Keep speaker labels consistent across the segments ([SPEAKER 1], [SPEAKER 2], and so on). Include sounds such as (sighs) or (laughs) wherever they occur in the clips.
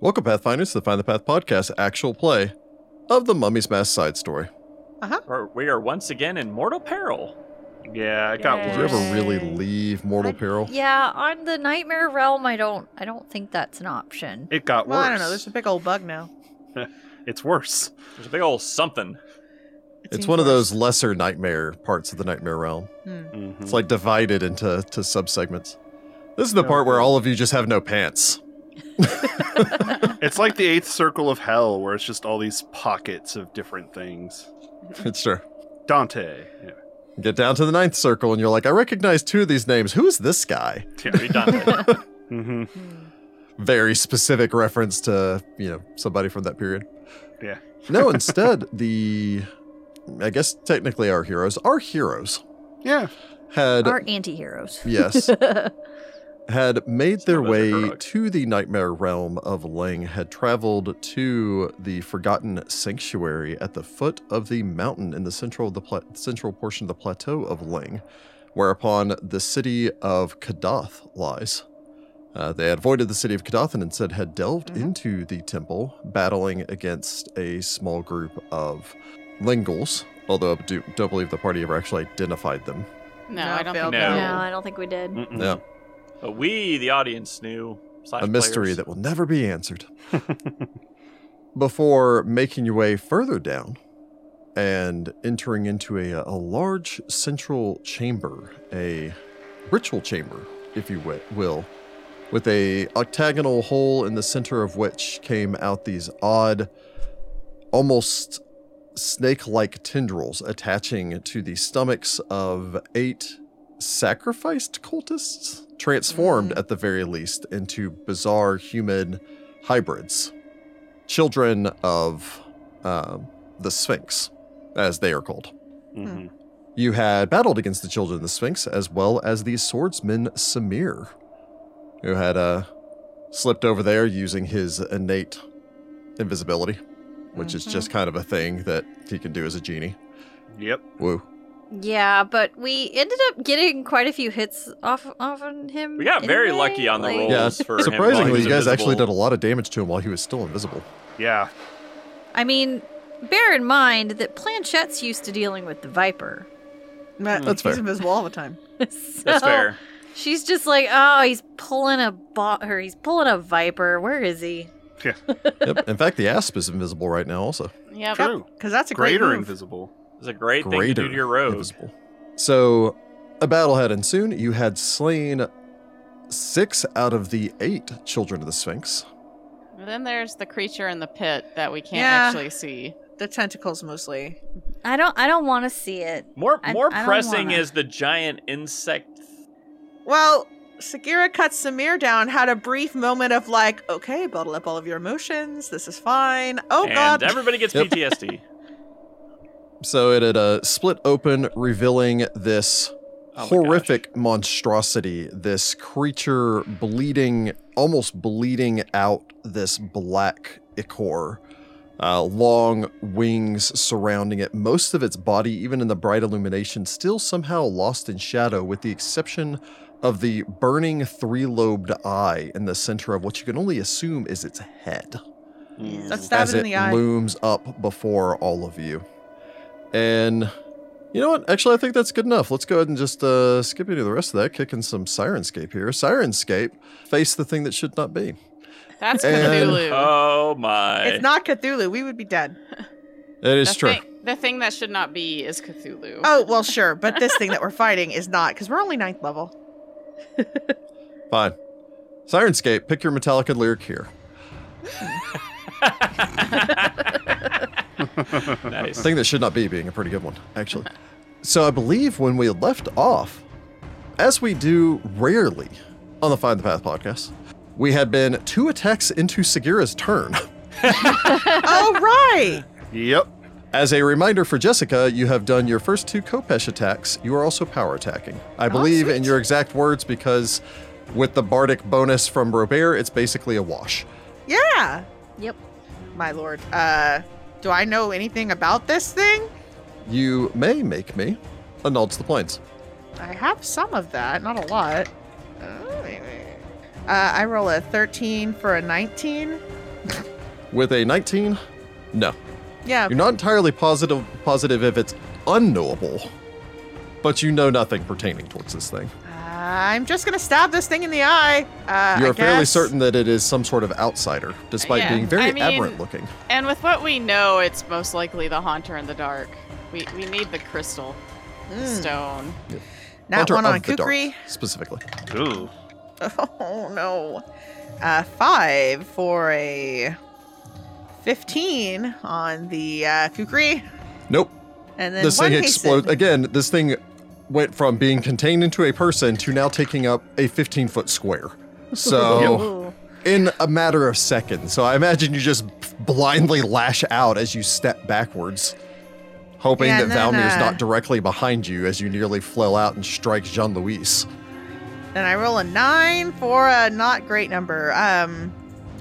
[SPEAKER 1] Welcome, Pathfinders, to the Find the Path podcast actual play of the Mummy's Mask side story.
[SPEAKER 2] Or we are once again in mortal peril.
[SPEAKER 3] Yeah, it got
[SPEAKER 1] Did
[SPEAKER 4] Yes.
[SPEAKER 1] you
[SPEAKER 3] worse.
[SPEAKER 1] ever really
[SPEAKER 4] Yay.
[SPEAKER 1] leave Mortal
[SPEAKER 4] I-
[SPEAKER 1] Peril?
[SPEAKER 4] Yeah, on the nightmare realm, I don't, I don't think that's an option.
[SPEAKER 3] It got
[SPEAKER 5] Well,
[SPEAKER 3] worse.
[SPEAKER 5] I don't know. There's a big old bug now.
[SPEAKER 3] It's worse.
[SPEAKER 2] There's a big old something.
[SPEAKER 5] It
[SPEAKER 1] It's
[SPEAKER 5] seems
[SPEAKER 1] one of
[SPEAKER 5] worse.
[SPEAKER 1] those lesser nightmare parts of the nightmare realm.
[SPEAKER 2] Mm-hmm.
[SPEAKER 1] It's like divided into to subsegments. This is the
[SPEAKER 3] Yeah.
[SPEAKER 1] part where all of you just have no pants. (laughs)
[SPEAKER 3] it's like the eighth circle of hell, where it's just all these pockets of different things.
[SPEAKER 1] It's true.
[SPEAKER 3] Dante. Yeah.
[SPEAKER 1] Get down to the ninth circle, and you're like, I recognize two of these names. Who is this guy?
[SPEAKER 2] Very
[SPEAKER 5] (laughs)
[SPEAKER 2] Dante.
[SPEAKER 3] hmm
[SPEAKER 1] Very specific reference to you know somebody from that period.
[SPEAKER 3] Yeah.
[SPEAKER 1] (laughs) no, instead the, I guess technically our heroes, our heroes
[SPEAKER 3] yeah.
[SPEAKER 1] had
[SPEAKER 4] Our anti-heroes.
[SPEAKER 1] yes had made their
[SPEAKER 2] not as
[SPEAKER 1] way
[SPEAKER 2] heroic.
[SPEAKER 1] to the nightmare realm of Lang, had traveled to the forgotten sanctuary at the foot of the mountain in the central of the pla- central portion of the plateau of Lang, whereupon the city of Kadath lies. Uh, they had avoided the city of Kadath and instead had delved
[SPEAKER 5] Mhm.
[SPEAKER 1] into the temple, battling against a small group of Lingals. Although I do, don't believe the party ever actually identified them.
[SPEAKER 6] No,
[SPEAKER 5] No,
[SPEAKER 6] I don't
[SPEAKER 5] failed
[SPEAKER 6] think
[SPEAKER 2] No. Mm.
[SPEAKER 4] no,
[SPEAKER 2] that.
[SPEAKER 6] so.
[SPEAKER 4] I don't think we did.
[SPEAKER 3] Mm-mm.
[SPEAKER 1] Yeah.
[SPEAKER 2] but we, the audience, knew. Slash
[SPEAKER 1] a mystery
[SPEAKER 2] players.
[SPEAKER 1] that will never be
[SPEAKER 2] (laughs)
[SPEAKER 1] answered. Before making your way further down and entering into a, a large central chamber, a ritual chamber, if you wi- will, with a octagonal hole in the center of which came out these odd, almost snake-like tendrils attaching to the stomachs of eight sacrificed cultists transformed at the very least into bizarre human hybrids children of um, the sphinx as they are called
[SPEAKER 3] Mhm.
[SPEAKER 1] you had battled against the children of the sphinx as well as the swordsman samir who had uh, slipped over there using his innate invisibility which is just kind of a thing that he can do as a genie
[SPEAKER 5] Hmm.
[SPEAKER 3] Yep.
[SPEAKER 1] woo
[SPEAKER 4] Yeah, but we ended up getting quite a few hits off off on him.
[SPEAKER 2] We got very
[SPEAKER 4] anyway.
[SPEAKER 2] lucky on the
[SPEAKER 4] Like-
[SPEAKER 2] rolls
[SPEAKER 1] Yeah,
[SPEAKER 2] for him while he
[SPEAKER 1] surprisingly
[SPEAKER 2] was
[SPEAKER 1] you guys actually did a
[SPEAKER 2] invisible.
[SPEAKER 1] lot of damage to him while he was still invisible
[SPEAKER 3] Yeah.
[SPEAKER 4] I mean, bear in mind that Planchette's used to dealing with the Viper. (laughs)
[SPEAKER 5] Matt,
[SPEAKER 1] That's
[SPEAKER 5] he's
[SPEAKER 1] fair.
[SPEAKER 5] invisible all the time.
[SPEAKER 2] That's
[SPEAKER 5] (laughs)
[SPEAKER 4] So,
[SPEAKER 2] fair.
[SPEAKER 4] She's just like, oh, he's pulling a bot, or he's pulling a Viper. Where is he?
[SPEAKER 1] yep. In fact, the asp is invisible right now, also.
[SPEAKER 6] Yep.
[SPEAKER 3] True.
[SPEAKER 5] Because that's a great
[SPEAKER 3] Greater
[SPEAKER 5] move.
[SPEAKER 3] invisible.
[SPEAKER 2] It's a great thing to do to your rogue.
[SPEAKER 1] invisible. So, a battle had ensued. You had slain six out of the eight children of the Sphinx.
[SPEAKER 6] And then there's the creature in the pit that we can't
[SPEAKER 5] Yeah.
[SPEAKER 6] actually see.
[SPEAKER 5] the tentacles mostly.
[SPEAKER 4] I don't, I don't want to see it.
[SPEAKER 2] More,
[SPEAKER 4] I-
[SPEAKER 2] more
[SPEAKER 4] I don't
[SPEAKER 2] pressing
[SPEAKER 4] wanna.
[SPEAKER 2] is the giant insect.
[SPEAKER 5] Well, Sagira cuts Samir down, had a brief moment of like, okay, bottle up all of your emotions. This is fine. Oh,
[SPEAKER 2] and
[SPEAKER 5] God.
[SPEAKER 2] everybody gets
[SPEAKER 1] Yep. (laughs)
[SPEAKER 2] PTSD.
[SPEAKER 1] So, it had uh, split open, revealing this
[SPEAKER 2] Oh my
[SPEAKER 1] horrific monstrosity, this creature bleeding, almost bleeding out this black ichor. Uh, long wings surrounding it, most of its body, even in the bright illumination, still somehow lost in shadow, with the exception of the burning three lobed eye in the center of what you can only assume is its head
[SPEAKER 3] Mm.
[SPEAKER 5] That's stab
[SPEAKER 1] as
[SPEAKER 5] it in
[SPEAKER 1] it
[SPEAKER 5] the eye.
[SPEAKER 1] looms up before all of you. And you know what? Actually, I think that's good enough. Let's go ahead and just uh, skip into the rest of that, kicking some Sirenscape here. Sirenscape, face the thing that should not be.
[SPEAKER 6] That's
[SPEAKER 1] And- uh,
[SPEAKER 2] gosh.
[SPEAKER 6] Cthulhu.
[SPEAKER 2] Oh my.
[SPEAKER 5] It's not Cthulhu. We would be dead.
[SPEAKER 1] It
[SPEAKER 6] the,
[SPEAKER 1] is true.
[SPEAKER 6] Thing, the thing that should not be is Cthulhu.
[SPEAKER 5] Oh, well, sure. But this thing that we're fighting is not because we're only ninth level.
[SPEAKER 6] (laughs)
[SPEAKER 1] Fine. Sirenscape, pick your Metallica lyric here. (laughs)
[SPEAKER 2] nice.
[SPEAKER 1] Thing that should not be being a pretty good one, actually. so I believe when we left off, as we do rarely on the Find the Path podcast, we had been two attacks into Sagira's turn. (laughs)
[SPEAKER 5] oh, right.
[SPEAKER 3] Yep.
[SPEAKER 1] As a reminder for Jessica, you have done your first two Kopesh attacks. You are also power attacking. I believe in your exact words because with the bardic bonus from Robert, it's basically a wash.
[SPEAKER 5] Yeah.
[SPEAKER 4] Yep.
[SPEAKER 5] My lord. Uh, do I know anything about this thing?
[SPEAKER 1] You may make me a nod to the planes.
[SPEAKER 5] I have some of that, not a Oh, lot. Uh, I roll a 13 for a 19.
[SPEAKER 1] With a 19, no.
[SPEAKER 5] Yeah.
[SPEAKER 1] You're not entirely positive positive if it's unknowable, but you know nothing pertaining towards this thing.
[SPEAKER 5] Uh, I'm just gonna stab this thing in the eye. Uh,
[SPEAKER 1] You're
[SPEAKER 5] I
[SPEAKER 1] fairly
[SPEAKER 5] guess.
[SPEAKER 1] certain that it is some sort of outsider, despite
[SPEAKER 6] Yeah,
[SPEAKER 1] being very
[SPEAKER 6] I mean-
[SPEAKER 1] aberrant looking.
[SPEAKER 6] And with what we know, it's most likely the Haunter in the Dark. We, we need the crystal
[SPEAKER 5] Mm,
[SPEAKER 6] stone.
[SPEAKER 5] Not
[SPEAKER 1] Hunter
[SPEAKER 5] one
[SPEAKER 1] of
[SPEAKER 5] on
[SPEAKER 1] the dark,
[SPEAKER 5] Kukri. (laughs)
[SPEAKER 1] specifically.
[SPEAKER 3] Ooh.
[SPEAKER 5] Oh no. Uh, five for a fifteen on the uh, Kukri,
[SPEAKER 1] Nope.
[SPEAKER 5] and then
[SPEAKER 1] This
[SPEAKER 5] one
[SPEAKER 1] thing
[SPEAKER 5] hasted.
[SPEAKER 1] explodes again. This thing went from being contained into a person to now taking up a 15 foot square. So
[SPEAKER 5] (laughs) Ooh.
[SPEAKER 1] in a matter of seconds. So I imagine you just blindly lash out as you step backwards, hoping that
[SPEAKER 5] Yeah, and then,
[SPEAKER 1] Valmir is
[SPEAKER 5] uh,
[SPEAKER 1] not directly behind you as you nearly flail out and strike Jean Louis.
[SPEAKER 5] And I roll a nine for a not great number. Um,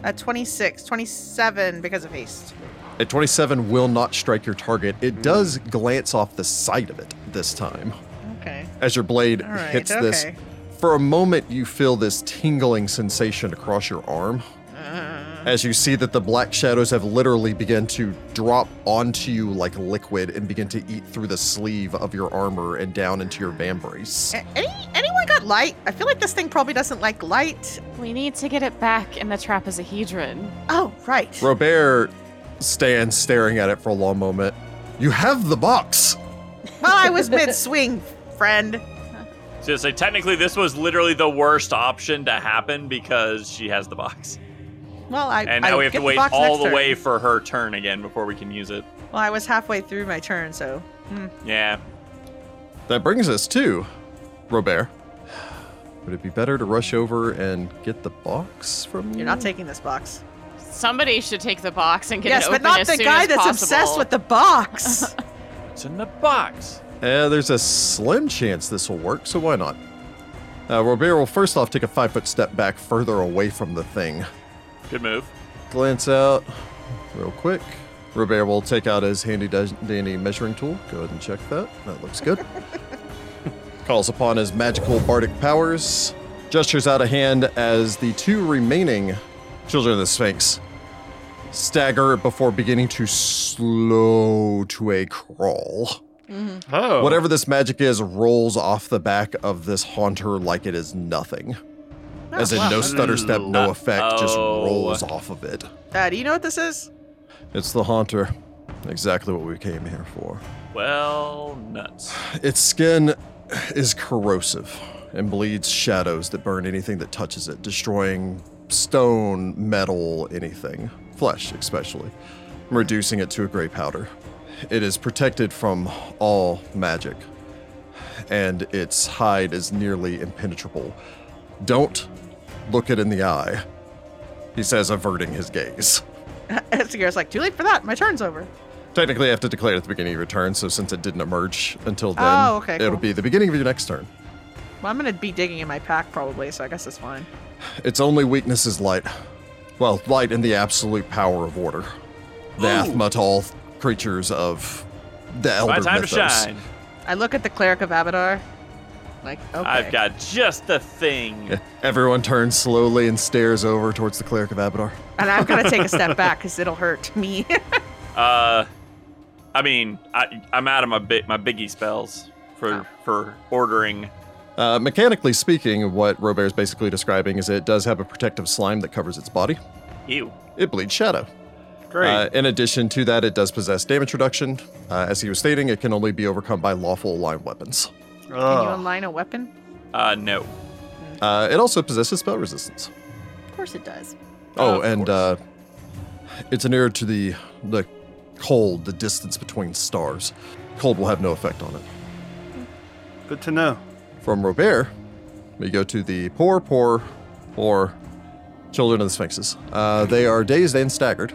[SPEAKER 5] a 26, 27 because of haste.
[SPEAKER 1] A 27 will not strike your target. It does glance off the side of it this time.
[SPEAKER 5] Okay.
[SPEAKER 1] As your blade
[SPEAKER 5] All right.
[SPEAKER 1] hits
[SPEAKER 5] okay.
[SPEAKER 1] this, for a moment you feel this tingling sensation across your arm
[SPEAKER 5] Uh,
[SPEAKER 1] as you see that the black shadows have literally begun to drop onto you like liquid and begin to eat through the sleeve of your armor and down into your vambrace.
[SPEAKER 5] a- any anyone got light? I feel like this thing probably doesn't like light.
[SPEAKER 6] We need to get it back in the trapezohedron.
[SPEAKER 5] Oh, right.
[SPEAKER 1] Robert stands staring at it for a long moment. You have the box.
[SPEAKER 5] Well, I was mid swing, friend.
[SPEAKER 2] So, so technically, this was literally the worst option to happen because she has the box,
[SPEAKER 5] Well, I
[SPEAKER 2] and
[SPEAKER 5] I
[SPEAKER 2] now we have
[SPEAKER 5] get
[SPEAKER 2] to
[SPEAKER 5] the
[SPEAKER 2] wait
[SPEAKER 5] box
[SPEAKER 2] all
[SPEAKER 5] next
[SPEAKER 2] the
[SPEAKER 5] turn.
[SPEAKER 2] way for her turn again before we can use it.
[SPEAKER 5] Well, I was halfway through my turn, so hmm.
[SPEAKER 2] Yeah.
[SPEAKER 1] That brings us to Robert. Would it be better to rush over and get the box from you?
[SPEAKER 5] you're not taking this box.
[SPEAKER 6] Somebody should take the box and Hmm. get
[SPEAKER 5] yes,
[SPEAKER 6] it
[SPEAKER 5] but
[SPEAKER 6] open
[SPEAKER 5] not
[SPEAKER 6] as
[SPEAKER 5] the
[SPEAKER 6] soon
[SPEAKER 5] guy
[SPEAKER 6] as
[SPEAKER 5] that's
[SPEAKER 6] possible.
[SPEAKER 5] obsessed with the
[SPEAKER 6] (laughs)
[SPEAKER 5] box. Oh,
[SPEAKER 2] It's in the box.
[SPEAKER 1] Uh, there's a slim chance this will work, so why not? Uh, Robert will first off take a five foot step back further away from the thing.
[SPEAKER 2] Good move.
[SPEAKER 1] Glance out real quick. Robert will take out his handy da- dandy measuring tool. Go ahead and check that. That looks good. Calls upon his magical bardic powers. Gestures out a hand as the two remaining children of the Sphinx stagger before beginning to slow to a crawl.
[SPEAKER 3] Oh.
[SPEAKER 1] Whatever this magic is rolls off the back of this haunter like it is nothing. As in,
[SPEAKER 5] Oh,
[SPEAKER 1] no
[SPEAKER 5] wow.
[SPEAKER 1] stutter step, no
[SPEAKER 2] Uh,
[SPEAKER 1] effect, just
[SPEAKER 2] oh.
[SPEAKER 1] rolls off of it.
[SPEAKER 5] Uh, do you know what this is? (laughs)
[SPEAKER 1] It's the haunter. Exactly what we came here for.
[SPEAKER 2] Well, nuts.
[SPEAKER 1] Its skin is corrosive and bleeds shadows that burn anything that touches it, destroying stone, metal, anything, flesh especially, reducing it to a gray powder. It is protected from all magic, and its hide is nearly impenetrable. Don't look it in the eye, he says, averting his gaze.
[SPEAKER 5] Sagira's like, too late for that. My turn's over.
[SPEAKER 1] Technically, I have to declare it at the beginning of your turn, so since it didn't emerge until then,
[SPEAKER 5] Oh, okay,
[SPEAKER 1] it'll
[SPEAKER 5] cool.
[SPEAKER 1] be the beginning of your next turn.
[SPEAKER 5] Well, I'm gonna be digging in my pack probably, so I guess it's fine.
[SPEAKER 1] Its only weakness is light. Well, light and the absolute power of order. The Athmatol creatures of the Elder
[SPEAKER 2] My time
[SPEAKER 1] mythos.
[SPEAKER 2] to shine.
[SPEAKER 5] I look at the cleric of Abadar, like, okay.
[SPEAKER 2] I've got just the thing.
[SPEAKER 1] Yeah. Everyone turns slowly and stares over towards the Cleric of Abadar.
[SPEAKER 5] and I'm gonna take a step
[SPEAKER 2] (laughs)
[SPEAKER 5] back because it'll hurt me. (laughs)
[SPEAKER 2] Uh, I mean, I, I'm out of my bi- my biggie spells for for ordering.
[SPEAKER 1] Uh, mechanically speaking, what Robert is basically describing is it does have a protective slime that covers its body.
[SPEAKER 2] Ew.
[SPEAKER 1] It bleeds shadow.
[SPEAKER 3] Great.
[SPEAKER 1] Uh, in addition to that, it does possess damage reduction. Uh, as he was stating, it can only be overcome by lawful aligned weapons.
[SPEAKER 3] Oh,
[SPEAKER 5] Can you
[SPEAKER 1] Oh.
[SPEAKER 3] Ugh.
[SPEAKER 5] align a weapon?
[SPEAKER 2] Uh, no.
[SPEAKER 1] Uh, it also possesses spell resistance.
[SPEAKER 4] Of course it does.
[SPEAKER 1] Oh,
[SPEAKER 2] Of
[SPEAKER 1] and uh, it's an error to the the cold, the distance between stars. Cold will have no effect on it.
[SPEAKER 3] Good to know.
[SPEAKER 1] From Robert, we go to the poor, poor, poor children of the Sphinxes. Uh, they are dazed and staggered.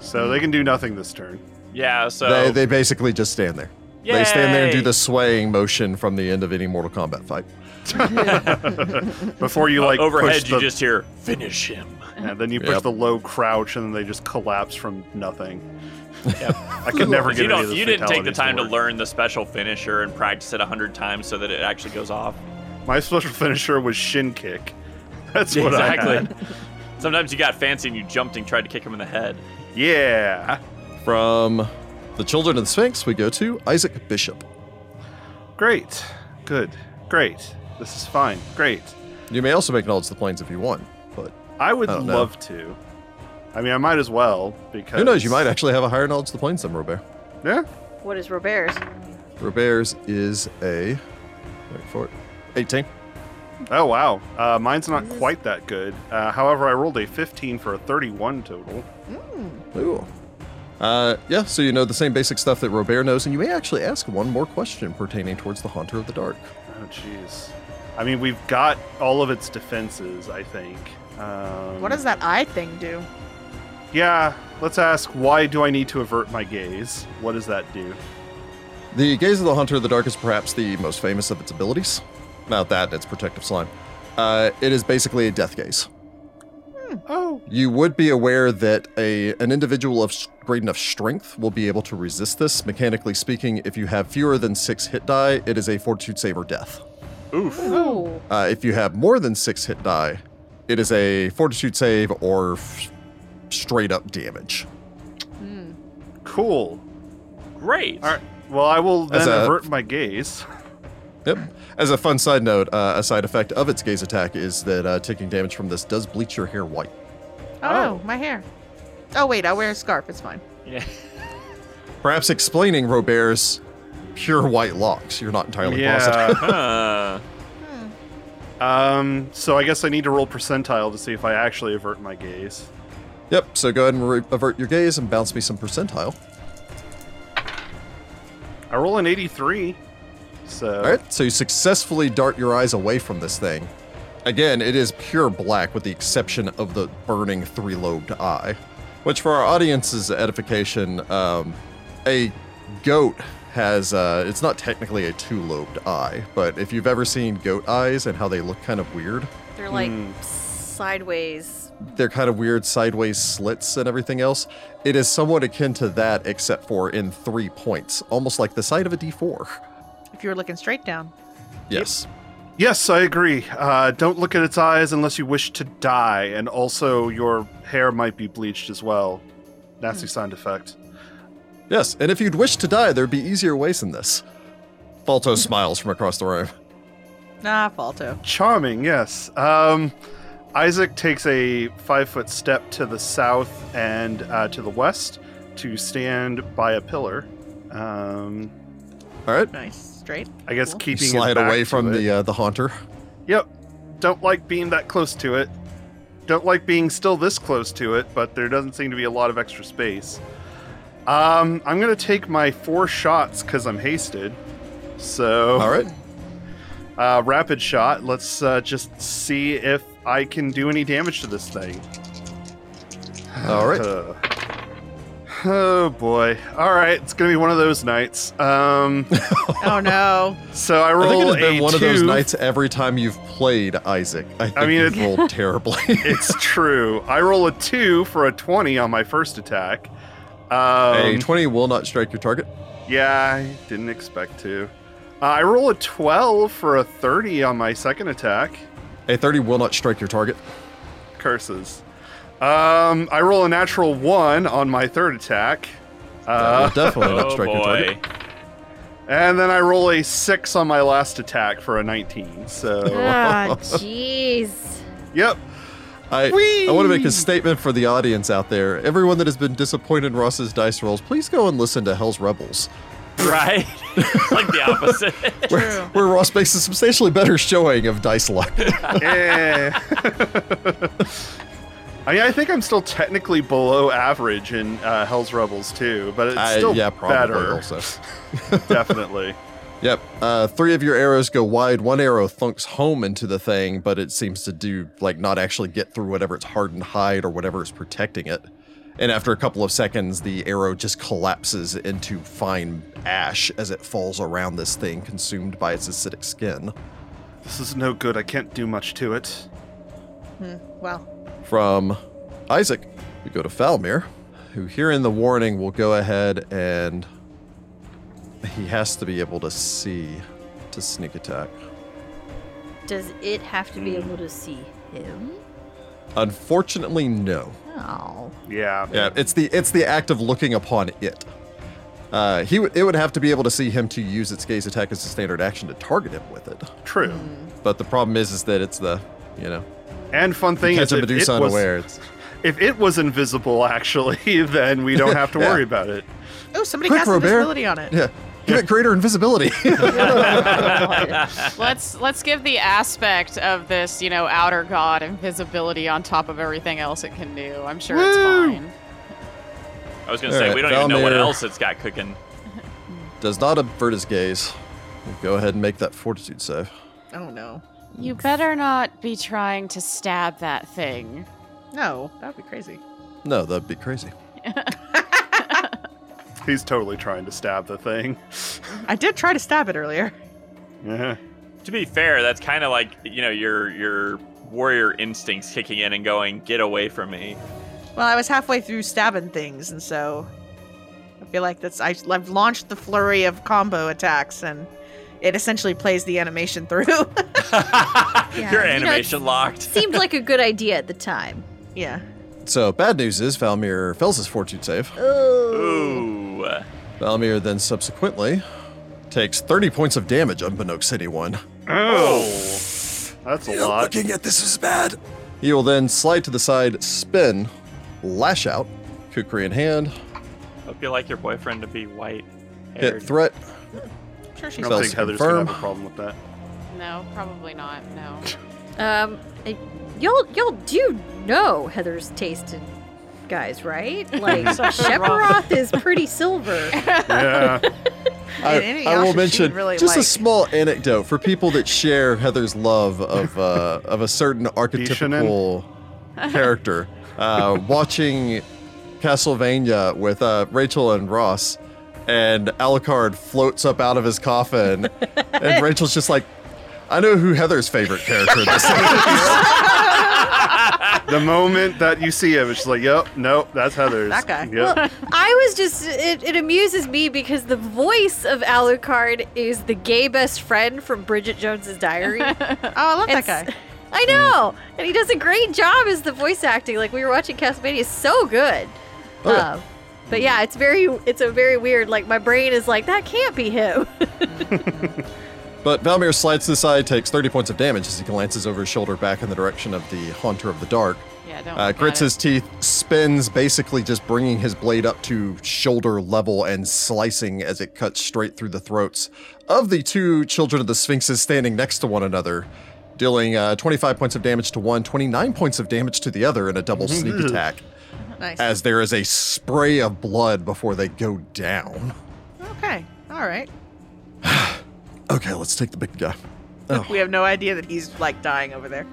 [SPEAKER 3] So they can do nothing this turn.
[SPEAKER 2] Yeah. So
[SPEAKER 1] They, they basically just stand there. They stand there and do
[SPEAKER 2] Oh. Yay!
[SPEAKER 1] the swaying motion from the end of any Mortal Kombat fight.
[SPEAKER 2] (laughs)
[SPEAKER 3] Before you like
[SPEAKER 2] overhead,
[SPEAKER 3] push
[SPEAKER 2] you
[SPEAKER 3] the,
[SPEAKER 2] just hear finish him.
[SPEAKER 3] yeah, then you push
[SPEAKER 1] Yep.
[SPEAKER 3] the low crouch, and then they just collapse from nothing. I could never
[SPEAKER 2] 'Cause (laughs)
[SPEAKER 3] get
[SPEAKER 2] you
[SPEAKER 3] any of
[SPEAKER 2] don't.
[SPEAKER 3] those
[SPEAKER 2] You didn't take the
[SPEAKER 3] fatalities
[SPEAKER 2] time to
[SPEAKER 3] work.
[SPEAKER 2] learn the special finisher and practice it a hundred times so that it actually goes off.
[SPEAKER 3] My special finisher was shin kick. (laughs) That's what I had.
[SPEAKER 2] exactly. Sometimes you got fancy and you jumped and tried to kick him in the head.
[SPEAKER 3] Yeah.
[SPEAKER 1] From the Children of the Sphinx, we go to Isaac Bishop.
[SPEAKER 3] Great. Good. Great. This is fine. Great.
[SPEAKER 1] You may also make knowledge of the planes if you want, but
[SPEAKER 3] I would
[SPEAKER 1] I don't know.
[SPEAKER 3] love to. I mean, I might as well because
[SPEAKER 1] who knows? You might actually have a higher knowledge of the planes than Robert.
[SPEAKER 3] Yeah.
[SPEAKER 4] What is Robert's?
[SPEAKER 1] Robert's is a wait for it, 18.
[SPEAKER 3] Oh wow. Uh, mine's not quite that good. Uh, however, I rolled a 15 for a 31 total.
[SPEAKER 1] Ooh. Uh, yeah, so you know the same basic stuff that Robert knows, and you may actually ask one more question pertaining towards the Haunter of the Dark.
[SPEAKER 3] Oh jeez. I mean, we've got all of its defenses. I think. Um,
[SPEAKER 5] What does that eye thing do?
[SPEAKER 3] Yeah. Let's ask. Why do I need to avert my gaze? What does that do?
[SPEAKER 1] The Gaze of the Hunter of the Dark is perhaps the most famous of its abilities. Not that, and its protective slime. Uh, it is basically a death gaze.
[SPEAKER 3] Oh.
[SPEAKER 1] You would be aware that a an individual of s- great enough strength will be able to resist this. Mechanically speaking, if you have fewer than six hit die, it is a fortitude save or death.
[SPEAKER 3] Oof.
[SPEAKER 4] Ooh.
[SPEAKER 1] Uh, if you have more than six hit die, it is a fortitude save or f- straight up damage.
[SPEAKER 6] Hmm.
[SPEAKER 3] Cool.
[SPEAKER 2] Great.
[SPEAKER 3] All right. Well, I will
[SPEAKER 1] That's
[SPEAKER 3] then
[SPEAKER 1] a-
[SPEAKER 3] avert
[SPEAKER 1] (laughs)
[SPEAKER 3] my gaze.
[SPEAKER 1] Yep. As a fun side note, uh, a side effect of its gaze attack is that uh, taking damage from this does bleach your hair white.
[SPEAKER 5] Oh, my hair. Oh wait, I wear a scarf. It's fine.
[SPEAKER 2] (laughs) Yeah.
[SPEAKER 1] Perhaps explaining Robert's pure white locks. You're not entirely positive. (laughs)
[SPEAKER 3] yeah.
[SPEAKER 2] Huh.
[SPEAKER 3] (laughs) um. So I guess I need to roll percentile to see if I actually avert my gaze.
[SPEAKER 1] Yep. So go ahead and re- avert your gaze and bounce me some percentile.
[SPEAKER 3] I roll an 83. So.
[SPEAKER 1] All right. So you successfully dart your eyes away from this thing. Again, it is pure black with the exception of the burning three lobed eye, which for our audience's edification, um, a goat has, uh, it's not technically a two lobed eye, but if you've ever seen goat eyes and how they look kind of weird,
[SPEAKER 4] They're like
[SPEAKER 3] Hmm.
[SPEAKER 4] sideways.
[SPEAKER 1] they're kind of weird sideways slits and everything else. It is somewhat akin to that, except for in three points, almost like the side of a d4.
[SPEAKER 5] If you were looking straight down.
[SPEAKER 1] Yes.
[SPEAKER 3] Yes, I agree. Uh, don't look at its eyes unless you wish to die, and also your hair might be bleached as well. Nasty sound effect.
[SPEAKER 1] Yes. And if you'd wish to die, there'd be easier ways than this.
[SPEAKER 3] (laughs)
[SPEAKER 1] Falto smiles from across the room.
[SPEAKER 5] Nah, Falto.
[SPEAKER 3] Charming, yes. Um, Isaac takes a five foot step to the south and uh, to the west to stand by a pillar. Um,
[SPEAKER 1] All right.
[SPEAKER 5] Nice. Straight.
[SPEAKER 3] I guess
[SPEAKER 5] Cool.
[SPEAKER 1] You
[SPEAKER 3] keeping his
[SPEAKER 1] slide
[SPEAKER 3] back
[SPEAKER 1] away
[SPEAKER 3] to
[SPEAKER 1] from
[SPEAKER 3] it.
[SPEAKER 1] the uh, the haunter.
[SPEAKER 3] Yep. Don't like being that close to it. Don't like being still this close to it, but there doesn't seem to be a lot of extra space. Um, I'm gonna take my four shots because I'm hasted. So,
[SPEAKER 1] All right.
[SPEAKER 3] uh, rapid shot. Let's uh, just see if I can do any damage to this thing.
[SPEAKER 1] All right.
[SPEAKER 3] Uh, oh boy! All right, it's gonna be one of those nights.
[SPEAKER 1] (laughs)
[SPEAKER 3] Um,
[SPEAKER 5] (laughs) Oh no.
[SPEAKER 3] so I
[SPEAKER 1] I
[SPEAKER 3] roll
[SPEAKER 1] think it has been
[SPEAKER 3] a
[SPEAKER 1] one of those
[SPEAKER 3] two.
[SPEAKER 1] nights every time you've played Isaac. I think
[SPEAKER 3] mean,
[SPEAKER 1] you've
[SPEAKER 3] it's-
[SPEAKER 1] rolled
[SPEAKER 3] (laughs)
[SPEAKER 1] terribly. (laughs)
[SPEAKER 3] It's true. I roll a two for a twenty on my first attack. Um,
[SPEAKER 1] a 20 will not strike your target.
[SPEAKER 3] Yeah, I didn't expect to. Uh, I roll a 12 for a 30 on my second attack.
[SPEAKER 1] A 30 will not strike your target.
[SPEAKER 3] Curses. Um, I roll a natural 1 on my third attack.
[SPEAKER 1] That will
[SPEAKER 3] Uh,
[SPEAKER 1] definitely
[SPEAKER 3] (laughs)
[SPEAKER 1] not
[SPEAKER 2] Oh
[SPEAKER 1] strike your target.
[SPEAKER 2] boy.
[SPEAKER 3] and then I roll a 6 on my last attack for a 19.
[SPEAKER 1] (laughs)
[SPEAKER 3] So,
[SPEAKER 4] Ah, jeez.
[SPEAKER 3] yep.
[SPEAKER 1] I,
[SPEAKER 3] Whee!
[SPEAKER 1] I want to make a statement for the audience out there. Everyone that has been disappointed in Ross's dice rolls, please go and listen to Hell's Rebels,
[SPEAKER 2] (laughs) Right? like the opposite.
[SPEAKER 1] where, where Ross makes a substantially better showing of dice luck.
[SPEAKER 3] Eh. (laughs) I mean, I think I'm still technically below average in uh, Hell's Rebels too, but it's
[SPEAKER 1] I-
[SPEAKER 3] still
[SPEAKER 1] yeah, probably
[SPEAKER 3] better.
[SPEAKER 1] also.
[SPEAKER 3] Definitely. (laughs)
[SPEAKER 1] Yep. Uh, three of your arrows go wide. One arrow thunks home into the thing, but it seems to do like not actually get through whatever it's hardened hide or whatever is protecting it. And after a couple of seconds, the arrow just collapses into fine ash as it falls around this thing, consumed by its acidic skin.
[SPEAKER 3] This is no good. I can't do much to it.
[SPEAKER 5] Hmm. Well.
[SPEAKER 1] from Isaac. We go to Falmir, who, hearing the warning, will go ahead and he has to be able to see to sneak attack.
[SPEAKER 4] Does it have to be able to see him?
[SPEAKER 1] Unfortunately, no.
[SPEAKER 4] Oh.
[SPEAKER 3] Yeah.
[SPEAKER 1] Yeah, it's the it's the act of looking upon it. Uh, he would it would have to be able to see him to use its gaze attack as a standard action to target him with it.
[SPEAKER 3] True.
[SPEAKER 1] But the problem is, is that it's the you know
[SPEAKER 3] And fun thing
[SPEAKER 1] catch
[SPEAKER 3] is,
[SPEAKER 1] a
[SPEAKER 3] if it,
[SPEAKER 1] Medusa
[SPEAKER 3] was,
[SPEAKER 1] unaware. It's,
[SPEAKER 3] if it was invisible, actually, (laughs) then we don't have
[SPEAKER 1] (laughs)
[SPEAKER 3] to
[SPEAKER 1] Yeah.
[SPEAKER 3] worry about it.
[SPEAKER 5] Oh, somebody
[SPEAKER 1] Quick,
[SPEAKER 5] cast
[SPEAKER 1] Robert.
[SPEAKER 5] invisibility on it.
[SPEAKER 1] yeah, give it greater invisibility. (laughs)
[SPEAKER 6] Let's let's give the aspect of this, you know, outer god invisibility on top of everything else it can do. I'm sure it's fine.
[SPEAKER 2] I was gonna
[SPEAKER 1] All
[SPEAKER 2] say
[SPEAKER 1] right,
[SPEAKER 2] we don't even know what
[SPEAKER 1] Valmir.
[SPEAKER 2] else it's got cooking.
[SPEAKER 1] Does not avert his gaze. We'll go ahead and make that fortitude save.
[SPEAKER 5] Oh no,
[SPEAKER 6] You better not be trying to stab that thing.
[SPEAKER 5] no, that'd be crazy.
[SPEAKER 1] No, that'd be crazy.
[SPEAKER 3] He's totally trying to stab the thing. (laughs)
[SPEAKER 5] I did try to stab it earlier.
[SPEAKER 3] Yeah.
[SPEAKER 2] To be fair, that's kind of like you know your your warrior instincts kicking in and going, "Get away from me."
[SPEAKER 5] Well, I was halfway through stabbing things, and so I feel like that's I, I've launched the flurry of combo attacks, and it essentially plays the animation (laughs) through.
[SPEAKER 4] Yeah.
[SPEAKER 2] Your
[SPEAKER 4] You know,
[SPEAKER 2] animation locked.
[SPEAKER 4] (laughs) Seemed like a good idea at the time.
[SPEAKER 5] yeah.
[SPEAKER 1] So bad news is Valmir fails his fortitude save.
[SPEAKER 4] Ooh.
[SPEAKER 2] Ooh.
[SPEAKER 1] Valmir then subsequently takes 30 points of damage unbeknownst to anyone.
[SPEAKER 3] Oh. That's a lot.
[SPEAKER 1] Looking at this is bad. He will then slide to the side, spin, lash out, kukri in hand,
[SPEAKER 2] Hope you like your boyfriend to be white.
[SPEAKER 1] hit threat.
[SPEAKER 5] Sure, she's
[SPEAKER 1] Spells
[SPEAKER 3] I don't think Heather's
[SPEAKER 1] confirm.
[SPEAKER 3] going to have a problem with that.
[SPEAKER 6] No, probably not.
[SPEAKER 5] (laughs)
[SPEAKER 6] No.
[SPEAKER 4] Um, I- y'all, y'all do know Heather's taste in guys, right? Like Shepperoth is pretty silver.
[SPEAKER 3] Yeah.
[SPEAKER 1] I,
[SPEAKER 5] anything
[SPEAKER 1] I
[SPEAKER 5] else
[SPEAKER 1] will
[SPEAKER 5] that she would
[SPEAKER 1] mention
[SPEAKER 5] really
[SPEAKER 1] just a
[SPEAKER 5] like.
[SPEAKER 1] small anecdote for people that share Heather's love of uh, of a certain archetypical (laughs) character. Uh, watching Castlevania with uh, Rachel and Ross, and Alucard floats up out of his coffin,
[SPEAKER 5] (laughs)
[SPEAKER 1] and Rachel's just like, "I know who Heather's favorite character
[SPEAKER 5] (laughs)
[SPEAKER 1] this is."
[SPEAKER 3] the moment that you see him, it's just like, yep, nope, that's Heather's.
[SPEAKER 5] That guy.
[SPEAKER 3] Yep.
[SPEAKER 4] Well, I was just, it, it amuses me because the voice of Alucard is the gay best friend from Bridget Jones's Diary.
[SPEAKER 5] Oh, I love that
[SPEAKER 4] It's-
[SPEAKER 5] (laughs) guy.
[SPEAKER 4] I know. And he does a great job as the voice acting. Like we were watching Castlevania, it's so good.
[SPEAKER 1] Oh, yeah.
[SPEAKER 4] Um, but yeah, it's very, it's a very weird. Like my brain is like, that can't be him.
[SPEAKER 1] But Valmir slides to the side, takes 30 points of damage as he glances over his shoulder back in the direction of the Haunter of the Dark.
[SPEAKER 6] Yeah, don't.
[SPEAKER 1] Uh,
[SPEAKER 6] look at
[SPEAKER 1] grits
[SPEAKER 6] it.
[SPEAKER 1] his teeth, spins, basically just bringing his blade up to shoulder level and slicing as it cuts straight through the throats of the two children of the Sphinxes standing next to one another, dealing uh, 25 points of damage to one, 29 points of damage to the other in a double sneak attack,
[SPEAKER 5] Nice.
[SPEAKER 1] as there is a spray of blood before they go down.
[SPEAKER 5] okay. All right.
[SPEAKER 1] Okay, let's take the big guy. Oh.
[SPEAKER 5] We have no idea that he's like dying
[SPEAKER 1] (laughs)
[SPEAKER 5] over there.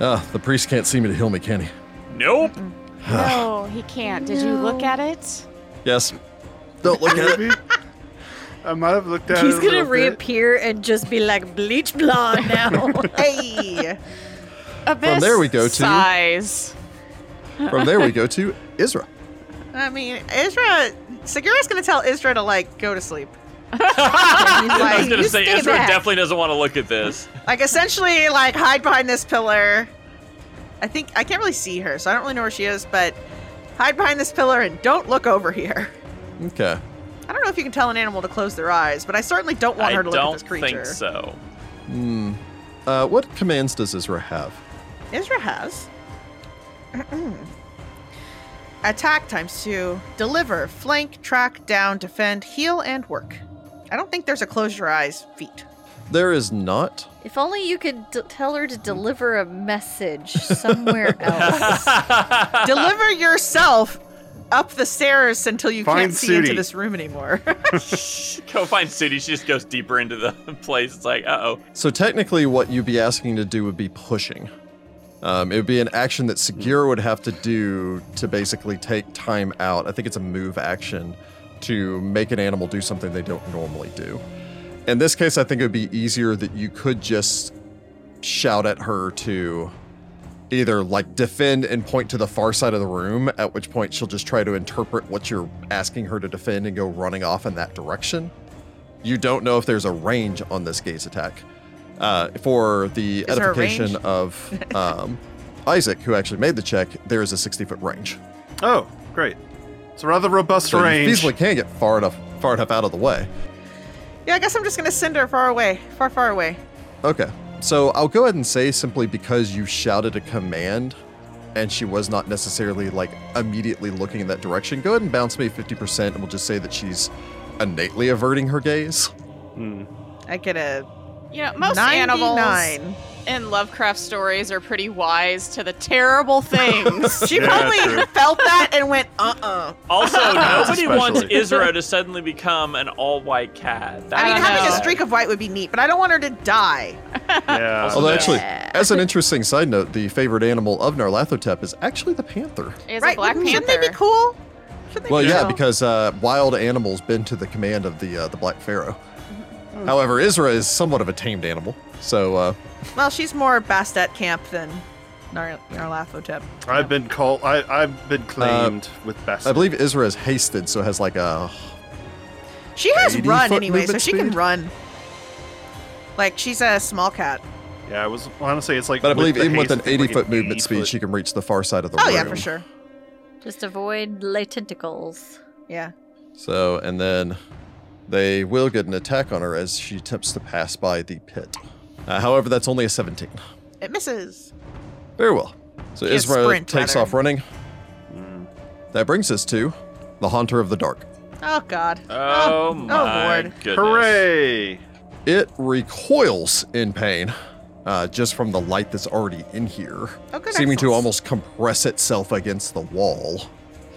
[SPEAKER 1] Ah, the priest can't see me to heal me, can he?
[SPEAKER 2] Nope.
[SPEAKER 5] (laughs)
[SPEAKER 6] No, he can't. Did you look at it?
[SPEAKER 1] Yes. Don't look at it.
[SPEAKER 3] Maybe. (laughs) I might have looked at it.
[SPEAKER 4] He's
[SPEAKER 3] a
[SPEAKER 4] gonna
[SPEAKER 3] little bit.
[SPEAKER 4] reappear and just be like bleach blonde now.
[SPEAKER 5] Hey.
[SPEAKER 6] Abyss
[SPEAKER 1] there we go to-
[SPEAKER 6] size.
[SPEAKER 1] From there, we go to Isra.
[SPEAKER 5] I mean, Isra. Sagira's gonna tell Isra to like go to sleep.
[SPEAKER 4] (laughs)
[SPEAKER 5] like,
[SPEAKER 2] I was gonna
[SPEAKER 4] you
[SPEAKER 2] say
[SPEAKER 4] stay
[SPEAKER 2] Ezra
[SPEAKER 4] back.
[SPEAKER 2] definitely doesn't want to look
[SPEAKER 5] (laughs)
[SPEAKER 2] at this.
[SPEAKER 5] like essentially like hide behind this pillar i think i can't really see her so i don't really know where she is but hide behind this pillar and don't look over here
[SPEAKER 1] Okay.
[SPEAKER 5] i don't know if you can tell an animal to close their eyes but i certainly don't want
[SPEAKER 2] I
[SPEAKER 5] her to look at
[SPEAKER 2] don't
[SPEAKER 5] this creature
[SPEAKER 2] think so. (laughs)
[SPEAKER 1] Hmm. Uh, what commands does Isra have?
[SPEAKER 5] Isra has (clears throat) attack times two, deliver, flank, track, down, defend, heal, and work. I don't think there's a close your eyes feat.
[SPEAKER 1] There is not.
[SPEAKER 4] if only you could d- tell her to deliver a message somewhere else.
[SPEAKER 5] Deliver yourself up the stairs until you
[SPEAKER 3] Find
[SPEAKER 5] can't see into
[SPEAKER 3] Sudi.
[SPEAKER 5] this room anymore. (laughs)
[SPEAKER 2] Go find Sudi. She just goes deeper into the (laughs) place. It's like, uh oh.
[SPEAKER 1] So technically, what you'd be asking to do would be pushing. Um, it would be an action that Segura would have to do to basically take time out. I think it's a move action to make an animal do something they don't normally do. In this case, I think it would be easier that you could just shout at her to either like defend and point to the far side of the room, at which point she'll just try to interpret what you're asking her to defend and go running off in that direction. You don't know if there's a range on this gaze attack. Uh, for the
[SPEAKER 5] there a (laughs)
[SPEAKER 1] edification
[SPEAKER 5] range?
[SPEAKER 1] of um, Isaac, who actually made the check, there is a 60 foot range.
[SPEAKER 3] Oh, great. It's a rather robust
[SPEAKER 1] So you
[SPEAKER 3] range.
[SPEAKER 1] easily can get far enough far enough out of the way.
[SPEAKER 5] Yeah, I guess I'm just gonna send her far away, far, far away.
[SPEAKER 1] Okay. So I'll go ahead and say simply because you shouted a command and she was not necessarily like immediately looking in that direction, go ahead and bounce me 50% and we'll just say that she's innately averting her gaze.
[SPEAKER 3] Hmm.
[SPEAKER 5] I get a
[SPEAKER 6] You know,
[SPEAKER 5] Oh,
[SPEAKER 6] most
[SPEAKER 5] 99.
[SPEAKER 6] animals in Lovecraft stories are pretty wise to the terrible things.
[SPEAKER 5] (laughs) She
[SPEAKER 3] Yeah,
[SPEAKER 5] probably
[SPEAKER 3] true.
[SPEAKER 5] felt that and went, uh-uh.
[SPEAKER 1] (laughs)
[SPEAKER 2] Also, nobody wants
[SPEAKER 3] Especially.
[SPEAKER 2] Isra to suddenly become an all-white cat. That
[SPEAKER 5] I mean,
[SPEAKER 6] don't
[SPEAKER 5] having a
[SPEAKER 6] know.
[SPEAKER 5] streak of white would be neat, but I don't want her to die.
[SPEAKER 3] Yeah.
[SPEAKER 1] Although,
[SPEAKER 2] Oh, Yeah.
[SPEAKER 1] actually, as an interesting side note, the favorite animal of Narlathotep is actually the panther.
[SPEAKER 6] Is
[SPEAKER 5] right?
[SPEAKER 6] a Black
[SPEAKER 5] Wouldn't- Shouldn't they be
[SPEAKER 6] Panther.
[SPEAKER 5] cool? Shouldn't they
[SPEAKER 1] Well,
[SPEAKER 5] be
[SPEAKER 1] yeah,
[SPEAKER 5] cool?
[SPEAKER 1] because uh, wild animals bend to the command of the uh, the Black Pharaoh.
[SPEAKER 2] Mm-hmm.
[SPEAKER 1] However, Isra is somewhat of a tamed animal, so uh,
[SPEAKER 5] Well, she's more Bastet camp than Nar- Narlathotep.
[SPEAKER 3] I've been called. I, I've been claimed with best.
[SPEAKER 1] Uh, I believe Isra is hasted, so has like a
[SPEAKER 5] She has
[SPEAKER 1] 80
[SPEAKER 5] run
[SPEAKER 1] foot
[SPEAKER 5] anyway, so
[SPEAKER 1] movement
[SPEAKER 5] she can
[SPEAKER 1] speed?
[SPEAKER 5] run. Like she's a small cat. Oh,
[SPEAKER 3] Yeah, I was honestly. It's like.
[SPEAKER 1] But I
[SPEAKER 3] with
[SPEAKER 1] believe
[SPEAKER 3] the
[SPEAKER 1] even with
[SPEAKER 3] haste,
[SPEAKER 1] an
[SPEAKER 3] it's
[SPEAKER 1] 80
[SPEAKER 3] like
[SPEAKER 1] foot movement
[SPEAKER 3] 80
[SPEAKER 1] speed,
[SPEAKER 3] foot-
[SPEAKER 1] she can reach the far side of the
[SPEAKER 5] Oh
[SPEAKER 1] room.
[SPEAKER 5] yeah, for sure.
[SPEAKER 4] Just avoid lay tentacles.
[SPEAKER 5] Yeah.
[SPEAKER 1] So, and then they will get an attack on her as she attempts to pass by the pit. Uh, however, that's only a 17.
[SPEAKER 5] It misses.
[SPEAKER 1] Very well. So
[SPEAKER 5] She has
[SPEAKER 1] Isra
[SPEAKER 5] sprint,
[SPEAKER 1] takes
[SPEAKER 5] rather.
[SPEAKER 1] off running.
[SPEAKER 3] Mm.
[SPEAKER 1] That brings us to the Haunter of the Dark.
[SPEAKER 5] Oh god.
[SPEAKER 2] Oh,
[SPEAKER 5] oh
[SPEAKER 2] my
[SPEAKER 5] lord.
[SPEAKER 2] goodness!
[SPEAKER 3] Hooray!
[SPEAKER 1] It recoils in pain uh, just from the light that's already in here,
[SPEAKER 5] Oh good.
[SPEAKER 1] seeming to
[SPEAKER 5] excellence.
[SPEAKER 1] almost compress itself against the wall.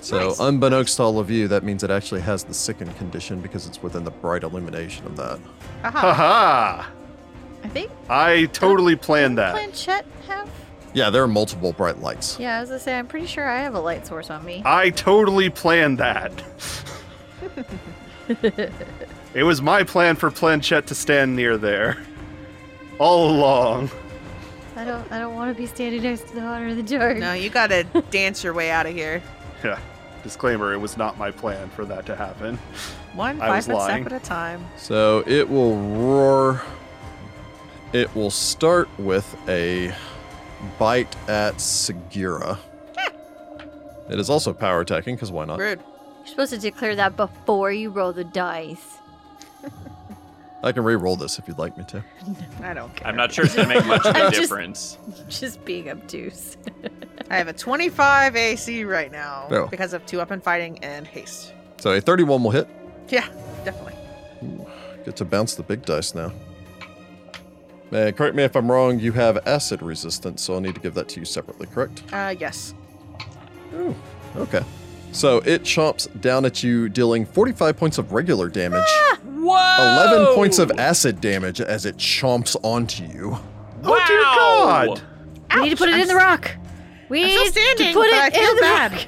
[SPEAKER 1] So,
[SPEAKER 5] Nice.
[SPEAKER 1] unbeknownst to all of you, that means it actually has the sickened condition because it's within the bright illumination of that.
[SPEAKER 3] (laughs)
[SPEAKER 5] Aha.
[SPEAKER 3] Haha!
[SPEAKER 4] I think
[SPEAKER 3] I totally planned that.
[SPEAKER 4] planchette have.
[SPEAKER 1] Yeah, there are multiple bright lights.
[SPEAKER 4] Yeah, as I say, I'm pretty sure I have a light source on me.
[SPEAKER 3] I totally planned that. it was my plan for Planchette to stand near there. All along. (laughs)
[SPEAKER 4] I don't. I don't want to be standing next to the water in the dark.
[SPEAKER 5] No, you gotta dance your way out of here.
[SPEAKER 3] Yeah. Disclaimer, it was not my plan for that to happen.
[SPEAKER 5] One
[SPEAKER 3] I was
[SPEAKER 5] five minute
[SPEAKER 3] lying.
[SPEAKER 5] step at a time.
[SPEAKER 1] So it will roar. It will start with a bite at Segura. it is also power attacking, because why not?
[SPEAKER 5] Rude.
[SPEAKER 4] You're supposed to declare that before you roll the dice.
[SPEAKER 1] I can re roll this if you'd like me to.
[SPEAKER 5] I don't care.
[SPEAKER 2] I'm not sure it's gonna make much of a
[SPEAKER 4] I'm just-
[SPEAKER 2] difference.
[SPEAKER 4] (laughs) Just being obtuse.
[SPEAKER 5] I have a 25 AC right now
[SPEAKER 1] Oh.
[SPEAKER 5] because of two up and fighting and haste.
[SPEAKER 1] So a 31 will hit.
[SPEAKER 5] Yeah, definitely.
[SPEAKER 1] Get to bounce the big dice now. Man, correct me if I'm wrong, you have acid resistance, so I'll need to give that to you separately, correct?
[SPEAKER 5] Uh, yes.
[SPEAKER 1] Ooh, okay. So it chomps down at you, dealing 45 points of regular damage.
[SPEAKER 5] Ah!
[SPEAKER 2] Whoa!
[SPEAKER 5] Oh!
[SPEAKER 1] 11 points of acid damage as it chomps onto you.
[SPEAKER 3] Oh dear
[SPEAKER 2] Wow.
[SPEAKER 3] god!
[SPEAKER 4] we need to put it
[SPEAKER 5] I'm
[SPEAKER 4] in the
[SPEAKER 5] s-
[SPEAKER 4] rock. We
[SPEAKER 5] I'm still
[SPEAKER 4] need to
[SPEAKER 5] standing,
[SPEAKER 4] put
[SPEAKER 5] but I
[SPEAKER 4] it
[SPEAKER 5] feel
[SPEAKER 4] in the
[SPEAKER 5] bad.
[SPEAKER 4] rock.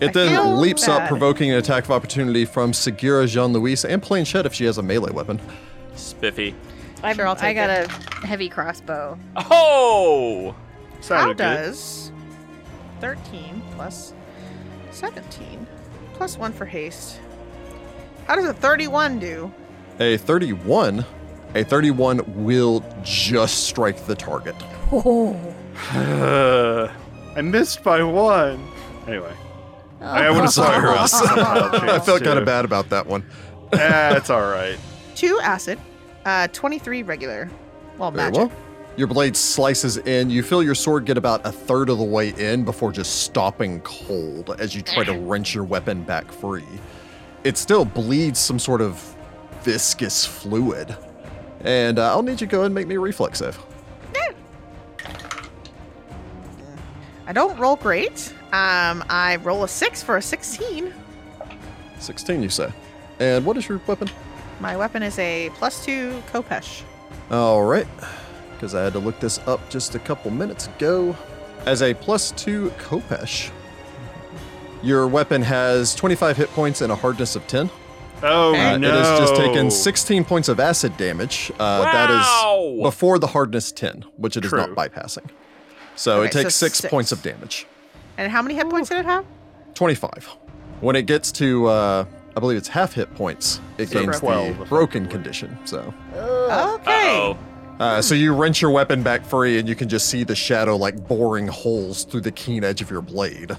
[SPEAKER 1] It then
[SPEAKER 5] feel
[SPEAKER 1] leaps up,
[SPEAKER 5] bad.
[SPEAKER 1] provoking an attack of opportunity from Segura Jean Louis and Planchette if she has a melee weapon.
[SPEAKER 2] Spiffy.
[SPEAKER 4] I'm-
[SPEAKER 5] Sure, I'll
[SPEAKER 4] I
[SPEAKER 5] take
[SPEAKER 4] got a heavy crossbow.
[SPEAKER 2] Oh!
[SPEAKER 5] How
[SPEAKER 3] Sounded good.
[SPEAKER 5] does 13 plus 17 plus 1 for haste? How does a 31 do?
[SPEAKER 1] A 31. A 31 will just strike the target.
[SPEAKER 4] Oh.
[SPEAKER 3] Uh, I missed by one. Anyway. I would
[SPEAKER 1] (laughs)
[SPEAKER 3] have
[SPEAKER 1] Sorry, Russ. I
[SPEAKER 3] I
[SPEAKER 1] felt kind of bad about that one.
[SPEAKER 3] (laughs) That's alright.
[SPEAKER 5] 2 acid, uh, 23 regular. Well,
[SPEAKER 1] Very
[SPEAKER 5] magic.
[SPEAKER 1] well. Your blade slices in. You feel your sword get about a third of the way in before just stopping cold as you try to wrench your weapon back free. It still bleeds some sort of viscous fluid. And uh, I'll need you to go ahead and make me a reflex save.
[SPEAKER 5] I don't roll great. Um, I roll a 6 for a 16.
[SPEAKER 1] 16, you say. And what is your weapon?
[SPEAKER 5] My weapon is a plus 2 Kopesh.
[SPEAKER 1] All right, because I had to look this up just a couple minutes ago. As a plus two Kopesh, your weapon has 25 hit points and a hardness of 10.
[SPEAKER 3] Oh
[SPEAKER 1] Uh,
[SPEAKER 3] no.
[SPEAKER 1] It has just taken
[SPEAKER 3] (laughs)
[SPEAKER 1] 16 points of acid damage. Uh, That
[SPEAKER 2] Wow.
[SPEAKER 1] is before the hardness 10, which it is
[SPEAKER 3] True.
[SPEAKER 1] not bypassing. So it
[SPEAKER 5] Okay, so
[SPEAKER 1] takes six,
[SPEAKER 5] six.
[SPEAKER 1] points of damage.
[SPEAKER 5] And how many hit points did it have?
[SPEAKER 1] 25. When it gets to, uh, I believe it's half hit points, it
[SPEAKER 3] So
[SPEAKER 1] gains
[SPEAKER 3] 12,
[SPEAKER 1] the
[SPEAKER 3] effectively.
[SPEAKER 1] broken condition. So
[SPEAKER 5] Okay.
[SPEAKER 2] Uh-oh.
[SPEAKER 1] Uh, so you wrench your weapon back free, and you can just see the shadow like boring holes through the keen edge of your blade.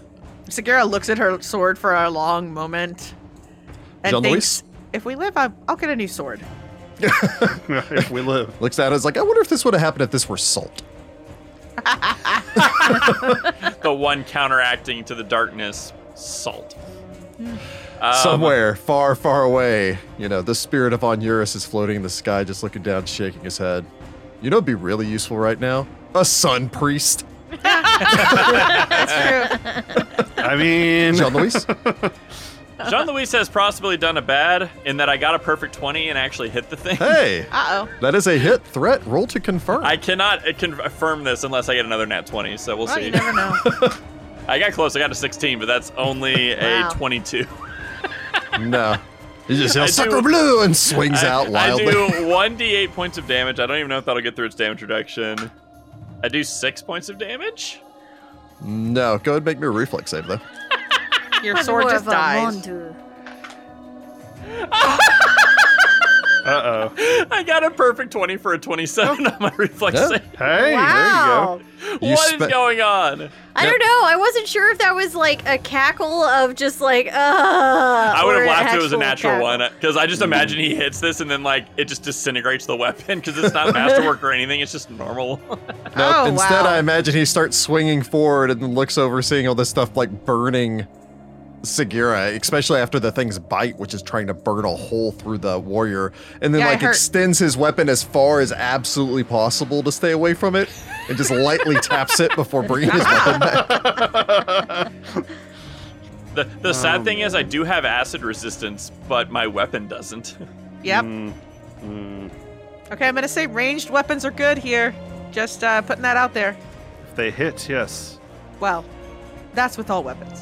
[SPEAKER 5] Segura looks at her sword for a long moment and
[SPEAKER 1] Jean-Louis?
[SPEAKER 5] thinks, "If we live, I'll, I'll get a new sword."
[SPEAKER 3] if we live.
[SPEAKER 1] Looks at it is like, I wonder if this would have happened if this were salt.
[SPEAKER 2] the one counteracting to the darkness, salt. Um,
[SPEAKER 1] Somewhere far, far away, you know, the spirit of Onuris is floating in the sky, just looking down, shaking his head. You know, it'd be really useful right now. A sun priest.
[SPEAKER 5] That's true.
[SPEAKER 3] I mean,
[SPEAKER 1] Jean
[SPEAKER 2] (laughs)
[SPEAKER 1] Louis?
[SPEAKER 2] Jean Louis has possibly done a bad in that I got a perfect 20 and actually hit the thing.
[SPEAKER 1] hey,
[SPEAKER 5] Uh oh.
[SPEAKER 1] that is a hit threat. Roll to confirm.
[SPEAKER 2] I cannot uh, confirm this unless I get another nat 20, so we'll
[SPEAKER 5] Well,
[SPEAKER 2] see.
[SPEAKER 5] you never
[SPEAKER 2] (laughs)
[SPEAKER 5] know.
[SPEAKER 2] I got close. I got a 16, but that's only
[SPEAKER 5] Wow.
[SPEAKER 2] a 22.
[SPEAKER 1] no. He just
[SPEAKER 2] (laughs) I
[SPEAKER 1] yells,
[SPEAKER 2] do-
[SPEAKER 1] Sucker Blue, and swings
[SPEAKER 2] I-
[SPEAKER 1] out wildly. (laughs)
[SPEAKER 2] I do 1d8 points of damage. I don't even know if that'll get through its damage reduction. I do 6 points of damage?
[SPEAKER 1] No, go ahead and make me a reflex save, though.
[SPEAKER 5] (laughs) Your sword just dies.
[SPEAKER 3] uh oh.
[SPEAKER 2] I got a perfect 20 for a 27 (laughs) on my reflex
[SPEAKER 1] Yeah.
[SPEAKER 2] save.
[SPEAKER 3] Hey,
[SPEAKER 4] wow.
[SPEAKER 2] What
[SPEAKER 1] Oh. You
[SPEAKER 2] is
[SPEAKER 1] spe-
[SPEAKER 2] going on?
[SPEAKER 4] I
[SPEAKER 1] Yep.
[SPEAKER 4] don't know. I wasn't sure if that was like a cackle of just like, uh. I
[SPEAKER 2] I would have laughed if it was a natural one because I just imagine he hits this and then like it just disintegrates the weapon because it's
[SPEAKER 1] (laughs)
[SPEAKER 2] not masterwork or anything. It's just normal. (laughs)
[SPEAKER 1] Nope.
[SPEAKER 5] Oh,
[SPEAKER 1] Instead,
[SPEAKER 5] wow.
[SPEAKER 1] I imagine he starts swinging forward and then looks over, seeing all this stuff like burning Sagira, especially after the thing's bite, which is trying to burn a hole through the warrior, and then
[SPEAKER 5] Yeah, I
[SPEAKER 1] like
[SPEAKER 5] heard-
[SPEAKER 1] extends his weapon as far as absolutely possible to stay away from it, and just lightly taps it before bringing
[SPEAKER 5] (laughs)
[SPEAKER 1] his weapon back.
[SPEAKER 2] The the
[SPEAKER 1] Oh,
[SPEAKER 2] sad thing is I do have acid resistance, but my weapon doesn't. (laughs)
[SPEAKER 5] Yep.
[SPEAKER 3] Mm,
[SPEAKER 5] Okay, I'm gonna say ranged weapons are good here. Just uh, putting that out there.
[SPEAKER 3] if they hit, yes.
[SPEAKER 5] Well, that's with all weapons.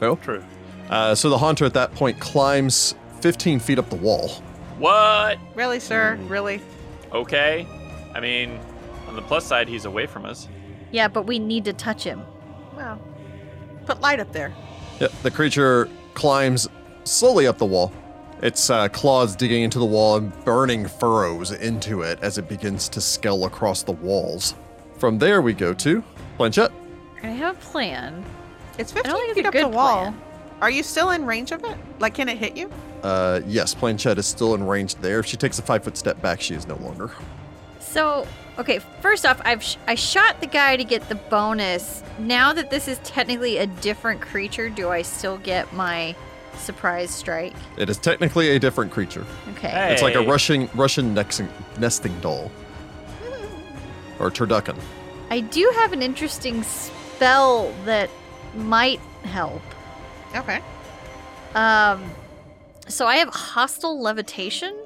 [SPEAKER 1] Nope.
[SPEAKER 3] True.
[SPEAKER 1] Uh, so the haunter at that point climbs 15 feet up the wall.
[SPEAKER 2] What?
[SPEAKER 5] Really, sir? Really?
[SPEAKER 2] Okay. I mean, on the plus side, he's away from us.
[SPEAKER 4] Yeah, but we need to touch him.
[SPEAKER 5] Well, put light up there.
[SPEAKER 1] Yep, the creature climbs slowly up the wall, its uh, claws digging into the wall and burning furrows into it as it begins to scale across the walls. From there, we go to Planchette.
[SPEAKER 4] I have a plan.
[SPEAKER 5] It's
[SPEAKER 4] don't
[SPEAKER 5] 15
[SPEAKER 4] think it's
[SPEAKER 5] feet
[SPEAKER 4] a
[SPEAKER 5] up the
[SPEAKER 4] good
[SPEAKER 5] wall.
[SPEAKER 4] plan.
[SPEAKER 5] Are you still in range of it? Like, can it hit you?
[SPEAKER 1] Uh, yes, Planchette is still in range there. If she takes a five foot step back, she is no longer.
[SPEAKER 4] So, okay, first off, I've sh- I shot the guy to get the bonus. Now that this is technically a different creature, do I still get my surprise strike?
[SPEAKER 1] It is technically a different creature.
[SPEAKER 4] Okay.
[SPEAKER 2] Hey.
[SPEAKER 1] It's like a Russian Russian nexing, nesting doll, or turducken.
[SPEAKER 4] I do have an interesting spell that might help.
[SPEAKER 5] Okay.
[SPEAKER 4] Um, so I have hostile levitation,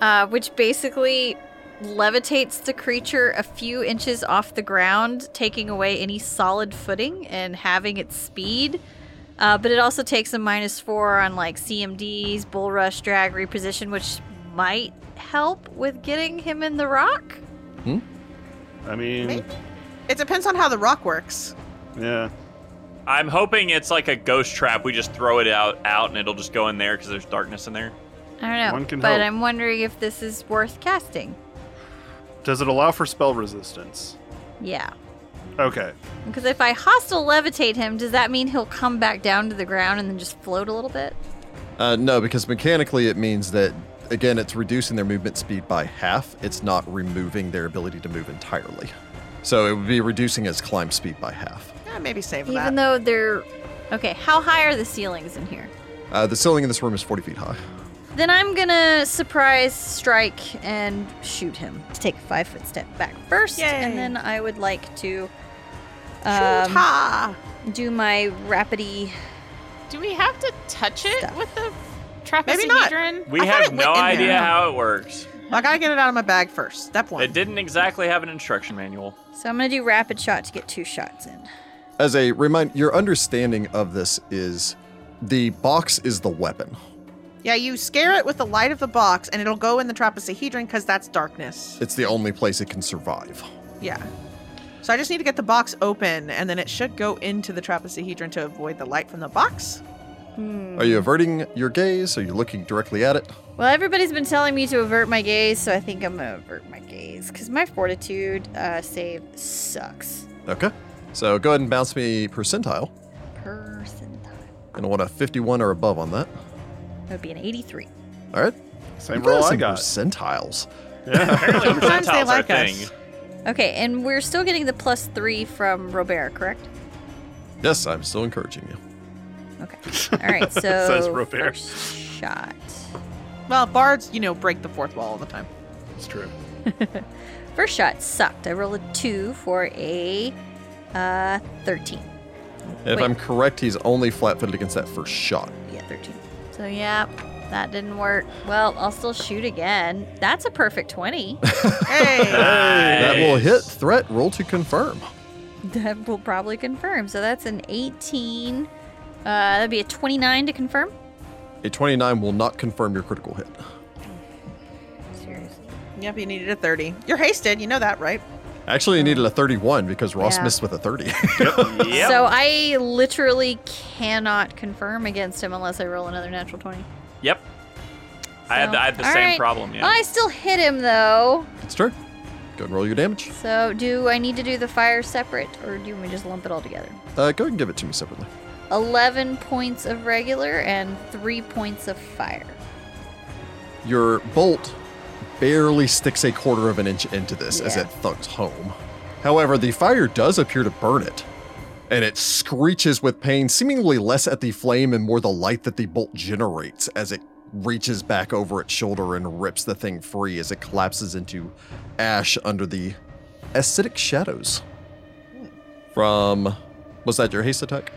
[SPEAKER 4] uh, which basically levitates the creature a few inches off the ground, taking away any solid footing and having its speed. Uh, but it also takes a minus four on like CMDs, bull rush, drag, reposition, which might help with getting him in the rock.
[SPEAKER 3] I mean,
[SPEAKER 5] Maybe. Mm. It depends on how the rock works.
[SPEAKER 3] yeah.
[SPEAKER 2] I'm hoping it's like a ghost trap. We just throw it out, out, and it'll just go in there because there's darkness in there.
[SPEAKER 4] I don't know,
[SPEAKER 3] One can
[SPEAKER 4] but
[SPEAKER 3] hope.
[SPEAKER 4] I'm wondering if this is worth casting.
[SPEAKER 3] Does it allow for spell resistance?
[SPEAKER 4] Yeah.
[SPEAKER 3] Okay.
[SPEAKER 4] Because if I hostile levitate him, does that mean he'll come back down to the ground and then just float a little bit?
[SPEAKER 1] Uh, no, because mechanically it means that again it's reducing their movement speed by half. It's not removing their ability to move entirely. So it would be reducing its climb speed by half.
[SPEAKER 5] Yeah, maybe save
[SPEAKER 4] Even
[SPEAKER 5] that.
[SPEAKER 4] though they're. Okay, how high are the ceilings in here?
[SPEAKER 1] Uh, the ceiling in this room is 40 feet high.
[SPEAKER 4] Then I'm gonna surprise strike and shoot him. Take a five foot step back first,
[SPEAKER 5] Yay.
[SPEAKER 4] and then I would like to
[SPEAKER 5] Shoot,
[SPEAKER 4] um,
[SPEAKER 5] ha!
[SPEAKER 4] do my rapidy.
[SPEAKER 6] Do we have to touch it
[SPEAKER 4] Stuff.
[SPEAKER 6] with the
[SPEAKER 5] Maybe not.
[SPEAKER 6] trapezohedron?
[SPEAKER 2] We
[SPEAKER 5] I thought
[SPEAKER 2] have
[SPEAKER 5] it went
[SPEAKER 2] no
[SPEAKER 5] in
[SPEAKER 2] idea
[SPEAKER 5] there.
[SPEAKER 2] how it works.
[SPEAKER 5] I gotta get it out of my bag first. Step one.
[SPEAKER 2] It didn't exactly have an instruction manual.
[SPEAKER 4] So I'm gonna do rapid shot to get two shots in.
[SPEAKER 1] As a remind, your understanding of this is the box is the weapon.
[SPEAKER 5] Yeah, you scare it with the light of the box, and it'll go in the trapezohedron because that's darkness.
[SPEAKER 1] It's the only place it can survive.
[SPEAKER 5] Yeah. So I just need to get the box open, and then it should go into the trapezohedron to avoid the light from the box.
[SPEAKER 1] Are you averting your gaze? Are you looking directly at it?
[SPEAKER 4] Well, everybody's been telling me to avert my gaze, so I think I'm gonna avert my gaze because my fortitude uh, save sucks.
[SPEAKER 1] Okay. So go ahead and bounce me percentile.
[SPEAKER 4] Percentile.
[SPEAKER 1] Gonna want a 51 or above on that.
[SPEAKER 4] That would be an 83.
[SPEAKER 1] All right.
[SPEAKER 3] Same
[SPEAKER 1] You got
[SPEAKER 3] roll I
[SPEAKER 1] some
[SPEAKER 3] got.
[SPEAKER 1] Percentiles.
[SPEAKER 2] Apparently
[SPEAKER 5] Sometimes they
[SPEAKER 2] percentiles are a
[SPEAKER 5] like us.
[SPEAKER 2] thing.
[SPEAKER 4] Okay, and we're still getting the plus three from Robert, correct?
[SPEAKER 1] Yes, I'm still encouraging you.
[SPEAKER 4] Okay.
[SPEAKER 3] (laughs)
[SPEAKER 4] All right. So
[SPEAKER 3] Says Robert.
[SPEAKER 4] first shot.
[SPEAKER 5] Well, bards, you know, break the fourth wall all the
[SPEAKER 4] (laughs)
[SPEAKER 5] time.
[SPEAKER 3] That's true.
[SPEAKER 4] First shot sucked. I rolled a two for a uh, 13.
[SPEAKER 1] If
[SPEAKER 4] Wait.
[SPEAKER 1] I'm correct, he's only flat footed against that first shot.
[SPEAKER 4] Yeah, 13. So yeah, that didn't work. Well, I'll still shoot again. That's a
[SPEAKER 3] (laughs)
[SPEAKER 4] perfect 20.
[SPEAKER 5] Hey,
[SPEAKER 1] That will
[SPEAKER 2] Nice.
[SPEAKER 1] hit threat. Roll to confirm.
[SPEAKER 4] that will probably confirm. So that's an 18. Uh, that'd be a 29 to confirm.
[SPEAKER 1] A 29 will not confirm your critical hit.
[SPEAKER 4] Seriously.
[SPEAKER 5] yep, you needed a thirty. You're hasted, you know that, right?
[SPEAKER 1] Actually, you needed a 31 because Ross
[SPEAKER 4] Yeah.
[SPEAKER 1] missed with a 30.
[SPEAKER 5] (laughs)
[SPEAKER 2] Yep.
[SPEAKER 4] So I literally cannot confirm against him unless I roll another natural 20.
[SPEAKER 2] yep. I had the, I had the
[SPEAKER 4] All
[SPEAKER 2] same
[SPEAKER 4] right.
[SPEAKER 2] problem. Yeah.
[SPEAKER 4] I still hit him though.
[SPEAKER 1] (laughs) it's true. Go and roll your damage.
[SPEAKER 4] So do I need to do the fire separate or do we just lump it all together?
[SPEAKER 1] Uh, go ahead and give it to me separately.
[SPEAKER 4] 11 points of regular and 3 points of fire.
[SPEAKER 1] Your bolt barely sticks a quarter of an inch into this as
[SPEAKER 4] Yeah.
[SPEAKER 1] it thunks home. However, the fire does appear to burn it, and it screeches with pain, seemingly less at the flame and more the light that the bolt generates as it reaches back over its shoulder and rips the thing free as it collapses into ash under the acidic shadows. From was that your haste attack?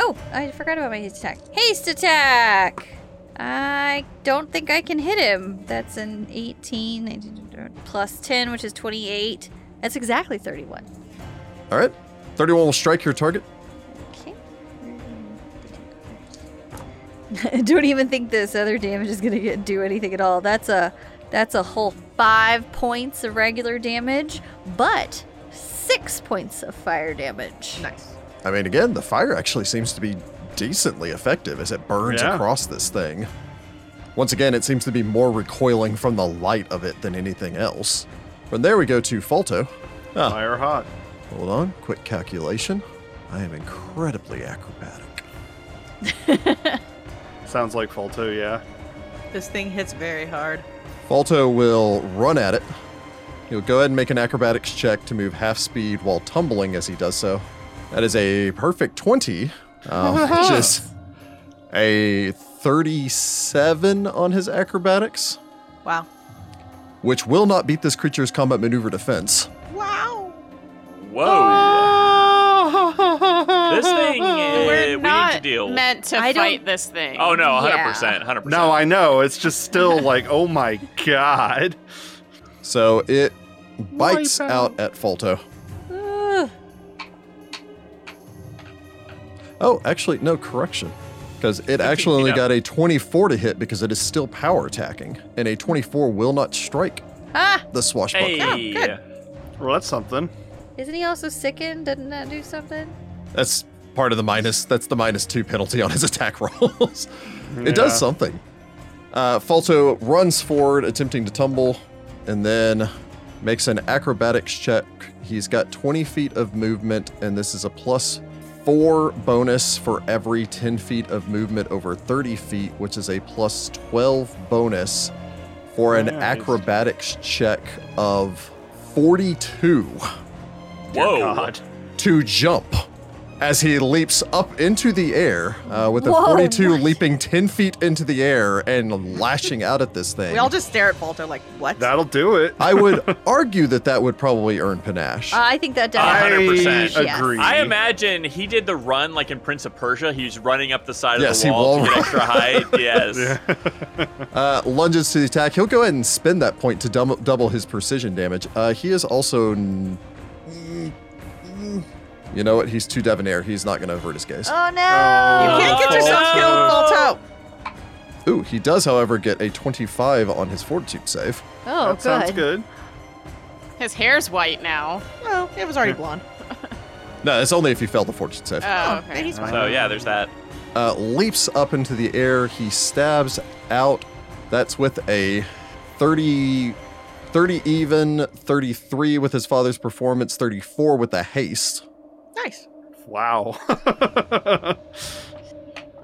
[SPEAKER 4] Oh, I forgot about my haste attack. Haste attack! I don't think I can hit him. That's an 18 plus 10, which is 28. That's exactly 31.
[SPEAKER 1] All right, thirty-one will strike your target.
[SPEAKER 4] Okay. (laughs) I don't even think this other damage is gonna get do anything at all. That's a that's a whole five points of regular damage, but six points of fire damage.
[SPEAKER 5] Nice.
[SPEAKER 1] I mean, again, the fire actually seems to be decently effective as it burns
[SPEAKER 3] Yeah.
[SPEAKER 1] across this thing. Once again, it seems to be more recoiling from the light of it than anything else. From there, we go to Falto. Ah,
[SPEAKER 3] Fire hot.
[SPEAKER 1] hold on, quick calculation. I am incredibly acrobatic.
[SPEAKER 3] Sounds like Falto, yeah.
[SPEAKER 5] This thing hits very hard.
[SPEAKER 1] Falto will run at it. He'll go ahead and make an acrobatics check to move half speed while tumbling as he does so. That is a perfect 20, um, which is a 37 on his acrobatics,
[SPEAKER 5] Wow.
[SPEAKER 1] which will not beat this creature's combat maneuver defense.
[SPEAKER 5] Wow.
[SPEAKER 2] Whoa. this thing. eh,
[SPEAKER 6] (laughs) We're
[SPEAKER 2] we
[SPEAKER 6] not
[SPEAKER 2] need to deal.
[SPEAKER 6] meant to
[SPEAKER 4] I don't-
[SPEAKER 6] fight this thing.
[SPEAKER 2] oh no, hundred
[SPEAKER 4] Yeah.
[SPEAKER 2] percent, hundred percent.
[SPEAKER 3] No, I know. It's just (laughs) still like, oh my god.
[SPEAKER 1] So it bites
[SPEAKER 3] Wipe
[SPEAKER 1] out
[SPEAKER 3] out.
[SPEAKER 1] at Falto.
[SPEAKER 4] Ugh.
[SPEAKER 1] Oh, actually, no correction. Because it actually only
[SPEAKER 2] feet
[SPEAKER 1] got a 24 to hit because it is still power attacking, and a 24 will not strike
[SPEAKER 4] ah!
[SPEAKER 1] the
[SPEAKER 5] Oh,
[SPEAKER 1] swashbuckler.
[SPEAKER 2] Hey.
[SPEAKER 3] Well, that's something.
[SPEAKER 4] Isn't he also sickened? Doesn't that do something?
[SPEAKER 1] That's part of the minus. That's the minus two penalty on his (laughs) attack rolls. It
[SPEAKER 3] Yeah.
[SPEAKER 1] does something. Uh, Falto runs forward, attempting to tumble, and then makes an acrobatics check. He's got 20 feet of movement, and this is a plus four bonus for every 10 feet of movement over 30 feet, which is a plus 12 bonus for an
[SPEAKER 3] Nice.
[SPEAKER 1] acrobatics check of 42
[SPEAKER 2] Whoa.
[SPEAKER 3] God.
[SPEAKER 1] to jump as he leaps up into the air uh, with a
[SPEAKER 4] Whoa,
[SPEAKER 1] 42
[SPEAKER 4] what?
[SPEAKER 1] leaping 10 feet into the air and lashing out at this thing.
[SPEAKER 5] We all just stare at Balto like, what?
[SPEAKER 3] That'll do it.
[SPEAKER 1] I would (laughs) argue that that would probably earn panache.
[SPEAKER 4] Uh, I think that does.
[SPEAKER 3] I
[SPEAKER 2] 100%.
[SPEAKER 3] agree.
[SPEAKER 2] I imagine he did the run like in Prince of Persia. He's running up the side
[SPEAKER 1] Yes,
[SPEAKER 2] of
[SPEAKER 1] he
[SPEAKER 2] the wall
[SPEAKER 1] will.
[SPEAKER 2] to get
[SPEAKER 1] (laughs)
[SPEAKER 2] extra height. Yes.
[SPEAKER 1] Uh, lunges to the attack. He'll go ahead and spend that point to dum- double his precision damage. Uh, he is also. N- mm, mm. you know what? He's too debonair. He's not going to avert his gaze.
[SPEAKER 4] Oh no!
[SPEAKER 5] you
[SPEAKER 3] Oh.
[SPEAKER 5] can't get yourself
[SPEAKER 2] Oh.
[SPEAKER 5] killed, Balto.
[SPEAKER 1] Ooh, he does, however, get a 25 on his fortitude save.
[SPEAKER 4] oh,
[SPEAKER 3] that
[SPEAKER 4] good.
[SPEAKER 3] sounds good.
[SPEAKER 6] His hair's
[SPEAKER 2] (laughs)
[SPEAKER 6] white now.
[SPEAKER 5] Well, it was already blonde.
[SPEAKER 1] No, it's only if you fail the fortitude save.
[SPEAKER 4] Uh,
[SPEAKER 6] Oh,
[SPEAKER 5] then
[SPEAKER 6] okay.
[SPEAKER 5] he's fine.
[SPEAKER 2] So yeah, there's that.
[SPEAKER 1] uh, leaps up into the air. He stabs out. That's with a 30, 30 even, 33 with his father's performance, 34 with a haste.
[SPEAKER 5] Nice.
[SPEAKER 3] Wow. (laughs)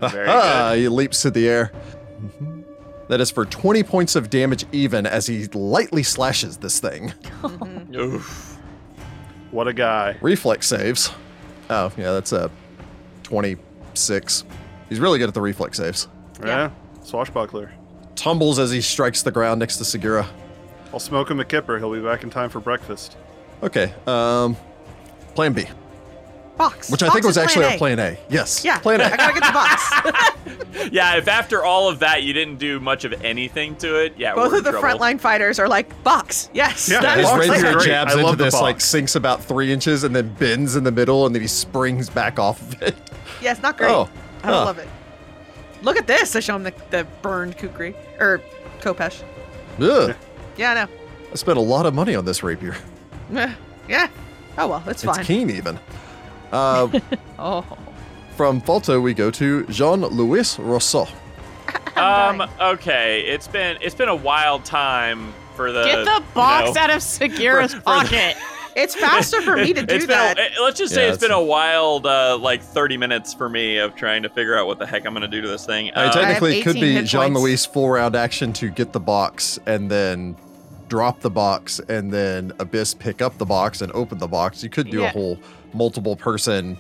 [SPEAKER 3] Very
[SPEAKER 1] Ah,
[SPEAKER 3] good.
[SPEAKER 1] he leaps to the air. Mm-hmm. That is for 20 points of damage even as he lightly slashes this thing.
[SPEAKER 2] Oof.
[SPEAKER 3] What a guy.
[SPEAKER 1] Reflex saves. Oh, yeah, that's a 26. He's really good at the reflex saves.
[SPEAKER 3] Yeah. Swashbuckler.
[SPEAKER 1] Tumbles as he strikes the ground next to Segura.
[SPEAKER 3] I'll smoke him a kipper. He'll be back in time for breakfast.
[SPEAKER 1] Okay, um, plan B,
[SPEAKER 5] Box.
[SPEAKER 1] which I
[SPEAKER 5] Box
[SPEAKER 1] think was
[SPEAKER 5] is
[SPEAKER 1] actually
[SPEAKER 5] plan
[SPEAKER 1] our
[SPEAKER 5] A.
[SPEAKER 1] plan A. Yes.
[SPEAKER 5] Yeah.
[SPEAKER 1] Plan
[SPEAKER 5] I
[SPEAKER 1] A.
[SPEAKER 5] gotta get the
[SPEAKER 1] (laughs)
[SPEAKER 5] box.
[SPEAKER 2] Yeah, if after all of that you didn't do much of anything to it, yeah,
[SPEAKER 5] Both
[SPEAKER 2] we're
[SPEAKER 5] of the
[SPEAKER 2] in trouble.
[SPEAKER 5] frontline fighters are like box. Yes.
[SPEAKER 3] Yeah.
[SPEAKER 5] that
[SPEAKER 1] His
[SPEAKER 5] is
[SPEAKER 3] box is
[SPEAKER 1] rapier
[SPEAKER 3] great.
[SPEAKER 1] jabs
[SPEAKER 3] I
[SPEAKER 1] into
[SPEAKER 3] love the
[SPEAKER 1] this, like
[SPEAKER 3] box.
[SPEAKER 1] sinks about three inches and then bends in the middle, and then he springs back off of it. (laughs)
[SPEAKER 5] Yes, not great.
[SPEAKER 1] Oh,
[SPEAKER 5] I don't
[SPEAKER 1] huh.
[SPEAKER 5] love it. Look at this. I show him the, the burned Kukri or Kopesh.
[SPEAKER 1] Ugh.
[SPEAKER 5] Yeah,
[SPEAKER 1] I spent a lot of money on this rapier.
[SPEAKER 5] I know. Eh, Yeah. Oh well, it's
[SPEAKER 1] It's
[SPEAKER 5] fine.
[SPEAKER 1] keen even. Uh,
[SPEAKER 5] oh.
[SPEAKER 1] From Falto, we go to Jean Louis Rousseau.
[SPEAKER 2] Um.
[SPEAKER 5] Nine.
[SPEAKER 2] Okay. It's been it's been a wild time for the
[SPEAKER 6] Get the
[SPEAKER 2] you
[SPEAKER 6] box
[SPEAKER 2] know,
[SPEAKER 6] out
[SPEAKER 2] (laughs)
[SPEAKER 6] of Segura's
[SPEAKER 2] For- for the-
[SPEAKER 6] pocket.
[SPEAKER 5] It's faster for
[SPEAKER 2] (laughs)
[SPEAKER 5] me to
[SPEAKER 2] It-
[SPEAKER 5] do
[SPEAKER 2] it's been a-
[SPEAKER 5] that.
[SPEAKER 2] it- let's just say
[SPEAKER 1] Yeah,
[SPEAKER 2] it's been
[SPEAKER 1] it's-
[SPEAKER 2] a wild uh, like 30 minutes for me of trying to figure out what the heck I'm gonna do to this thing.
[SPEAKER 3] Uh,
[SPEAKER 1] I mean,
[SPEAKER 2] Um,
[SPEAKER 1] technically, it could
[SPEAKER 5] 18
[SPEAKER 1] be
[SPEAKER 5] hit
[SPEAKER 1] Jean
[SPEAKER 5] points.
[SPEAKER 1] Louis full round action to get the box and then drop the box and then Abyss pick up the box and open the box. You could do a
[SPEAKER 6] Yeah.
[SPEAKER 1] whole multiple person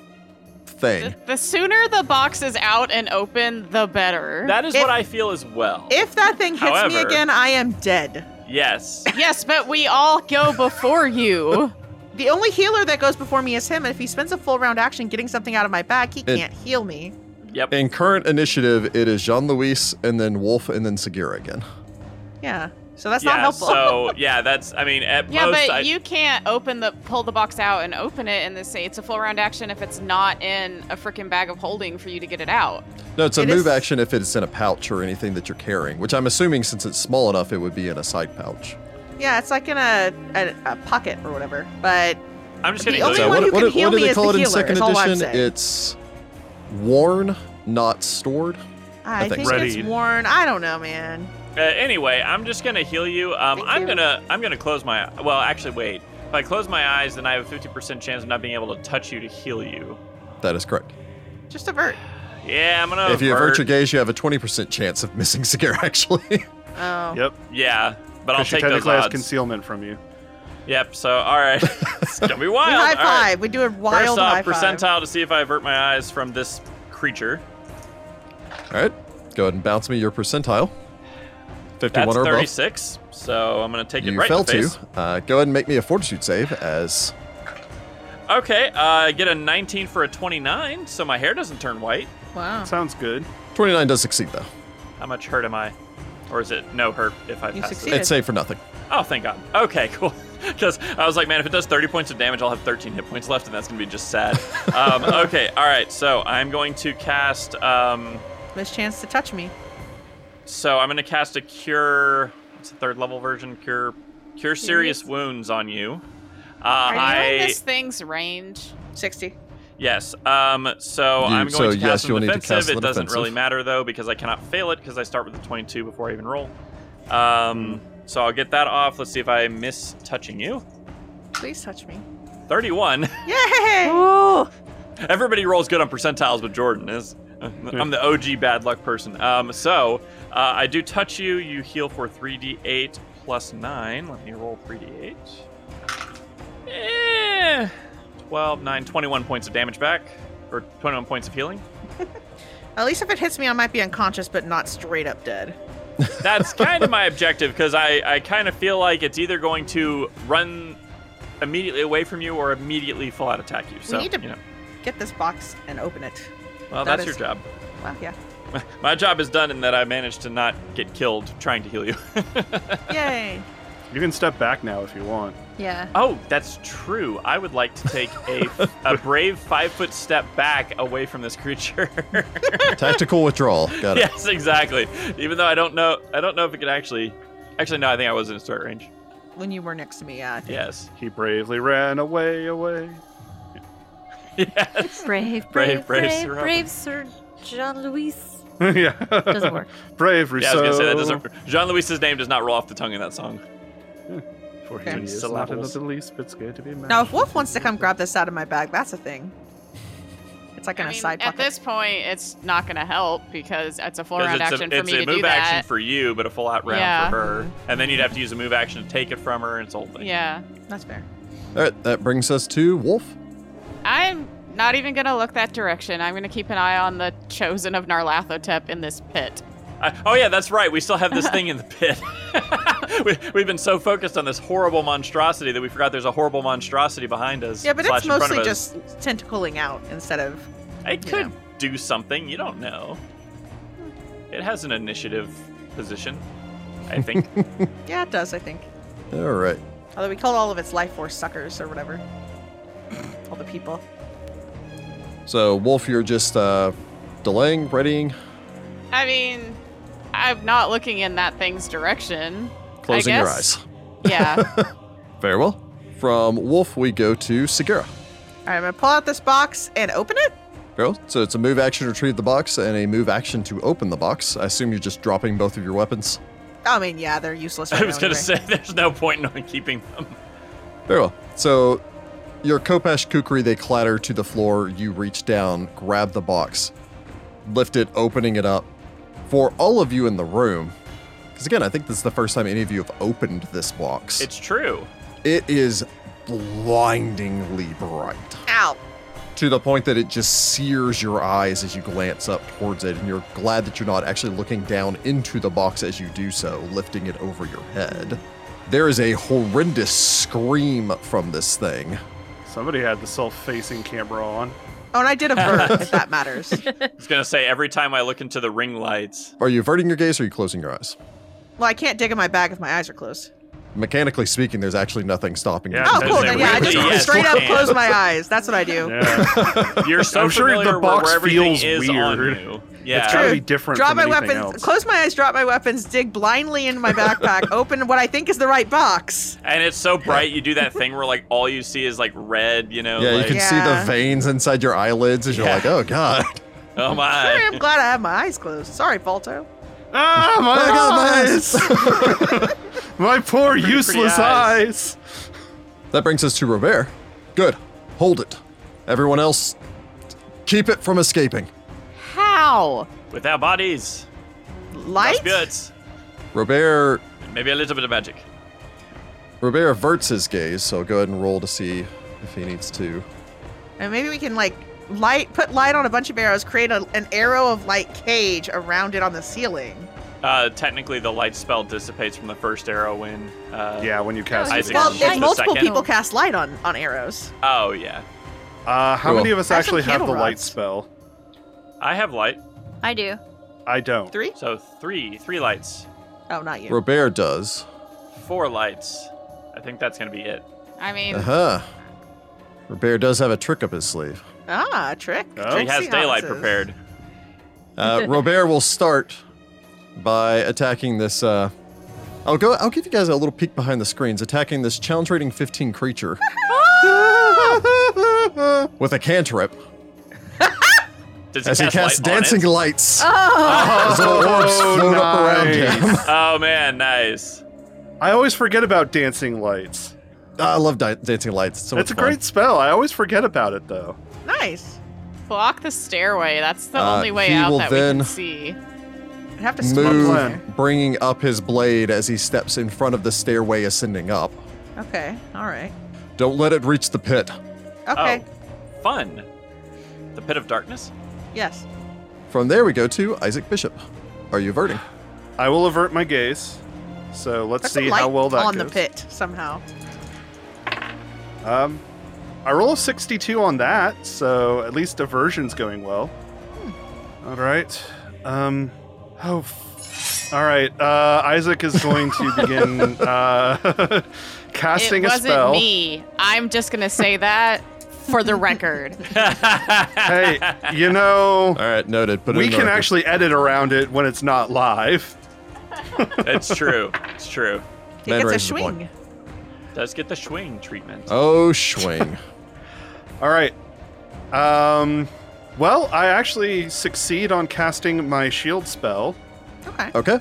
[SPEAKER 1] thing.
[SPEAKER 6] The, the sooner the box is out and open, the better.
[SPEAKER 2] that is
[SPEAKER 5] if-
[SPEAKER 2] what I feel as well.
[SPEAKER 5] if that thing hits me
[SPEAKER 2] However-
[SPEAKER 5] again, I am dead.
[SPEAKER 2] yes.
[SPEAKER 6] yes, but we all go before
[SPEAKER 2] (laughs)
[SPEAKER 6] you.
[SPEAKER 5] The only healer that goes before me is him, and if he spends a full round action getting something out of my bag, he
[SPEAKER 1] And-
[SPEAKER 5] can't heal me.
[SPEAKER 2] Yep.
[SPEAKER 1] In current initiative, it is Jean Louis and then Wolf and then Segura again.
[SPEAKER 5] Yeah. So that's not
[SPEAKER 2] yeah.
[SPEAKER 5] helpful.
[SPEAKER 2] So yeah, that's. I mean, at
[SPEAKER 6] Yeah,
[SPEAKER 2] most,
[SPEAKER 6] but
[SPEAKER 2] I,
[SPEAKER 6] you can't open the pull the box out and open it and they say it's a full round action if it's not in a freaking bag of holding for you to get it out.
[SPEAKER 1] No, it's a
[SPEAKER 5] It
[SPEAKER 1] move
[SPEAKER 5] is-
[SPEAKER 1] action if it's in a pouch or anything that you're carrying, which I'm assuming since it's small enough, it would be in a side pouch.
[SPEAKER 5] (laughs) yeah, it's like in a, a, a pocket or whatever. But
[SPEAKER 2] I'm just
[SPEAKER 5] the
[SPEAKER 2] gonna.
[SPEAKER 5] only
[SPEAKER 2] do it.
[SPEAKER 5] one who
[SPEAKER 1] what,
[SPEAKER 5] can
[SPEAKER 1] what,
[SPEAKER 5] heal
[SPEAKER 1] what do
[SPEAKER 5] me
[SPEAKER 1] they
[SPEAKER 5] is
[SPEAKER 1] call
[SPEAKER 5] the
[SPEAKER 1] it in
[SPEAKER 5] healer,
[SPEAKER 1] second
[SPEAKER 5] is all I'm
[SPEAKER 1] edition?
[SPEAKER 5] saying.
[SPEAKER 1] It's worn, not stored.
[SPEAKER 5] I,
[SPEAKER 1] I think
[SPEAKER 5] think,
[SPEAKER 3] so.
[SPEAKER 5] it's
[SPEAKER 3] Readied.
[SPEAKER 5] worn. I don't know, man.
[SPEAKER 2] Uh, anyway, I'm just gonna heal you. Um,
[SPEAKER 6] Thank
[SPEAKER 2] I'm
[SPEAKER 6] you.
[SPEAKER 2] gonna I'm gonna close my well, actually wait. If I close my eyes, then I have a 50% chance of not being able to touch you to heal you.
[SPEAKER 1] That is correct.
[SPEAKER 5] Just avert.
[SPEAKER 2] Yeah, I'm gonna.
[SPEAKER 1] if you avert
[SPEAKER 2] avert.
[SPEAKER 1] your gaze, you have a 20% chance of missing (laughs) Sagira, actually.
[SPEAKER 5] Oh.
[SPEAKER 3] Yep.
[SPEAKER 2] yeah, but I'll
[SPEAKER 3] Because she
[SPEAKER 2] take those
[SPEAKER 3] technically has
[SPEAKER 2] odds.
[SPEAKER 3] concealment from you.
[SPEAKER 2] yep. So
[SPEAKER 1] (laughs)
[SPEAKER 2] all (laughs) right, it's gonna be
[SPEAKER 5] We
[SPEAKER 2] wild.
[SPEAKER 5] high
[SPEAKER 2] All right.
[SPEAKER 5] five. We do a wild
[SPEAKER 2] First off,
[SPEAKER 5] high
[SPEAKER 2] percentile
[SPEAKER 5] five.
[SPEAKER 2] to see if I avert my eyes from this creature.
[SPEAKER 1] All right. Go ahead and bounce me your percentile. 51
[SPEAKER 2] That's
[SPEAKER 1] or above.
[SPEAKER 2] 36. So I'm gonna take it
[SPEAKER 1] You
[SPEAKER 2] right
[SPEAKER 1] fell
[SPEAKER 2] in the
[SPEAKER 1] to.
[SPEAKER 2] face.
[SPEAKER 1] Uh, go ahead and make me a fortitude save as.
[SPEAKER 2] Okay, uh, I get a 19 for a 29, so my hair doesn't turn white. Oh.
[SPEAKER 4] Wow.
[SPEAKER 3] Sounds good.
[SPEAKER 1] 29 does succeed, though.
[SPEAKER 2] How much hurt am I? Or is it no hurt if I
[SPEAKER 5] You
[SPEAKER 2] pass this?
[SPEAKER 5] succeeded.
[SPEAKER 1] It's saved for nothing.
[SPEAKER 2] Oh, thank God. Okay, (laughs) cool. Because I was like, man, if it does 30 points of damage, I'll have 13 hit points left, and that's going to be
[SPEAKER 1] (laughs)
[SPEAKER 2] just sad. um, okay, all right. So I'm going to cast. Um,
[SPEAKER 5] Miss chance to touch me.
[SPEAKER 2] so I'm going to cast a cure. It's a third level version. Cure, cure serious wounds on you. Uh,
[SPEAKER 6] Are you in
[SPEAKER 2] I
[SPEAKER 6] this thing's range?
[SPEAKER 5] 60.
[SPEAKER 2] yes. Um, so
[SPEAKER 1] You-
[SPEAKER 2] I'm going
[SPEAKER 1] so
[SPEAKER 2] to
[SPEAKER 1] yes,
[SPEAKER 2] cast
[SPEAKER 1] you'll
[SPEAKER 2] an
[SPEAKER 1] need to
[SPEAKER 2] defensive.
[SPEAKER 1] cast
[SPEAKER 2] it
[SPEAKER 1] an
[SPEAKER 2] doesn't really
[SPEAKER 1] offensive.
[SPEAKER 2] matter though because I cannot fail it because I start with a 22 before I even roll.
[SPEAKER 1] Hmm.
[SPEAKER 2] Um, so I'll get that off. Let's see if I miss touching you.
[SPEAKER 5] Please touch me.
[SPEAKER 2] (laughs) 31.
[SPEAKER 5] Yay!
[SPEAKER 6] Ooh.
[SPEAKER 2] Everybody rolls good on percentiles, but Jordan is. I'm the OG bad luck person. Um, so uh, I do touch you. You heal for 3d8 plus nine. Let me roll 3d8. Eh, 12, 9, 21 points of damage back, or 21 points of healing.
[SPEAKER 5] At least if it hits me, I might be unconscious, but not straight up dead.
[SPEAKER 2] That's kind of my objective because I, I kind of feel like it's either going to run immediately away from you or immediately full out attack you. So
[SPEAKER 5] need to-
[SPEAKER 2] you know,
[SPEAKER 5] Get this box and open it.
[SPEAKER 2] well,
[SPEAKER 5] that
[SPEAKER 2] that's
[SPEAKER 5] is-
[SPEAKER 2] your job.
[SPEAKER 5] Wow,
[SPEAKER 2] (laughs)
[SPEAKER 5] yeah.
[SPEAKER 2] My job is done in that I managed to not get killed trying to heal you.
[SPEAKER 5] Yay.
[SPEAKER 3] You can step back now if you want.
[SPEAKER 4] Yeah.
[SPEAKER 2] Oh, that's true. I would like to take a, a brave five foot step back away from this creature. (laughs)
[SPEAKER 1] Tactical withdrawal. Got it.
[SPEAKER 2] yes, exactly. Even though I don't know, I don't know if it could actually. Actually, no. I think I was in start range.
[SPEAKER 5] When you were next to me, yeah. I think-
[SPEAKER 2] Yes. (laughs)
[SPEAKER 3] He bravely ran away, (laughs) away.
[SPEAKER 2] Yes.
[SPEAKER 4] Brave,
[SPEAKER 2] Brave, brave
[SPEAKER 4] (laughs) brave, brave,
[SPEAKER 2] Sir
[SPEAKER 4] brave,
[SPEAKER 2] Robert.
[SPEAKER 4] brave Sir Jean Louis.
[SPEAKER 3] yeah. (laughs)
[SPEAKER 4] Doesn't work.
[SPEAKER 3] Brave
[SPEAKER 2] Yeah, I
[SPEAKER 3] Rousseau.
[SPEAKER 2] was gonna say that doesn't. Jean Louis's name does not roll off the tongue in that song.
[SPEAKER 3] For
[SPEAKER 5] Okay.
[SPEAKER 3] he is not in
[SPEAKER 2] Syllables.
[SPEAKER 3] the least bit scared to be a man.
[SPEAKER 5] Now, if Wolf wants to come grab this out of my bag, that's a thing. It's like in
[SPEAKER 6] I
[SPEAKER 5] a
[SPEAKER 6] mean,
[SPEAKER 5] side
[SPEAKER 6] at
[SPEAKER 5] pocket.
[SPEAKER 6] this point, it's not going to help because it's a full
[SPEAKER 2] 'Cause
[SPEAKER 6] round
[SPEAKER 2] it's
[SPEAKER 6] action
[SPEAKER 2] a,
[SPEAKER 6] for
[SPEAKER 2] it's
[SPEAKER 6] me
[SPEAKER 2] a
[SPEAKER 6] to
[SPEAKER 2] move
[SPEAKER 6] do
[SPEAKER 2] action
[SPEAKER 6] that.
[SPEAKER 2] for you, but a full out round
[SPEAKER 6] Yeah.
[SPEAKER 2] for her, and then you'd have to use a move action to take it from her, and it's a whole thing.
[SPEAKER 6] yeah,
[SPEAKER 5] That's fair.
[SPEAKER 1] All right, that brings us to Wolf.
[SPEAKER 6] I'm not even going to look that direction. I'm going to keep an eye on the chosen of Narlathotep in this pit.
[SPEAKER 2] I- oh yeah, that's right. We still have
[SPEAKER 5] (laughs)
[SPEAKER 2] this thing in the pit. (laughs) we, we've been so focused on this horrible monstrosity that we forgot there's a horrible monstrosity behind us.
[SPEAKER 5] Yeah, but
[SPEAKER 2] slash
[SPEAKER 5] it's
[SPEAKER 2] in front of
[SPEAKER 5] mostly
[SPEAKER 2] us.
[SPEAKER 5] just tentacling out instead of.
[SPEAKER 2] It
[SPEAKER 5] you
[SPEAKER 2] could
[SPEAKER 5] know.
[SPEAKER 2] do something. You don't know. It has an initiative position. I
[SPEAKER 5] (laughs)
[SPEAKER 2] think.
[SPEAKER 5] Yeah, it does, I think.
[SPEAKER 1] All right.
[SPEAKER 5] Although we called all of its life force suckers or whatever. all the people.
[SPEAKER 1] So, Wolf, you're just uh, delaying, readying,
[SPEAKER 6] I mean, I'm not looking in that thing's direction.
[SPEAKER 1] closing your eyes.
[SPEAKER 6] guess. Yeah.
[SPEAKER 1] Very well. From Wolf, we go to Segura.
[SPEAKER 5] All right, I'm gonna pull out this box and open it.
[SPEAKER 1] Very well. So, it's a move action to retrieve the box and a move action to open the box. I assume you're just dropping both of your weapons.
[SPEAKER 5] I mean, yeah, they're
[SPEAKER 2] (laughs)
[SPEAKER 5] useless. Right
[SPEAKER 2] I was
[SPEAKER 5] now
[SPEAKER 2] gonna
[SPEAKER 5] anyway.
[SPEAKER 2] say there's no point in (laughs) keeping them.
[SPEAKER 1] Very well. So your Kopesh Kukri, they clatter to the floor. You reach down, grab the box, lift it, opening it up. For all of you in the room, because again, I think this is the first time any of you have opened this box.
[SPEAKER 2] It's true.
[SPEAKER 1] it is blindingly bright
[SPEAKER 5] Ow.
[SPEAKER 1] to the point that it just sears your eyes as you glance up towards it, and you're glad that you're not actually looking down into the box as you do so, lifting it over your head. There is a horrendous scream from this thing.
[SPEAKER 3] Somebody had the self-facing camera on.
[SPEAKER 5] Oh, and I did a bird,
[SPEAKER 2] (laughs)
[SPEAKER 5] if that matters.
[SPEAKER 2] I was gonna say every time I look into the ring lights.
[SPEAKER 1] Are you averting your gaze or are you closing your eyes?
[SPEAKER 5] Well, I can't dig in my bag if my eyes are closed.
[SPEAKER 1] Mechanically speaking, there's actually nothing stopping
[SPEAKER 3] Yeah,
[SPEAKER 5] Oh,
[SPEAKER 1] you.
[SPEAKER 3] Because
[SPEAKER 5] cool.
[SPEAKER 3] they
[SPEAKER 5] Then, yeah, I just
[SPEAKER 1] really-
[SPEAKER 2] yes,
[SPEAKER 5] straight
[SPEAKER 2] you
[SPEAKER 5] up
[SPEAKER 2] can.
[SPEAKER 5] close my eyes. That's what I do.
[SPEAKER 2] (laughs)
[SPEAKER 3] Yeah.
[SPEAKER 5] (laughs)
[SPEAKER 2] You're so
[SPEAKER 3] I'm sure
[SPEAKER 2] familiar
[SPEAKER 3] the
[SPEAKER 2] where-
[SPEAKER 3] box
[SPEAKER 2] where everything
[SPEAKER 3] feels
[SPEAKER 2] is on
[SPEAKER 3] weird.
[SPEAKER 2] you.
[SPEAKER 3] It's
[SPEAKER 2] Yeah.
[SPEAKER 3] gotta
[SPEAKER 5] True.
[SPEAKER 3] be different
[SPEAKER 5] Drop
[SPEAKER 3] from
[SPEAKER 5] my
[SPEAKER 3] anything
[SPEAKER 5] weapons.
[SPEAKER 3] else.
[SPEAKER 5] Close my eyes. Drop my weapons. Dig blindly in my
[SPEAKER 3] (laughs)
[SPEAKER 5] backpack. open what I think is the right box.
[SPEAKER 2] And it's so bright, you do that thing where like all you see is like red, you know?
[SPEAKER 1] Yeah, you
[SPEAKER 2] like,
[SPEAKER 1] can see the
[SPEAKER 5] Yeah.
[SPEAKER 1] veins inside your eyelids as you're
[SPEAKER 2] Yeah.
[SPEAKER 1] like, oh god,
[SPEAKER 2] Oh
[SPEAKER 5] Sorry, I'm
[SPEAKER 2] my!
[SPEAKER 5] glad I have my eyes closed. Sorry, Volto.
[SPEAKER 3] Ah,
[SPEAKER 1] I got this.
[SPEAKER 3] my eyes! (laughs) my poor useless eyes.
[SPEAKER 2] eyes.
[SPEAKER 1] that brings us to Robert. Good, hold it. Everyone else, keep it from escaping.
[SPEAKER 6] How?
[SPEAKER 2] With our bodies,
[SPEAKER 5] Light.
[SPEAKER 2] spirits,
[SPEAKER 1] Robert,
[SPEAKER 2] maybe a little bit of magic.
[SPEAKER 1] Robert averts his gaze, so go ahead and roll to see if he needs to.
[SPEAKER 5] And maybe we can like light, put light on a bunch of arrows, create a, an arrow of light cage around it on the ceiling.
[SPEAKER 2] Uh, technically, the light spell dissipates from the first arrow when. Uh,
[SPEAKER 3] Yeah, when you cast
[SPEAKER 2] I
[SPEAKER 3] it.
[SPEAKER 2] Isaac think
[SPEAKER 5] well,
[SPEAKER 2] it's
[SPEAKER 5] if
[SPEAKER 2] the
[SPEAKER 5] multiple
[SPEAKER 2] second.
[SPEAKER 5] people cast light on on arrows.
[SPEAKER 2] Oh yeah,
[SPEAKER 3] Uh, how
[SPEAKER 1] Cool.
[SPEAKER 3] many of us
[SPEAKER 5] I have some
[SPEAKER 3] actually have the
[SPEAKER 5] candle
[SPEAKER 3] light
[SPEAKER 5] rods.
[SPEAKER 3] spell?
[SPEAKER 2] I have light,
[SPEAKER 4] I do.
[SPEAKER 3] I don't.
[SPEAKER 5] Three?
[SPEAKER 2] so three, three lights,
[SPEAKER 5] Oh, not you.
[SPEAKER 1] Robert does.
[SPEAKER 2] four lights. I think that's gonna be it.
[SPEAKER 6] I mean,
[SPEAKER 1] Uh huh. Robert does have a trick up his sleeve.
[SPEAKER 5] Ah, a trick.
[SPEAKER 3] Oh.
[SPEAKER 2] She
[SPEAKER 3] Let's
[SPEAKER 2] has
[SPEAKER 5] Tricksy
[SPEAKER 2] daylight
[SPEAKER 5] hobbitses.
[SPEAKER 2] prepared.
[SPEAKER 3] (laughs)
[SPEAKER 1] Uh, Robert will start by attacking this. Uh, I'll go. I'll give you guys a little peek behind the screens. Attacking this challenge rating 15
[SPEAKER 3] (laughs)
[SPEAKER 1] creature
[SPEAKER 3] Ah!
[SPEAKER 1] (laughs) with a cantrip
[SPEAKER 2] Does he
[SPEAKER 1] as he
[SPEAKER 2] cast
[SPEAKER 1] casts
[SPEAKER 2] light on
[SPEAKER 1] dancing
[SPEAKER 2] it?
[SPEAKER 1] lights.
[SPEAKER 3] Oh.
[SPEAKER 1] As little orbs float up around him.
[SPEAKER 2] Oh man, nice.
[SPEAKER 3] I always forget about dancing lights.
[SPEAKER 1] (laughs) I love di- dancing lights. It's So
[SPEAKER 3] That's a
[SPEAKER 1] much fun.
[SPEAKER 3] great spell. I always forget about it though.
[SPEAKER 5] Nice.
[SPEAKER 6] block the stairway. That's the
[SPEAKER 1] Uh,
[SPEAKER 6] only way
[SPEAKER 1] he will
[SPEAKER 6] out that we
[SPEAKER 1] then-
[SPEAKER 6] can see.
[SPEAKER 5] I have to
[SPEAKER 1] move,
[SPEAKER 5] smoke there.
[SPEAKER 1] bringing up his blade as he steps in front of the stairway ascending up.
[SPEAKER 5] Okay. All right.
[SPEAKER 1] Don't let it reach the pit.
[SPEAKER 5] Okay.
[SPEAKER 2] Oh, fun. The pit of darkness.
[SPEAKER 5] Yes.
[SPEAKER 1] From there, we go to Isaac Bishop. Are you averting?
[SPEAKER 3] I will avert my gaze. So let's
[SPEAKER 5] Put some
[SPEAKER 3] see how
[SPEAKER 5] light
[SPEAKER 3] well that
[SPEAKER 5] on
[SPEAKER 3] goes.
[SPEAKER 5] the pit somehow.
[SPEAKER 3] Um, I roll a 62 on that, so at least aversion's going well.
[SPEAKER 6] Hmm.
[SPEAKER 3] All right. Um, oh, f- all right. Uh, Isaac is going
[SPEAKER 6] (laughs)
[SPEAKER 3] to begin uh, (laughs) casting
[SPEAKER 6] it
[SPEAKER 3] a
[SPEAKER 6] wasn't
[SPEAKER 3] spell.
[SPEAKER 6] me. I'm just gonna say that for the record.
[SPEAKER 3] Hey,
[SPEAKER 6] (laughs)
[SPEAKER 3] you know,
[SPEAKER 1] All right, noted. Put it
[SPEAKER 3] we
[SPEAKER 1] in the
[SPEAKER 3] can
[SPEAKER 1] record.
[SPEAKER 3] actually edit around it when it's not live.
[SPEAKER 2] it's true. It's true.
[SPEAKER 5] It
[SPEAKER 1] Man
[SPEAKER 5] gets a
[SPEAKER 1] raises a point.
[SPEAKER 5] swing.
[SPEAKER 2] Does get the swing treatment.
[SPEAKER 1] Oh, swing.
[SPEAKER 3] All right. Um, Well, I actually succeed on casting my shield spell,
[SPEAKER 5] Okay.
[SPEAKER 1] (laughs) Okay.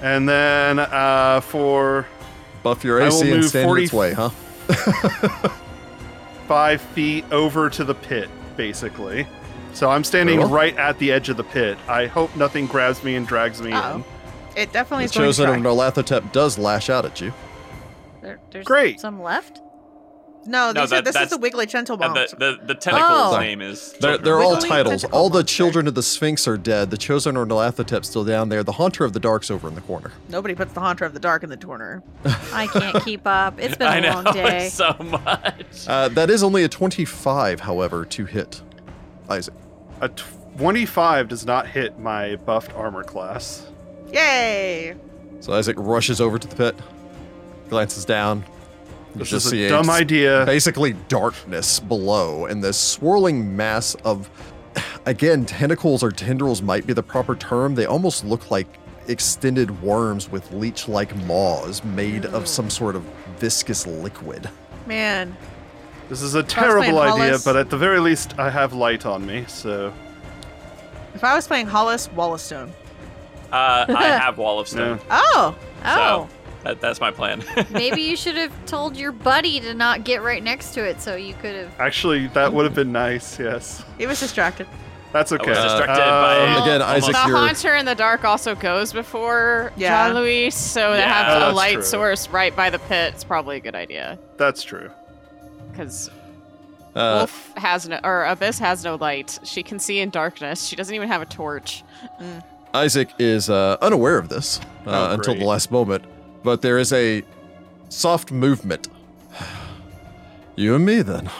[SPEAKER 3] and then uh, for
[SPEAKER 1] Buff your
[SPEAKER 3] I will
[SPEAKER 1] AC and
[SPEAKER 3] move
[SPEAKER 1] stand
[SPEAKER 3] 40
[SPEAKER 1] in its way, huh?
[SPEAKER 3] five feet over to the pit, basically. So I'm standing
[SPEAKER 1] Very well.
[SPEAKER 3] right at the edge of the pit. I hope nothing grabs me and drags me in.
[SPEAKER 5] Uh-oh. It definitely
[SPEAKER 1] It
[SPEAKER 5] is going
[SPEAKER 1] shows
[SPEAKER 5] to
[SPEAKER 1] that
[SPEAKER 5] try.
[SPEAKER 1] Narlathotep does lash out at you.
[SPEAKER 4] There, there's
[SPEAKER 3] Great.
[SPEAKER 4] some left.
[SPEAKER 5] No,
[SPEAKER 2] No,
[SPEAKER 5] these
[SPEAKER 2] that-
[SPEAKER 5] are, this is
[SPEAKER 2] that's-
[SPEAKER 5] the Wiggly Gentle Bomb.
[SPEAKER 2] And the, the, the tentacle's
[SPEAKER 4] Oh.
[SPEAKER 2] name is.
[SPEAKER 1] They're,
[SPEAKER 2] Children.
[SPEAKER 1] they're all
[SPEAKER 5] Wiggly
[SPEAKER 1] titles.
[SPEAKER 5] tentacle
[SPEAKER 1] All the
[SPEAKER 5] monster.
[SPEAKER 1] children of the Sphinx are dead. The chosen or Narlathotep's still down there. The Haunter of the Dark's over in the corner.
[SPEAKER 5] Nobody puts the Haunter of the Dark in the corner.
[SPEAKER 4] I can't keep up. It's
[SPEAKER 2] (laughs)
[SPEAKER 4] been
[SPEAKER 2] I
[SPEAKER 4] a
[SPEAKER 2] know
[SPEAKER 4] long day.
[SPEAKER 2] so much.
[SPEAKER 1] Uh, that is only a 25, however, to hit Isaac.
[SPEAKER 3] A 25 does not hit my buffed armor class.
[SPEAKER 5] Yay!
[SPEAKER 1] So Isaac rushes over to the pit, glances down. You
[SPEAKER 3] This
[SPEAKER 1] just
[SPEAKER 3] is
[SPEAKER 1] see
[SPEAKER 3] a dumb idea.
[SPEAKER 1] basically darkness below and this swirling mass of again tentacles or tendrils might be the proper term they almost look like extended worms with leech-like maws made of some sort of viscous liquid
[SPEAKER 5] Man,
[SPEAKER 3] This is a
[SPEAKER 5] I was playing
[SPEAKER 3] terrible idea,
[SPEAKER 5] Hollis-
[SPEAKER 3] but at the very least, I have light on me, so.
[SPEAKER 5] if I was playing Hollis Wallerstone.
[SPEAKER 2] Uh, I have Wall of
[SPEAKER 3] No.
[SPEAKER 2] Stone.
[SPEAKER 5] Oh,
[SPEAKER 4] Oh,
[SPEAKER 2] So that, that's my plan.
[SPEAKER 4] maybe you should have told your buddy to not get right next to it, so you could have.
[SPEAKER 3] Actually, that would have been nice, yes.
[SPEAKER 5] he was distracted.
[SPEAKER 3] That's
[SPEAKER 2] was
[SPEAKER 3] okay. Um,
[SPEAKER 2] distracted by-
[SPEAKER 1] And again
[SPEAKER 2] Almost.
[SPEAKER 1] isaac
[SPEAKER 6] the
[SPEAKER 1] you're
[SPEAKER 6] Haunter in the Dark also goes before
[SPEAKER 5] Yeah.
[SPEAKER 6] John Louis, so to
[SPEAKER 2] Yeah.
[SPEAKER 3] Oh,
[SPEAKER 6] have a
[SPEAKER 3] that's
[SPEAKER 6] light
[SPEAKER 3] true.
[SPEAKER 6] source right by the pit is probably a good idea.
[SPEAKER 3] That's true.
[SPEAKER 6] Because
[SPEAKER 1] uh,
[SPEAKER 6] Wolf has no, or Abyss has no light. She can see in darkness. She doesn't even have a torch.
[SPEAKER 1] Isaac is uh, unaware of this uh,
[SPEAKER 3] Oh,
[SPEAKER 1] until the
[SPEAKER 3] great.
[SPEAKER 1] last moment, but there is a soft movement. (sighs) You and me, then.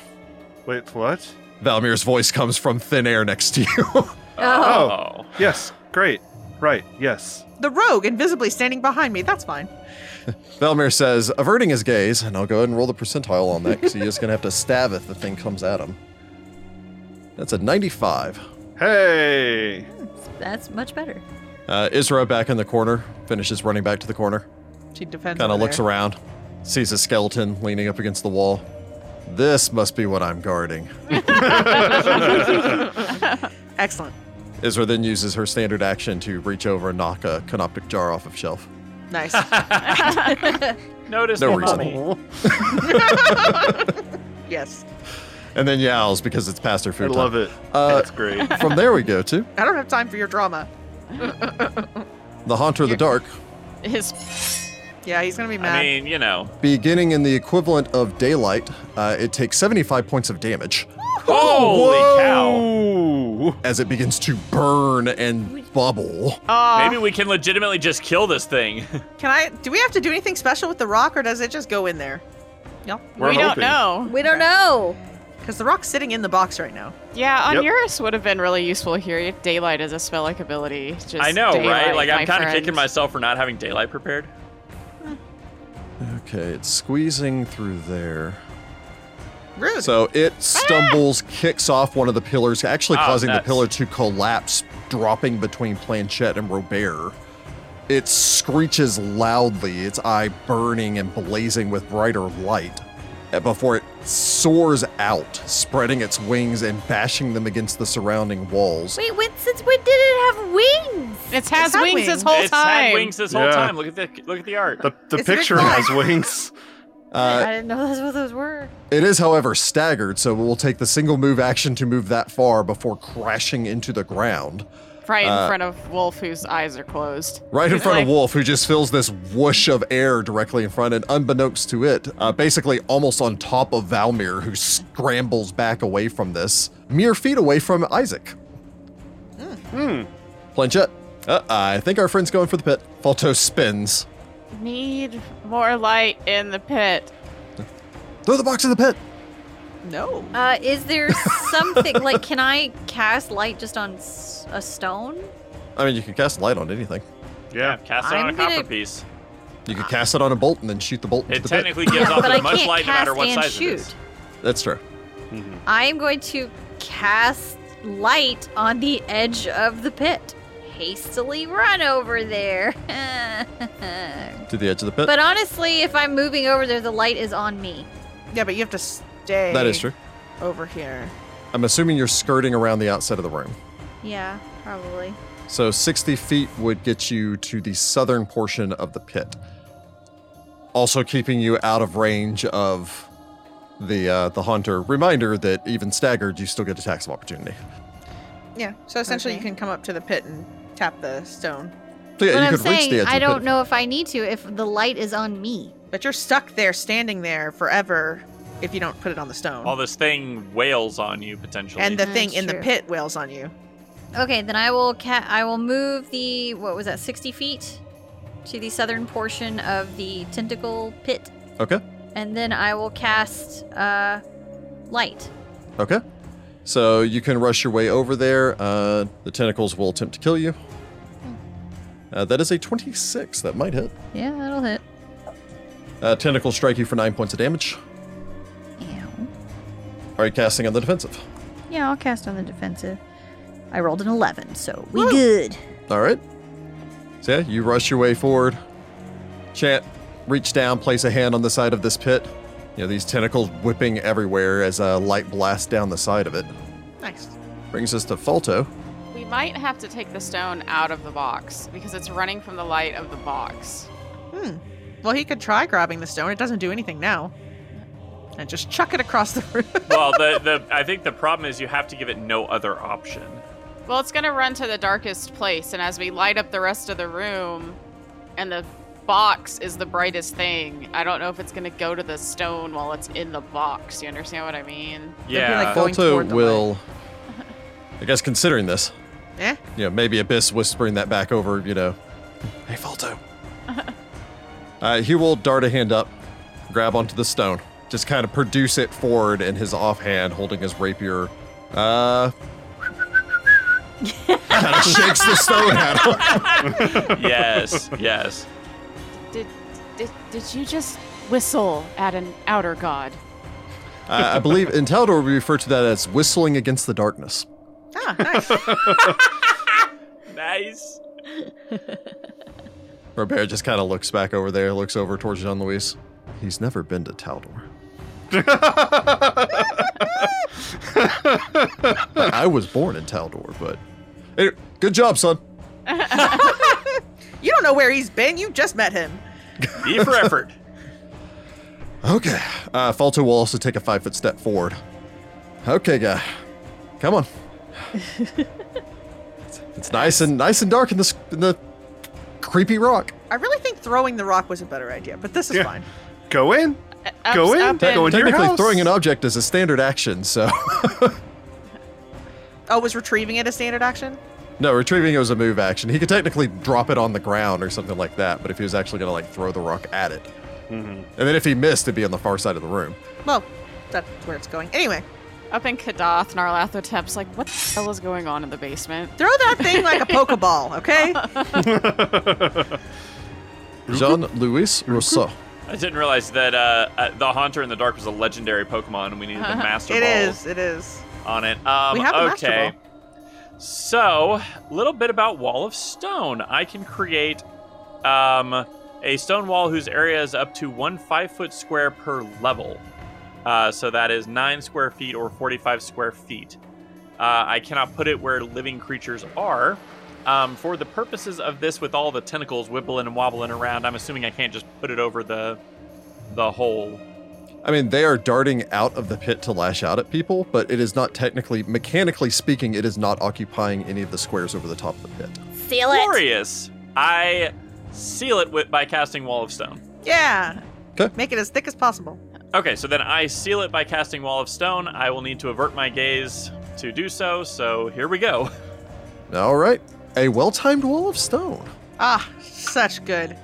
[SPEAKER 3] Wait, what?
[SPEAKER 1] Valmir's voice comes from thin air next to you. (laughs)
[SPEAKER 3] Oh. Yes, great. Right, yes.
[SPEAKER 5] The rogue invisibly standing behind me. That's fine.
[SPEAKER 1] Valmir says, averting his gaze, and I'll go ahead and roll the percentile on that because he is going to have to stab if the thing comes at him. That's a 95.
[SPEAKER 3] Hey!
[SPEAKER 4] That's much better.
[SPEAKER 1] Uh, Isra back in the corner, finishes running back to the corner,
[SPEAKER 5] She defends.
[SPEAKER 1] kind of
[SPEAKER 5] over
[SPEAKER 1] looks
[SPEAKER 5] there.
[SPEAKER 1] around, sees a skeleton leaning up against the wall. This must be what I'm guarding.
[SPEAKER 5] Excellent.
[SPEAKER 1] Isra then uses her standard action to reach over and knock a canoptic jar off of shelf.
[SPEAKER 5] Nice.
[SPEAKER 2] (laughs) Notice
[SPEAKER 1] No
[SPEAKER 2] the
[SPEAKER 1] reason.
[SPEAKER 2] mummy.
[SPEAKER 5] yes.
[SPEAKER 1] And then yowls because it's past her
[SPEAKER 3] I
[SPEAKER 1] food time.
[SPEAKER 3] love it.
[SPEAKER 1] Uh,
[SPEAKER 3] That's
[SPEAKER 5] (laughs)
[SPEAKER 3] great.
[SPEAKER 1] From there we go to
[SPEAKER 5] I don't have time for your drama.
[SPEAKER 1] the Haunter of
[SPEAKER 3] (laughs)
[SPEAKER 1] the Dark,
[SPEAKER 6] His
[SPEAKER 5] Yeah, he's gonna be mad.
[SPEAKER 2] I mean, you know.
[SPEAKER 1] beginning in the equivalent of daylight. Uh, it takes 75 points of damage
[SPEAKER 2] Holy cow.
[SPEAKER 3] Whoa!
[SPEAKER 1] as it begins to burn and bubble.
[SPEAKER 6] uh,
[SPEAKER 2] Maybe we can legitimately just kill this thing. (laughs)
[SPEAKER 5] Can I? Do we have to do anything special with the rock, or does it just go in there? No,
[SPEAKER 3] We're
[SPEAKER 6] we don't
[SPEAKER 3] hoping.
[SPEAKER 6] know.
[SPEAKER 4] We don't know.
[SPEAKER 5] because the rock's sitting in the box right now.
[SPEAKER 6] Yeah, on
[SPEAKER 3] Yep.
[SPEAKER 6] Eurus would have been really useful here. Daylight is a spell like ability. Just
[SPEAKER 2] I know, right?
[SPEAKER 6] daylight,
[SPEAKER 2] Like, I'm
[SPEAKER 6] my
[SPEAKER 2] kind of
[SPEAKER 6] friend.
[SPEAKER 2] kicking myself for not having daylight prepared.
[SPEAKER 1] Okay, it's squeezing through there.
[SPEAKER 5] Rude.
[SPEAKER 1] So it stumbles, kicks off one of the pillars, actually
[SPEAKER 2] Oh,
[SPEAKER 1] causing the
[SPEAKER 2] nuts.
[SPEAKER 1] pillar to collapse, dropping between Planchette and Robert. It screeches loudly, its eye burning and blazing with brighter light, uh, before it soars out, spreading its wings and bashing them against the surrounding walls.
[SPEAKER 4] Wait, when, since when did it have wings?
[SPEAKER 6] It's has
[SPEAKER 5] It's had
[SPEAKER 6] wings,
[SPEAKER 5] wings.
[SPEAKER 6] this whole
[SPEAKER 2] it's
[SPEAKER 6] time.
[SPEAKER 2] had wings this whole
[SPEAKER 3] Yeah.
[SPEAKER 2] time. Look at the look at the art.
[SPEAKER 3] The, the
[SPEAKER 5] It's a big
[SPEAKER 3] picture has
[SPEAKER 2] (laughs)
[SPEAKER 3] wings.
[SPEAKER 1] Uh,
[SPEAKER 4] (laughs) I didn't know that's what those were.
[SPEAKER 1] It is, however, staggered, so we'll take the single move action to move that far before crashing into the ground.
[SPEAKER 6] Right in
[SPEAKER 1] Uh,
[SPEAKER 6] front of Wolf, whose eyes are closed.
[SPEAKER 1] Right in
[SPEAKER 6] It's
[SPEAKER 1] front
[SPEAKER 6] like-
[SPEAKER 1] of Wolf, who just feels this whoosh of air directly in front, and unbeknownst to it, uh, basically almost on top of Valmir, who scrambles back away from this, mere feet away from Isaac.
[SPEAKER 3] Hmm.
[SPEAKER 1] Planchette, uh, I think our friend's going for the pit. Falto spins.
[SPEAKER 6] Need more light in the pit.
[SPEAKER 1] Throw the box in the pit.
[SPEAKER 5] no.
[SPEAKER 4] Uh, is there something (laughs) like? Can I cast light just on s- a stone?
[SPEAKER 1] I mean, you can cast light on anything.
[SPEAKER 3] Yeah.
[SPEAKER 2] Cast it on
[SPEAKER 4] I'm
[SPEAKER 2] a copper
[SPEAKER 4] gonna-
[SPEAKER 2] piece.
[SPEAKER 1] You could cast it on a bolt and then shoot the bolt into
[SPEAKER 2] It
[SPEAKER 1] the pit.
[SPEAKER 2] technically gives off
[SPEAKER 4] but I
[SPEAKER 2] as much
[SPEAKER 4] can't
[SPEAKER 2] light no
[SPEAKER 4] cast
[SPEAKER 2] matter what
[SPEAKER 4] and
[SPEAKER 2] size it
[SPEAKER 4] shoot.
[SPEAKER 2] is.
[SPEAKER 1] That's true.
[SPEAKER 3] Mhm.
[SPEAKER 4] I am going to cast light on the edge of the pit. Hastily run over there. (laughs)
[SPEAKER 1] To the edge of the pit.
[SPEAKER 4] but honestly, if I'm moving over there, the light is on me.
[SPEAKER 5] Yeah, but you have to stay.
[SPEAKER 1] that is true.
[SPEAKER 5] Over here.
[SPEAKER 1] I'm assuming you're skirting around the outside of the room.
[SPEAKER 4] Yeah, probably.
[SPEAKER 1] So 60 feet would get you to the southern portion of the pit. Also keeping you out of range of the uh, the haunter. Reminder that even staggered, you still get a tax of opportunity.
[SPEAKER 5] Yeah. So essentially, you
[SPEAKER 4] Okay.
[SPEAKER 5] can come up to the pit and tap the stone,
[SPEAKER 1] So yeah,
[SPEAKER 4] but
[SPEAKER 1] you
[SPEAKER 4] I'm
[SPEAKER 1] could reach the edge.
[SPEAKER 4] saying
[SPEAKER 1] of the
[SPEAKER 4] I don't
[SPEAKER 1] pit.
[SPEAKER 4] know if I need to if the light is on me.
[SPEAKER 5] but you're stuck there, standing there forever, if you don't put it on the stone.
[SPEAKER 2] All this thing wails on you potentially.
[SPEAKER 5] and the
[SPEAKER 4] That's
[SPEAKER 5] thing in the
[SPEAKER 4] true.
[SPEAKER 5] pit wails on you.
[SPEAKER 4] Okay, then I will ca- I will move the what was that 60 feet to the southern portion of the tentacle pit,
[SPEAKER 1] Okay.
[SPEAKER 4] and then I will cast uh, light.
[SPEAKER 1] Okay. So you can rush your way over there. Uh, the tentacles will attempt to kill you.
[SPEAKER 4] Hmm.
[SPEAKER 1] Uh, that is a 26. That might hit.
[SPEAKER 4] Yeah, that'll hit.
[SPEAKER 1] Uh, tentacles strike you for nine points of damage.
[SPEAKER 4] Ew.
[SPEAKER 1] Are you casting on the defensive?
[SPEAKER 4] Yeah, I'll cast on the defensive. I rolled an 11, so we good.
[SPEAKER 1] All right. So yeah, you rush your way forward. Chant, reach down, place a hand on the side of this pit. You know these tentacles whipping everywhere as a light blasts down the side of it.
[SPEAKER 5] Nice.
[SPEAKER 1] Brings us to Falto.
[SPEAKER 6] We might have to take the stone out of the box because it's running from the light of the box.
[SPEAKER 5] Hmm. Well, he could try grabbing the stone. It doesn't do anything now. And just chuck it across the room. (laughs)
[SPEAKER 2] well, the, the I think the problem is you have to give it no other option.
[SPEAKER 6] Well, it's going to run to the darkest place, and as we light up the rest of the room, and the box is the brightest thing, I don't know if it's going to go to the stone while it's in the box. You understand what I mean?
[SPEAKER 2] Yeah.
[SPEAKER 5] like- Going toward
[SPEAKER 1] Falto
[SPEAKER 5] the
[SPEAKER 1] will, I guess, considering this,
[SPEAKER 5] eh?
[SPEAKER 1] you know, maybe Abyss whispering that back over, you know, hey, Falto. uh, he will dart a hand up, grab onto the stone, just kind of produce it forward in his offhand, holding his rapier. Uh, kind of shakes the stone at him.
[SPEAKER 2] yes. Yes.
[SPEAKER 6] Did, did, did you just whistle at an outer god?
[SPEAKER 1] Uh, I believe in Taldor we refer to that as whistling against the darkness.
[SPEAKER 5] Ah, nice.
[SPEAKER 2] Nice.
[SPEAKER 1] Robert just kind of looks back over there, looks over towards Jean Louis. He's never been to Taldor. Like, I was born in Taldor, but Hey, good job, son.
[SPEAKER 5] you don't know where he's been. You just met him.
[SPEAKER 2] E for effort.
[SPEAKER 1] Okay. Uh, Falto will also take a five foot step forward. Okay, guy. Come
[SPEAKER 3] (laughs)
[SPEAKER 1] on. it's nice and nice and dark in this in the creepy rock.
[SPEAKER 5] I really think throwing the rock was a better idea, but this is
[SPEAKER 3] Yeah.
[SPEAKER 5] fine.
[SPEAKER 3] Go in.
[SPEAKER 6] Ups,
[SPEAKER 3] Go in,
[SPEAKER 6] up
[SPEAKER 3] go in. Your
[SPEAKER 1] Technically,
[SPEAKER 3] house.
[SPEAKER 1] throwing an object is a standard action, so
[SPEAKER 5] Oh, was retrieving it a standard action?
[SPEAKER 1] no, retrieving it was a move action. He could technically drop it on the ground or something like that, but if he was actually gonna like throw the rock at it, and then if he missed, it'd be on the far side of the room.
[SPEAKER 5] Well, that's where it's going. Anyway,
[SPEAKER 6] Up in Kadath, Narlathotep's like, what the hell is going on in the basement?
[SPEAKER 5] throw that thing
[SPEAKER 4] (laughs)
[SPEAKER 5] like a pokeball, okay?
[SPEAKER 1] Jean Louis Rousseau.
[SPEAKER 2] (laughs) I didn't realize that uh, uh, the Haunter in the Dark was a legendary Pokemon, and we needed the Master
[SPEAKER 5] It
[SPEAKER 2] Ball
[SPEAKER 5] is. It is.
[SPEAKER 2] on it. Um,
[SPEAKER 5] We have the Master
[SPEAKER 2] okay. So, a little bit about Wall of Stone. I can create um, a stone wall whose area is up to one five foot square per level. Uh, so that is nine square feet or 45 square feet. Uh, I cannot put it where living creatures are. Um, for the purposes of this, with all the tentacles wibbling and wobbling around, I'm assuming I can't just put it over the the hole.
[SPEAKER 1] I mean, they are darting out of the pit to lash out at people, but it is not technically, mechanically speaking, it is not occupying any of the squares over the top of the pit.
[SPEAKER 4] Seal it.
[SPEAKER 2] Glorious! I seal it with, by casting Wall of Stone.
[SPEAKER 5] Yeah.
[SPEAKER 1] 'Kay.
[SPEAKER 5] Make it as thick as possible.
[SPEAKER 2] Okay, so then I seal it by casting Wall of Stone. I will need to avert my gaze to do so, so here we go.
[SPEAKER 1] All right. A well timed wall of stone.
[SPEAKER 5] Ah, such good.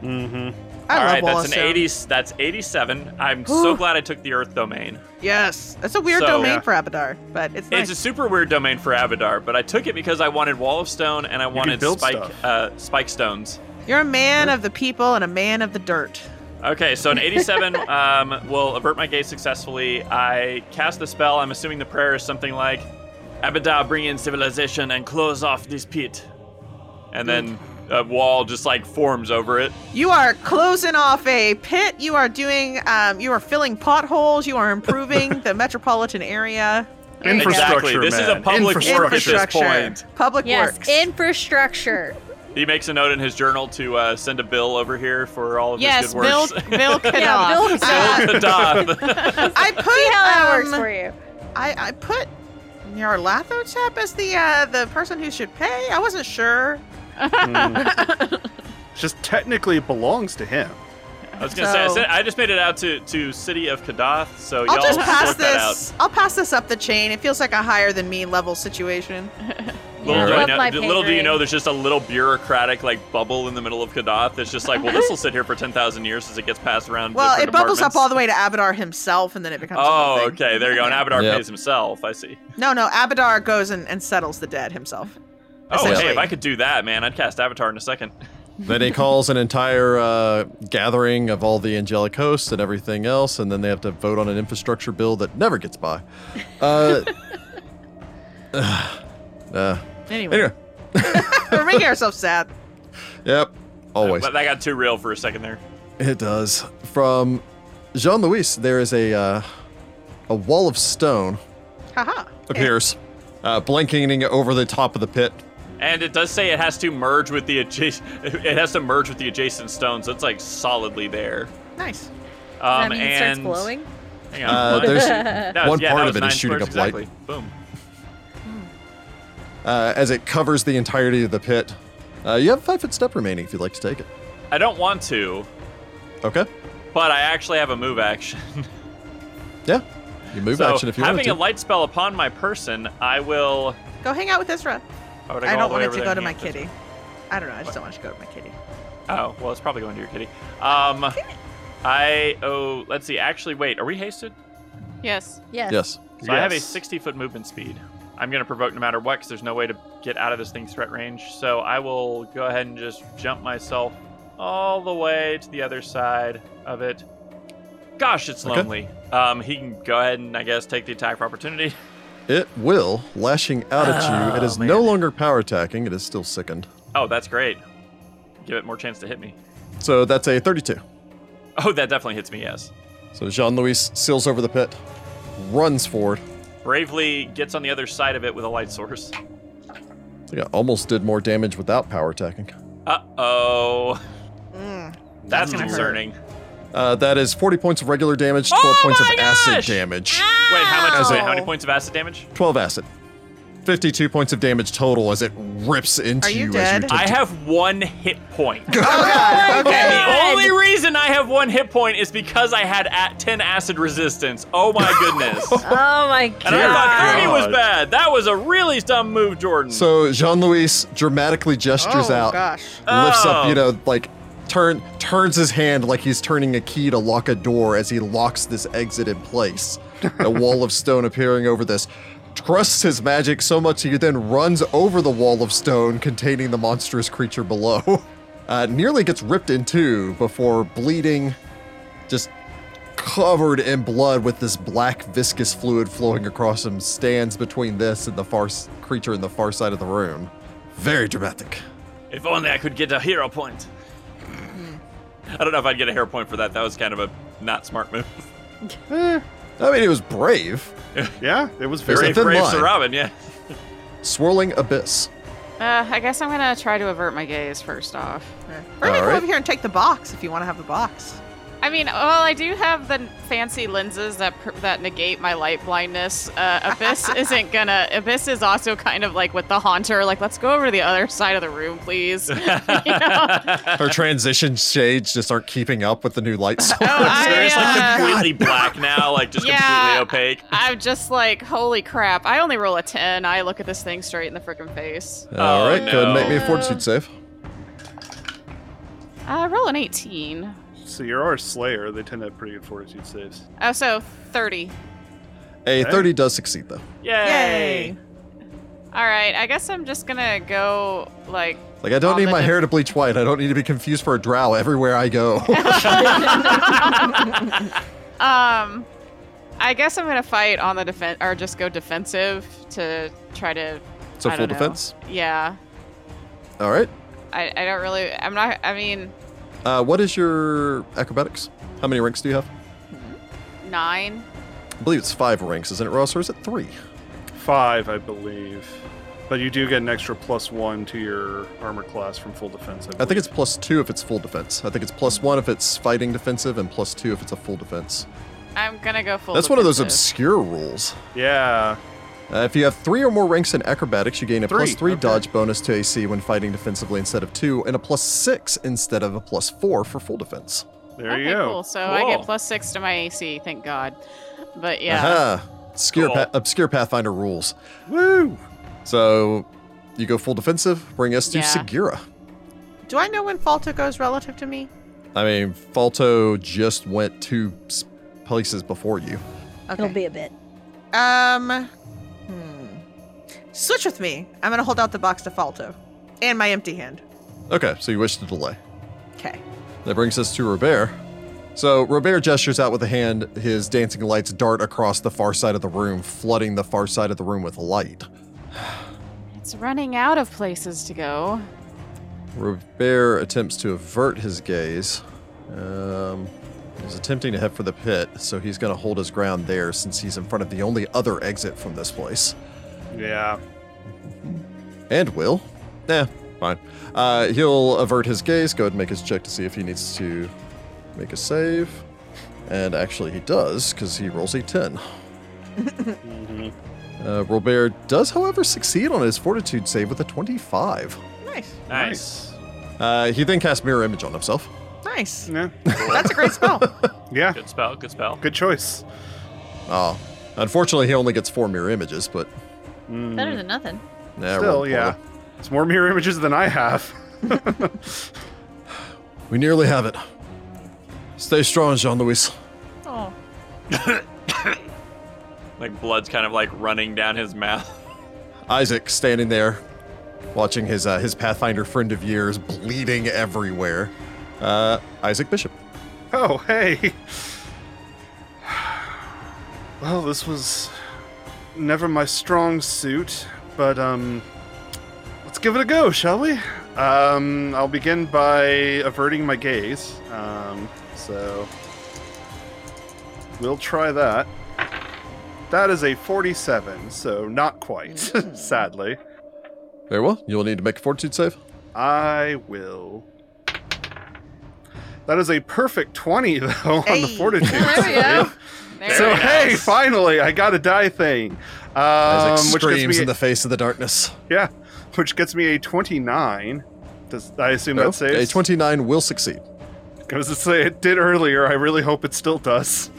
[SPEAKER 3] Mm-hmm.
[SPEAKER 2] (laughs)
[SPEAKER 5] I
[SPEAKER 2] All
[SPEAKER 5] love
[SPEAKER 2] right,
[SPEAKER 5] Wall
[SPEAKER 2] that's
[SPEAKER 5] of
[SPEAKER 2] an
[SPEAKER 5] Stone.
[SPEAKER 2] 80s that's 87. I'm so
[SPEAKER 5] Ooh.
[SPEAKER 2] glad I took the Earth domain.
[SPEAKER 5] Yes, that's a weird
[SPEAKER 2] So-
[SPEAKER 5] domain
[SPEAKER 3] Yeah.
[SPEAKER 5] for Abadar, but it's nice.
[SPEAKER 2] It's a super weird domain for Abadar, but I took it because I wanted Wall of Stone and I wanted
[SPEAKER 3] build
[SPEAKER 2] spike
[SPEAKER 3] stuff.
[SPEAKER 2] uh, spike stones.
[SPEAKER 5] You're a man of the people and a man of the dirt.
[SPEAKER 2] Okay, so an 87 um, will avert my gaze successfully. I cast the spell. I'm assuming the prayer is something like, Abadar, bring in civilization and close off this pit. And then a wall just like forms over it.
[SPEAKER 5] You are closing off a pit.
[SPEAKER 2] (laughs)
[SPEAKER 5] You are doing. Um, you are filling potholes. You are improving the metropolitan area.
[SPEAKER 3] Infrastructure.
[SPEAKER 2] Exactly. This is a
[SPEAKER 3] man.
[SPEAKER 2] public work at this
[SPEAKER 3] Infrastructure.
[SPEAKER 2] point.
[SPEAKER 5] Public
[SPEAKER 4] Yes,
[SPEAKER 5] works.
[SPEAKER 4] infrastructure.
[SPEAKER 2] He makes a note in his journal to uh, send a bill over here for all of his
[SPEAKER 6] Yes,
[SPEAKER 2] good works. (laughs)
[SPEAKER 6] Bill, Bill Kadoff.
[SPEAKER 4] yeah, Bill. See how
[SPEAKER 2] Bill Kadoff.
[SPEAKER 5] I put
[SPEAKER 4] that works
[SPEAKER 5] um,
[SPEAKER 4] for you.
[SPEAKER 5] I, I put Nyarlathotep as the uh, the person who should pay. I wasn't sure.
[SPEAKER 3] Mm. Just technically it belongs to him.
[SPEAKER 2] I was gonna say I,
[SPEAKER 5] So-
[SPEAKER 2] said, I just made it out to, to city of Kadath, so
[SPEAKER 5] I'll
[SPEAKER 2] y'all (laughs)
[SPEAKER 5] just pass
[SPEAKER 2] sort that out.
[SPEAKER 5] this. I'll pass this up the chain. It feels like a higher than me level situation.
[SPEAKER 2] Little, do,
[SPEAKER 4] Above
[SPEAKER 2] I
[SPEAKER 4] my
[SPEAKER 2] know,
[SPEAKER 4] pay
[SPEAKER 2] little do you
[SPEAKER 4] grade.
[SPEAKER 2] know, there's just a little bureaucratic like bubble in the middle of Kadath that's just like, well, this will sit here for ten thousand years as it gets passed around.
[SPEAKER 5] Well, it
[SPEAKER 2] different
[SPEAKER 5] bubbles up
[SPEAKER 2] departments.
[SPEAKER 5] all the way to Abadar himself, and then it becomes. a whole
[SPEAKER 2] Oh,
[SPEAKER 5] thing.
[SPEAKER 2] okay, there you go. And Abadar
[SPEAKER 1] Yep.
[SPEAKER 2] pays himself. I see.
[SPEAKER 5] No, no, Abadar goes and, and settles the dead himself.
[SPEAKER 2] Oh, hey,
[SPEAKER 5] Essentially.
[SPEAKER 2] if I could do that, man, I'd cast Avatar in a second.
[SPEAKER 1] then he calls an entire uh, gathering of all the angelic hosts and everything else, and then they have to vote on an infrastructure bill that never gets by. Uh, uh,
[SPEAKER 5] Anyway,
[SPEAKER 1] anyway,
[SPEAKER 5] we're making ourselves sad.
[SPEAKER 1] yep, always.
[SPEAKER 2] But that got too real for a second there.
[SPEAKER 1] It does. From Jean Louis, there is a uh, a wall of stone
[SPEAKER 5] Haha.
[SPEAKER 1] appears, uh, blanketing over the top of the pit.
[SPEAKER 2] And it does say it has to merge with the adjacent. (laughs) It has to merge with the adjacent stones. So it's like solidly there.
[SPEAKER 5] Nice.
[SPEAKER 2] Um,
[SPEAKER 4] I mean, it starts
[SPEAKER 2] and
[SPEAKER 4] glowing.
[SPEAKER 2] Hang on,
[SPEAKER 1] Uh,
[SPEAKER 2] what?
[SPEAKER 1] there's-
[SPEAKER 2] (laughs) That was-
[SPEAKER 1] one
[SPEAKER 2] yeah,
[SPEAKER 1] part
[SPEAKER 2] that
[SPEAKER 1] of
[SPEAKER 2] was
[SPEAKER 1] it is
[SPEAKER 2] nine
[SPEAKER 1] shooting
[SPEAKER 2] squares,
[SPEAKER 1] up light.
[SPEAKER 2] Exactly. Boom.
[SPEAKER 1] uh, as it covers the entirety of the pit. Uh, you have a five foot step remaining if you'd like to take it.
[SPEAKER 2] I don't want to,
[SPEAKER 1] Okay.
[SPEAKER 2] but I actually have a move action.
[SPEAKER 1] Yeah. You move
[SPEAKER 2] so
[SPEAKER 1] action if you want
[SPEAKER 2] having
[SPEAKER 1] to.
[SPEAKER 2] a light spell upon my person, I will.
[SPEAKER 5] Go hang out with Isra.
[SPEAKER 2] why would
[SPEAKER 5] I
[SPEAKER 2] go
[SPEAKER 5] don't
[SPEAKER 2] all the
[SPEAKER 5] want
[SPEAKER 2] way
[SPEAKER 5] it
[SPEAKER 2] over
[SPEAKER 5] to
[SPEAKER 2] there?
[SPEAKER 5] go to my
[SPEAKER 2] Hang on.
[SPEAKER 5] kitty. I don't know. I just don't want it to go to my kitty.
[SPEAKER 2] Oh well, it's probably going to your kitty. Um, I oh let's see. Actually, wait, are we hasted?
[SPEAKER 6] Yes.
[SPEAKER 4] Yes.
[SPEAKER 1] Yes.
[SPEAKER 2] So I have a
[SPEAKER 3] Yes.
[SPEAKER 2] 60 foot movement speed. I'm going to provoke no matter what because there's no way to get out of this thing's threat range. So I will go ahead and just jump myself all the way to the other side of it. Gosh, it's
[SPEAKER 1] Okay.
[SPEAKER 2] lonely. Um, he can go ahead and, I guess, take the attack for opportunity.
[SPEAKER 1] It will, lashing out at you. It
[SPEAKER 2] Oh,
[SPEAKER 1] is
[SPEAKER 2] man.
[SPEAKER 1] no longer power attacking, it is still sickened.
[SPEAKER 2] Oh, that's great. Give it more chance to hit me.
[SPEAKER 1] So that's a 32.
[SPEAKER 2] Oh, that definitely hits me, yes.
[SPEAKER 1] So Jean Louis seals over the pit, runs forward.
[SPEAKER 2] Bravely gets on the other side of it with a light source.
[SPEAKER 1] Yeah, almost did more damage without power attacking.
[SPEAKER 2] Uh oh.
[SPEAKER 5] Mm.
[SPEAKER 2] That's
[SPEAKER 5] gonna hurt.
[SPEAKER 2] concerning.
[SPEAKER 1] Uh, that is 40 points of regular damage, 12
[SPEAKER 2] Oh
[SPEAKER 1] points of
[SPEAKER 2] my gosh! Ah!
[SPEAKER 1] acid damage.
[SPEAKER 2] Wait, how much?
[SPEAKER 1] As
[SPEAKER 2] Wait,
[SPEAKER 1] a-
[SPEAKER 2] how many points of acid damage?
[SPEAKER 1] 12 acid. 52 points of damage total as it rips into
[SPEAKER 5] Are you
[SPEAKER 1] as you
[SPEAKER 5] dead?
[SPEAKER 1] attempt
[SPEAKER 2] I
[SPEAKER 1] to-
[SPEAKER 2] have one hit point.
[SPEAKER 5] Oh, God.
[SPEAKER 2] And
[SPEAKER 5] Okay.
[SPEAKER 2] the only reason I have one hit point is because I had at 10 acid resistance. Oh my goodness.
[SPEAKER 4] Oh my
[SPEAKER 2] and I thought
[SPEAKER 4] god.
[SPEAKER 2] 30 was
[SPEAKER 3] God.
[SPEAKER 2] bad. That was a really dumb move, Jordan.
[SPEAKER 1] So Jean Louis dramatically gestures
[SPEAKER 5] oh,
[SPEAKER 1] out,
[SPEAKER 5] gosh.
[SPEAKER 1] lifts up,
[SPEAKER 2] Oh.
[SPEAKER 1] you know, like turn turns his hand like he's turning a key to lock a door as he locks this exit in place. a wall of stone appearing over this. Trusts his magic so much he then runs over the wall of stone containing the monstrous creature below. (laughs) Uh, nearly gets ripped in two before bleeding, just covered in blood with this black viscous fluid flowing across him, stands between this and the far s- creature in the far side of the room. Very dramatic.
[SPEAKER 2] If only I could get a hero point.
[SPEAKER 5] Hmm.
[SPEAKER 2] I don't know if I'd get a hero point for that. That was kind of a not smart move.
[SPEAKER 1] I mean, it was brave.
[SPEAKER 3] Yeah, it was
[SPEAKER 1] There's
[SPEAKER 3] very
[SPEAKER 1] a thin
[SPEAKER 2] brave
[SPEAKER 1] line.
[SPEAKER 2] Sir Robin, yeah.
[SPEAKER 1] Swirling abyss.
[SPEAKER 6] Uh, I guess I'm gonna try to avert my gaze first off.
[SPEAKER 5] We're gonna
[SPEAKER 1] All
[SPEAKER 5] come
[SPEAKER 1] right.
[SPEAKER 5] over here and take the box if you want to have the box.
[SPEAKER 6] I mean, well, I do have the fancy lenses that pr- that negate my light blindness. Uh, Abyss isn't gonna. Abyss is also kind of like with the haunter. Like, let's go over to the other side of the room,
[SPEAKER 2] (laughs)
[SPEAKER 6] please. You know?
[SPEAKER 1] Her transition shades just aren't keeping up with the new light source.
[SPEAKER 6] I,
[SPEAKER 2] Sir is
[SPEAKER 6] uh,
[SPEAKER 5] (laughs)
[SPEAKER 2] like completely black now, like just completely
[SPEAKER 6] Yeah.
[SPEAKER 2] opaque.
[SPEAKER 6] I'm just like, holy crap! I only roll a ten. I look at this thing straight in the freaking face.
[SPEAKER 1] All right, go ahead and make me a
[SPEAKER 4] no.
[SPEAKER 1] fortitude save.
[SPEAKER 6] I Uh, roll an eighteen.
[SPEAKER 3] So you're our Slayer. They tend to have pretty good fortitude saves.
[SPEAKER 6] Oh, so thirty.
[SPEAKER 1] A
[SPEAKER 3] Okay.
[SPEAKER 1] 30 does succeed, though.
[SPEAKER 2] Yay.
[SPEAKER 6] All right. I guess I'm just gonna go like.
[SPEAKER 1] Like, I don't need my
[SPEAKER 6] Ominous.
[SPEAKER 1] hair to bleach white. I don't need to be confused for a drow everywhere I go.
[SPEAKER 6] Um, I guess I'm gonna fight on the defense, or just go defensive to try to.
[SPEAKER 1] so,
[SPEAKER 6] I
[SPEAKER 1] full
[SPEAKER 6] don't know.
[SPEAKER 1] defense.
[SPEAKER 6] Yeah,
[SPEAKER 1] All right.
[SPEAKER 6] I, I don't really. I'm not. I mean,
[SPEAKER 1] Uh, what is your acrobatics? How many ranks do you have?
[SPEAKER 6] nine.
[SPEAKER 1] I believe it's five ranks, isn't it, Ross? Or is it three?
[SPEAKER 3] Five, I believe. But you do get an extra plus one to your armor class from full defense.
[SPEAKER 1] I think it's plus two if it's full defense. I think it's plus one if it's fighting defensive, and plus two if it's a full defense.
[SPEAKER 6] I'm gonna go full.
[SPEAKER 1] That's one of those
[SPEAKER 6] defensive.
[SPEAKER 1] obscure rules.
[SPEAKER 3] it's yeah.
[SPEAKER 1] Uh, if you have three or more ranks in acrobatics, you gain a plus
[SPEAKER 3] Three,
[SPEAKER 1] three
[SPEAKER 3] okay.
[SPEAKER 1] dodge bonus to AC when fighting defensively instead of two, and a plus six instead of a plus four for full defense.
[SPEAKER 3] There
[SPEAKER 6] okay,
[SPEAKER 3] you go.
[SPEAKER 6] Cool. So I get
[SPEAKER 2] Cool.
[SPEAKER 6] plus six to my AC. Thank God. But yeah.
[SPEAKER 1] Aha. Obscure,
[SPEAKER 2] Cool.
[SPEAKER 1] pa- obscure Pathfinder rules.
[SPEAKER 3] Woo!
[SPEAKER 1] So you go full defensive, bring us to
[SPEAKER 6] Yeah.
[SPEAKER 1] Segura.
[SPEAKER 5] Do I know when Falta goes relative to me?
[SPEAKER 1] I mean, Falto just went two s- places before you.
[SPEAKER 5] Okay.
[SPEAKER 7] It'll be a bit.
[SPEAKER 5] Um, hmm. Switch with me. I'm gonna hold out the box to Falto, and my empty hand.
[SPEAKER 1] Okay, so you wish to delay.
[SPEAKER 5] Okay.
[SPEAKER 1] That brings us to Robert. So Robert gestures out with a hand. His dancing lights dart across the far side of the room, flooding the far side of the room with light.
[SPEAKER 6] It's running out of places to go.
[SPEAKER 1] Robert attempts to avert his gaze. Um, he's attempting to head for the pit, so he's going to hold his ground there since he's in front of the only other exit from this place.
[SPEAKER 3] Yeah.
[SPEAKER 1] And will. Eh, fine. Uh, he'll avert his gaze, go ahead and make his check to see if he needs to make a save. And actually, he does, because he rolls a 10. Uh, Robert does, however, succeed on his fortitude save with a 25.
[SPEAKER 5] Nice.
[SPEAKER 2] Nice.
[SPEAKER 1] Uh, he then casts Mirror Image on himself.
[SPEAKER 5] Nice.
[SPEAKER 3] Yeah.
[SPEAKER 5] That's a great
[SPEAKER 3] (laughs)
[SPEAKER 5] spell.
[SPEAKER 3] Yeah.
[SPEAKER 2] Good spell. Good spell.
[SPEAKER 3] Good choice.
[SPEAKER 1] Oh. Unfortunately, he only gets four mirror images, but
[SPEAKER 4] Mm. Better than nothing.
[SPEAKER 1] nah,
[SPEAKER 3] Still,
[SPEAKER 1] we're-
[SPEAKER 3] yeah. It's more mirror images than I have. (laughs)
[SPEAKER 1] We nearly have it. Stay strong, Jean Louis.
[SPEAKER 5] oh.
[SPEAKER 2] Like blood's kind of like running down his
[SPEAKER 3] (laughs)
[SPEAKER 2] mouth.
[SPEAKER 1] Isaac standing there, watching his uh, his Pathfinder friend of years bleeding everywhere. Uh, Isaac Bishop.
[SPEAKER 3] Oh, hey. (sighs) Well, this was never my strong suit, but um let's give it a go, shall we? Um I'll begin by averting my gaze. Um so we'll try that. That is a 47, so not quite, (laughs)
[SPEAKER 6] Mm.
[SPEAKER 3] sadly.
[SPEAKER 1] Very well. You'll need to make a fortitude save.
[SPEAKER 3] I will. That is a perfect 20, (laughs) though, on the
[SPEAKER 5] Hey.
[SPEAKER 3] fortitude.
[SPEAKER 6] There we
[SPEAKER 3] save.
[SPEAKER 6] go. There
[SPEAKER 3] So
[SPEAKER 6] we go.
[SPEAKER 3] hey, finally, I got a die thing. Um,
[SPEAKER 1] Isaac
[SPEAKER 3] which gets
[SPEAKER 1] screams
[SPEAKER 3] me,
[SPEAKER 1] in the face of the darkness.
[SPEAKER 3] yeah, which gets me a twenty-nine. Does I assume
[SPEAKER 1] No,
[SPEAKER 3] that saves?
[SPEAKER 1] a twenty-nine will succeed.
[SPEAKER 3] Because it say it did earlier. I really hope it still does.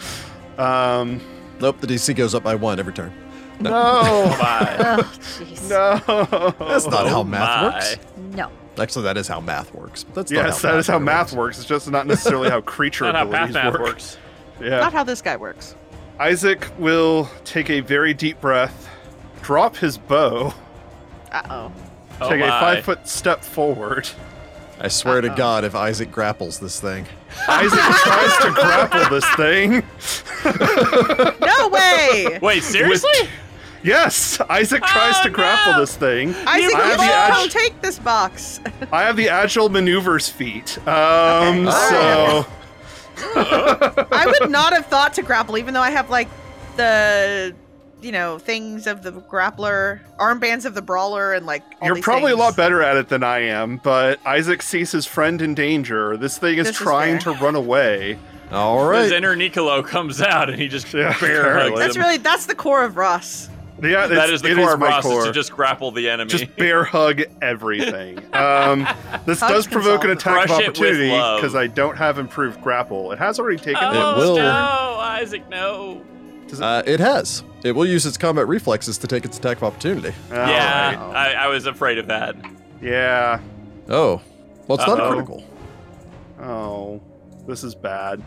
[SPEAKER 3] Um,
[SPEAKER 1] Nope, the DC goes up by one every turn. (laughs)
[SPEAKER 3] no,
[SPEAKER 2] Bye.
[SPEAKER 4] (laughs) Oh, jeez.
[SPEAKER 3] no.
[SPEAKER 1] That's not how
[SPEAKER 2] Oh
[SPEAKER 1] math
[SPEAKER 2] my.
[SPEAKER 1] works.
[SPEAKER 4] No.
[SPEAKER 1] Actually, that is how math works. But that's not
[SPEAKER 3] Yes, that is how math
[SPEAKER 1] works.
[SPEAKER 3] works. It's just not
[SPEAKER 1] (laughs)
[SPEAKER 3] necessarily how creature
[SPEAKER 2] Not how path
[SPEAKER 3] abilities
[SPEAKER 2] math
[SPEAKER 3] work.
[SPEAKER 2] works.
[SPEAKER 3] Yeah.
[SPEAKER 5] Not how this guy works.
[SPEAKER 3] Isaac will take a very deep breath, drop his bow,
[SPEAKER 5] Uh
[SPEAKER 3] (laughs)
[SPEAKER 5] oh.
[SPEAKER 2] Oh
[SPEAKER 3] take a
[SPEAKER 2] my.
[SPEAKER 3] five-foot step forward.
[SPEAKER 1] I swear to God, if Isaac grapples this thing,
[SPEAKER 3] Isaac tries to grapple this thing.
[SPEAKER 5] No
[SPEAKER 3] (laughs)
[SPEAKER 5] way.
[SPEAKER 2] Wait, seriously?
[SPEAKER 3] Yes, Isaac tries
[SPEAKER 2] Oh,
[SPEAKER 3] to grapple
[SPEAKER 2] no!
[SPEAKER 3] this thing.
[SPEAKER 5] Isaac,
[SPEAKER 3] I
[SPEAKER 5] you
[SPEAKER 3] have, the
[SPEAKER 5] should
[SPEAKER 3] ag-
[SPEAKER 5] come take this box.
[SPEAKER 3] I have the agile maneuvers feat. Um,
[SPEAKER 5] Okay.
[SPEAKER 3] so
[SPEAKER 5] I would not have thought to grapple, even though I have like the you know things of the grappler, armbands of the brawler, and like all
[SPEAKER 3] you're
[SPEAKER 5] these
[SPEAKER 3] probably a
[SPEAKER 5] things.
[SPEAKER 3] lot better at it than I am. But Isaac sees his friend in danger. This thing is
[SPEAKER 5] This is
[SPEAKER 3] trying to
[SPEAKER 5] fair.
[SPEAKER 3] run away.
[SPEAKER 1] all
[SPEAKER 2] His
[SPEAKER 1] right.
[SPEAKER 2] inner Niccolo comes out and he just
[SPEAKER 3] Yeah,
[SPEAKER 2] bear hugs
[SPEAKER 3] apparently.
[SPEAKER 5] That's
[SPEAKER 2] him.
[SPEAKER 5] really that's the core of Ross.
[SPEAKER 3] Yeah,
[SPEAKER 2] that
[SPEAKER 3] it's-
[SPEAKER 2] is the
[SPEAKER 3] it
[SPEAKER 2] core
[SPEAKER 3] is
[SPEAKER 2] of
[SPEAKER 3] my
[SPEAKER 2] Ross is
[SPEAKER 3] core.
[SPEAKER 2] to just grapple the enemy. (laughs)
[SPEAKER 3] Just bear hug
[SPEAKER 5] (laughs)
[SPEAKER 3] everything. Um, this
[SPEAKER 5] Hugs
[SPEAKER 3] does
[SPEAKER 5] can
[SPEAKER 3] provoke an
[SPEAKER 5] solve
[SPEAKER 3] attack of
[SPEAKER 2] Crush it with
[SPEAKER 3] opportunity
[SPEAKER 2] love.
[SPEAKER 3] because I don't have improved grapple. It has already taken.
[SPEAKER 2] oh
[SPEAKER 1] It will.
[SPEAKER 2] no, Isaac, no.
[SPEAKER 1] Uh, it has. It will use its combat reflexes to take its attack of opportunity.
[SPEAKER 3] Oh,
[SPEAKER 2] yeah, I,
[SPEAKER 3] right.
[SPEAKER 2] I was afraid of that.
[SPEAKER 3] yeah.
[SPEAKER 1] Oh, well, it's not a
[SPEAKER 2] Uh-oh.
[SPEAKER 1] critical.
[SPEAKER 3] Oh, this is bad.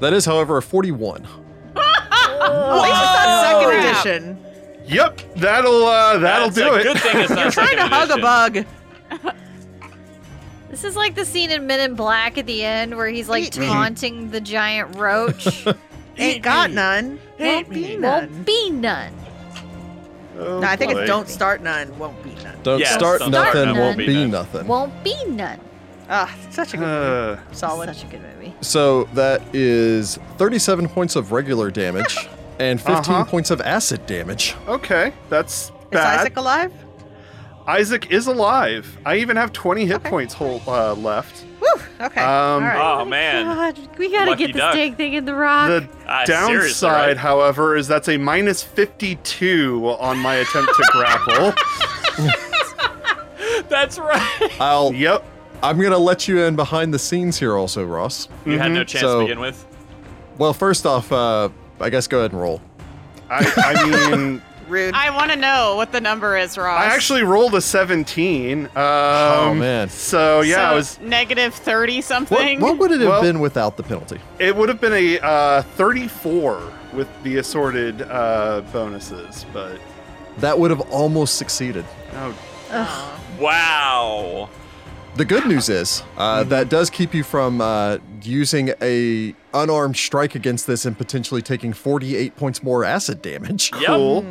[SPEAKER 1] That is, however, a 41.
[SPEAKER 5] At least
[SPEAKER 6] Whoa.
[SPEAKER 5] it's not second edition.
[SPEAKER 3] Yep, that'll uh, that'll
[SPEAKER 2] That's
[SPEAKER 3] do
[SPEAKER 2] a
[SPEAKER 3] it.
[SPEAKER 2] Good thing
[SPEAKER 5] (laughs)
[SPEAKER 2] it's
[SPEAKER 3] (laughs)
[SPEAKER 2] not
[SPEAKER 5] Trying to
[SPEAKER 2] second
[SPEAKER 5] hug a
[SPEAKER 2] edition.
[SPEAKER 5] bug.
[SPEAKER 4] This is like the scene in Men in Black at the end where he's like
[SPEAKER 5] Eat me.
[SPEAKER 4] taunting the giant (laughs) roach.
[SPEAKER 5] Ain't got none. Won't
[SPEAKER 2] me.
[SPEAKER 5] be
[SPEAKER 4] Won't
[SPEAKER 5] none.
[SPEAKER 4] be none.
[SPEAKER 3] Oh,
[SPEAKER 5] No, I think
[SPEAKER 3] boy.
[SPEAKER 5] it's don't start none. Won't be none.
[SPEAKER 1] Don't
[SPEAKER 2] Yes,
[SPEAKER 1] start
[SPEAKER 2] don't
[SPEAKER 1] nothing,
[SPEAKER 2] start
[SPEAKER 4] nothing,
[SPEAKER 1] won't
[SPEAKER 2] won't
[SPEAKER 1] be
[SPEAKER 2] be
[SPEAKER 1] nothing.
[SPEAKER 4] Won't be none.
[SPEAKER 5] Ah, such a good,
[SPEAKER 3] Uh,
[SPEAKER 5] solid.
[SPEAKER 4] Such a good movie.
[SPEAKER 1] So that is 37 points of regular damage and 15
[SPEAKER 3] Uh-huh.
[SPEAKER 1] points of acid damage.
[SPEAKER 3] Okay, that's
[SPEAKER 5] Is
[SPEAKER 3] bad.
[SPEAKER 5] Isaac alive?
[SPEAKER 3] Isaac is alive. I even have 20 hit
[SPEAKER 5] Okay.
[SPEAKER 3] points whole, uh, left.
[SPEAKER 5] Woo! Okay.
[SPEAKER 3] Um,
[SPEAKER 5] All right.
[SPEAKER 2] Oh man,
[SPEAKER 5] (laughs)
[SPEAKER 4] God, we gotta
[SPEAKER 2] Lucky
[SPEAKER 4] get this
[SPEAKER 2] duck.
[SPEAKER 4] dang thing in the rock.
[SPEAKER 3] The
[SPEAKER 2] Uh, seriously,
[SPEAKER 3] downside,
[SPEAKER 2] right?
[SPEAKER 3] however, is that's a minus 52 on my attempt to
[SPEAKER 5] (laughs)
[SPEAKER 3] grapple.
[SPEAKER 2] that's right.
[SPEAKER 1] I'll
[SPEAKER 3] Yep.
[SPEAKER 1] I'm gonna let you in behind the scenes here also, Ross.
[SPEAKER 2] You had no
[SPEAKER 3] Mhm.
[SPEAKER 2] chance
[SPEAKER 1] So-
[SPEAKER 2] to begin with.
[SPEAKER 1] Well, first off, uh, I guess go ahead and roll.
[SPEAKER 3] I, I mean,
[SPEAKER 5] Rude.
[SPEAKER 6] I want to know what the number is, Ross.
[SPEAKER 3] I actually rolled a 17. Um,
[SPEAKER 1] Oh, man.
[SPEAKER 3] So yeah,
[SPEAKER 6] so
[SPEAKER 3] it was.
[SPEAKER 6] negative thirty
[SPEAKER 1] What,
[SPEAKER 6] something.
[SPEAKER 1] what would it have
[SPEAKER 3] Well-
[SPEAKER 1] been without the penalty?
[SPEAKER 3] It would have been a uh, 34 with the assorted uh, bonuses, but
[SPEAKER 1] That would have almost succeeded.
[SPEAKER 3] oh,
[SPEAKER 5] Ugh.
[SPEAKER 2] Wow.
[SPEAKER 1] The good news is uh, that does keep you from uh, using a unarmed strike against this and potentially taking 48 points more acid damage.
[SPEAKER 2] Yep.
[SPEAKER 3] cool.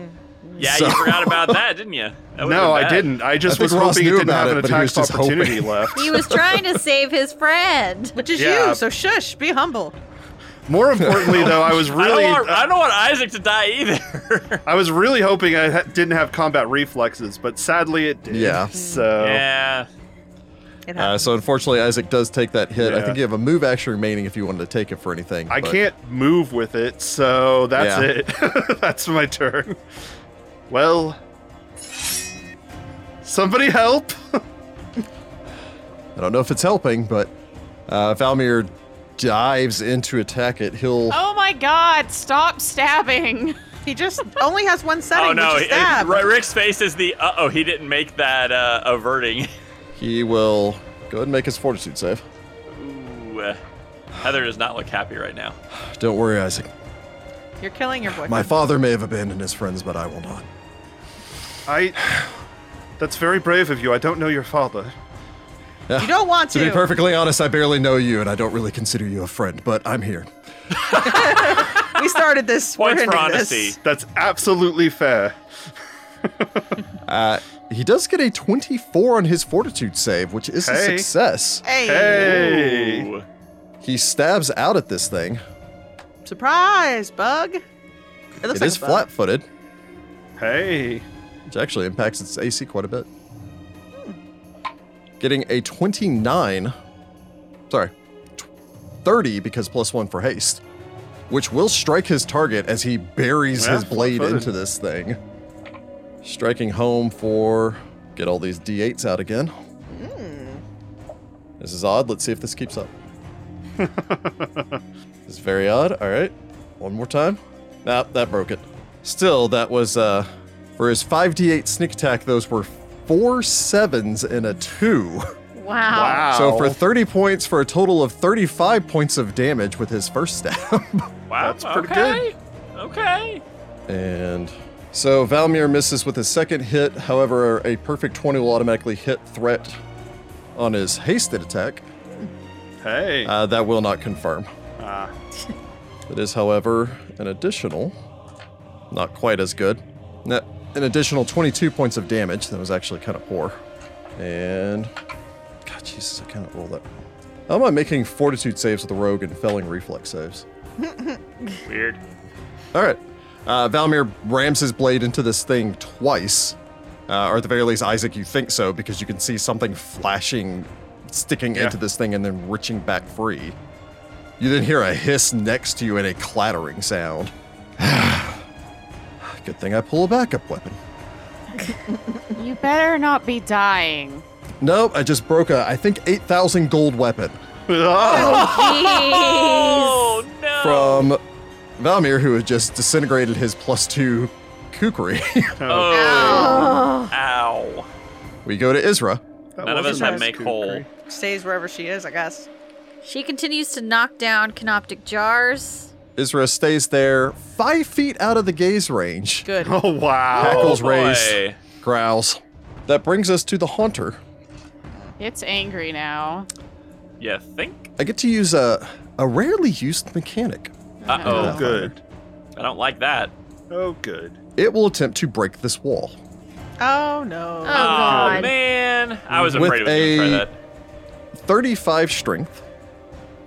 [SPEAKER 2] Yeah,
[SPEAKER 1] So-
[SPEAKER 2] you forgot about that, didn't you? That would've
[SPEAKER 3] No,
[SPEAKER 2] been
[SPEAKER 3] I
[SPEAKER 2] bad.
[SPEAKER 3] didn't. I just
[SPEAKER 1] I
[SPEAKER 3] was
[SPEAKER 1] think Ross
[SPEAKER 3] hoping it
[SPEAKER 1] knew
[SPEAKER 3] didn't
[SPEAKER 1] about
[SPEAKER 3] have
[SPEAKER 1] it,
[SPEAKER 3] an
[SPEAKER 1] but he was
[SPEAKER 3] attack
[SPEAKER 1] just hoping.
[SPEAKER 3] opportunity
[SPEAKER 1] (laughs)
[SPEAKER 3] left.
[SPEAKER 4] he was trying to save his friend.
[SPEAKER 5] Which is
[SPEAKER 3] yeah.
[SPEAKER 5] you, so shush, be humble.
[SPEAKER 3] More importantly, though, I was
[SPEAKER 2] I
[SPEAKER 3] really,
[SPEAKER 2] don't, want,
[SPEAKER 3] uh,
[SPEAKER 2] I don't want Isaac to die either. (laughs)
[SPEAKER 3] I was really hoping I ha- didn't have combat reflexes, but sadly it did.
[SPEAKER 1] Yeah.
[SPEAKER 3] So
[SPEAKER 2] Mm. yeah.
[SPEAKER 5] It
[SPEAKER 1] (laughs) Uh,
[SPEAKER 5] happens.
[SPEAKER 1] so unfortunately, Isaac does take that hit. I
[SPEAKER 3] Yeah.
[SPEAKER 1] think you have a move action remaining if you wanted to take it for anything.
[SPEAKER 3] I
[SPEAKER 1] but-
[SPEAKER 3] can't move with it, so that's it. (laughs) that's my turn. Well, somebody help! (laughs)
[SPEAKER 1] I don't know if it's helping, but uh, Valmir dives in to attack it. He'll
[SPEAKER 6] Oh my God! Stop stabbing.
[SPEAKER 5] he just only has one setting,
[SPEAKER 2] Oh no,
[SPEAKER 5] which
[SPEAKER 2] he-
[SPEAKER 5] is stab.
[SPEAKER 2] R- Rick's face is the uh oh. He didn't make that uh, averting. (laughs)
[SPEAKER 1] he will go ahead and make his fortitude save.
[SPEAKER 2] Ooh, uh, Heather does not look happy right now.
[SPEAKER 1] Don't worry, Isaac.
[SPEAKER 5] You're killing your boyfriend.
[SPEAKER 1] My father may have abandoned his friends, but I will not.
[SPEAKER 3] I. That's very brave of you. I don't know your father.
[SPEAKER 5] You don't
[SPEAKER 1] (laughs)
[SPEAKER 5] want
[SPEAKER 1] To
[SPEAKER 5] to.
[SPEAKER 1] be perfectly honest, I barely know you, and I don't really consider you a friend, but I'm here.
[SPEAKER 5] we started this.
[SPEAKER 2] (laughs) Points
[SPEAKER 5] we're
[SPEAKER 2] for
[SPEAKER 5] ending
[SPEAKER 2] honesty.
[SPEAKER 5] This.
[SPEAKER 3] That's absolutely fair.
[SPEAKER 1] Uh, he does get a 24 on his fortitude save, which is a
[SPEAKER 3] Hey.
[SPEAKER 1] success.
[SPEAKER 5] Hey,
[SPEAKER 3] Hey!
[SPEAKER 2] Ooh.
[SPEAKER 1] He stabs out at this thing.
[SPEAKER 5] surprise, bug. It
[SPEAKER 1] It
[SPEAKER 5] looks like
[SPEAKER 1] is
[SPEAKER 5] a bug.
[SPEAKER 1] flat footed,
[SPEAKER 3] Hey!
[SPEAKER 1] which actually impacts its AC quite a bit. Getting a 29, sorry, tw- 30 because plus one for haste, which will strike his target as he buries
[SPEAKER 3] Yeah,
[SPEAKER 1] his blade
[SPEAKER 3] flat-footed.
[SPEAKER 1] into this thing. Striking home for, get all these d8s out again. This is odd. Let's see if this keeps up. This is very odd. All right. One more time. Nah, that broke it. Still, that was uh for his 5d8 sneak attack, those were four sevens and a two.
[SPEAKER 4] Wow.
[SPEAKER 3] wow.
[SPEAKER 1] So for 30 points for a total of 35 points of damage with his first stab. (laughs)
[SPEAKER 2] Wow,
[SPEAKER 3] That's pretty
[SPEAKER 2] Oh, okay. good. Okay.
[SPEAKER 1] and so Valmir misses with his second hit. However, a perfect 20 will automatically hit threat on his hasted attack.
[SPEAKER 3] hey.
[SPEAKER 1] Uh, that will not confirm.
[SPEAKER 3] Ah.
[SPEAKER 1] It is, however, an additional, not quite as good, No, an additional 22 points of damage. That was actually kind of poor. And, God, Jesus, I cannot roll that. How am I making fortitude saves with the rogue and failing reflex saves?
[SPEAKER 2] Weird.
[SPEAKER 1] All right. Uh, Valmir rams his blade into this thing twice. Uh, or at the very least, Isaac, you think so, because you can see something flashing, sticking
[SPEAKER 3] Yeah.
[SPEAKER 1] into this thing and then reaching back free. You then hear a hiss next to you and a clattering sound. (sighs) Good thing I pull a backup weapon.
[SPEAKER 6] You better not be dying.
[SPEAKER 1] Nope, I just broke a, I think, 8,000 gold weapon
[SPEAKER 3] (laughs) Oh,
[SPEAKER 4] Jeez.
[SPEAKER 2] Oh
[SPEAKER 1] from
[SPEAKER 2] no.
[SPEAKER 1] Valmir, who had just disintegrated his plus two kukri. (laughs)
[SPEAKER 2] Oh. Ow.
[SPEAKER 1] we go to Isra.
[SPEAKER 3] that
[SPEAKER 2] None of
[SPEAKER 3] wasn't
[SPEAKER 2] us have
[SPEAKER 3] nice,
[SPEAKER 2] make
[SPEAKER 3] Kukri.
[SPEAKER 2] whole.
[SPEAKER 5] Stays wherever she is, I guess.
[SPEAKER 4] She continues to knock down canoptic jars.
[SPEAKER 1] Isra stays there five feet out of the gaze range.
[SPEAKER 5] Good.
[SPEAKER 3] Oh wow.
[SPEAKER 1] Hackles
[SPEAKER 2] boy.
[SPEAKER 1] raise, growls. That brings us to the Haunter.
[SPEAKER 6] It's angry now.
[SPEAKER 2] You think?
[SPEAKER 1] I get to use a, a rarely used mechanic.
[SPEAKER 2] Uh
[SPEAKER 1] Oh.
[SPEAKER 2] oh.
[SPEAKER 3] Oh good.
[SPEAKER 2] I don't like that.
[SPEAKER 3] Oh good.
[SPEAKER 1] It will attempt to break this wall.
[SPEAKER 5] Oh no.
[SPEAKER 4] Oh, God.
[SPEAKER 2] man. I was
[SPEAKER 1] With
[SPEAKER 2] afraid it was
[SPEAKER 1] a-
[SPEAKER 2] going to try that.
[SPEAKER 1] 35 strength.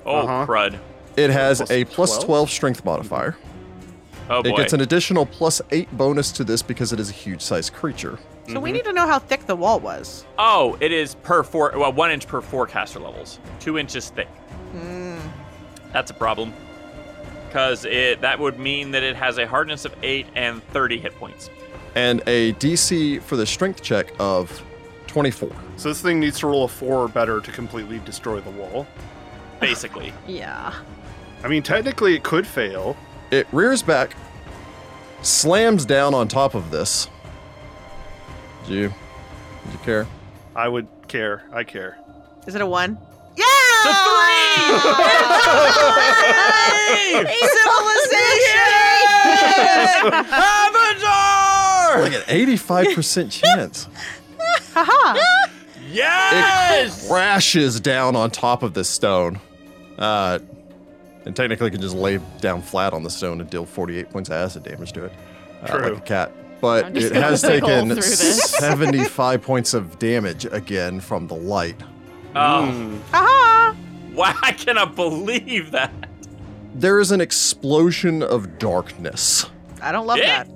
[SPEAKER 2] Oh
[SPEAKER 3] Uh-huh.
[SPEAKER 2] crud.
[SPEAKER 1] It has
[SPEAKER 3] Plus
[SPEAKER 1] a plus 12?
[SPEAKER 3] 12?
[SPEAKER 1] strength modifier.
[SPEAKER 2] Oh boy.
[SPEAKER 1] It gets an additional plus eight bonus to this because it is a huge sized creature.
[SPEAKER 5] So we need to know how thick the wall was.
[SPEAKER 2] oh, it is per four. Well, one inch per forecaster levels. Two inches thick.
[SPEAKER 5] Mm.
[SPEAKER 2] That's a problem. Because it that would mean that it has a hardness of eight and 30 hit points.
[SPEAKER 1] And a DC for the strength check of 24.
[SPEAKER 3] So this thing needs to roll a four or better to completely destroy the wall.
[SPEAKER 5] (laughs)
[SPEAKER 2] Basically,
[SPEAKER 4] Yeah.
[SPEAKER 3] I mean, technically, it could fail.
[SPEAKER 1] It rears back, slams down on top of this. Do you, do you care?
[SPEAKER 3] I would care. I care.
[SPEAKER 5] Is it a one? Yeah! Civilization!
[SPEAKER 1] Like an 85% chance.
[SPEAKER 5] Haha!
[SPEAKER 2] yes.
[SPEAKER 1] Crashes down on top of this stone. Uh, and technically can just lay down flat on the stone and deal 48 points of acid damage to it. Uh,
[SPEAKER 3] True.
[SPEAKER 1] Like a cat.
[SPEAKER 6] I'm
[SPEAKER 1] But
[SPEAKER 6] just
[SPEAKER 1] it has
[SPEAKER 6] gonna roll through
[SPEAKER 1] taken
[SPEAKER 6] this. (laughs)
[SPEAKER 1] 75 points of damage again from the light.
[SPEAKER 2] Oh,
[SPEAKER 1] Hmm.
[SPEAKER 5] Haha!
[SPEAKER 2] wow! I cannot believe that.
[SPEAKER 1] There is an explosion of darkness.
[SPEAKER 5] I don't love
[SPEAKER 2] Yeah.
[SPEAKER 5] that.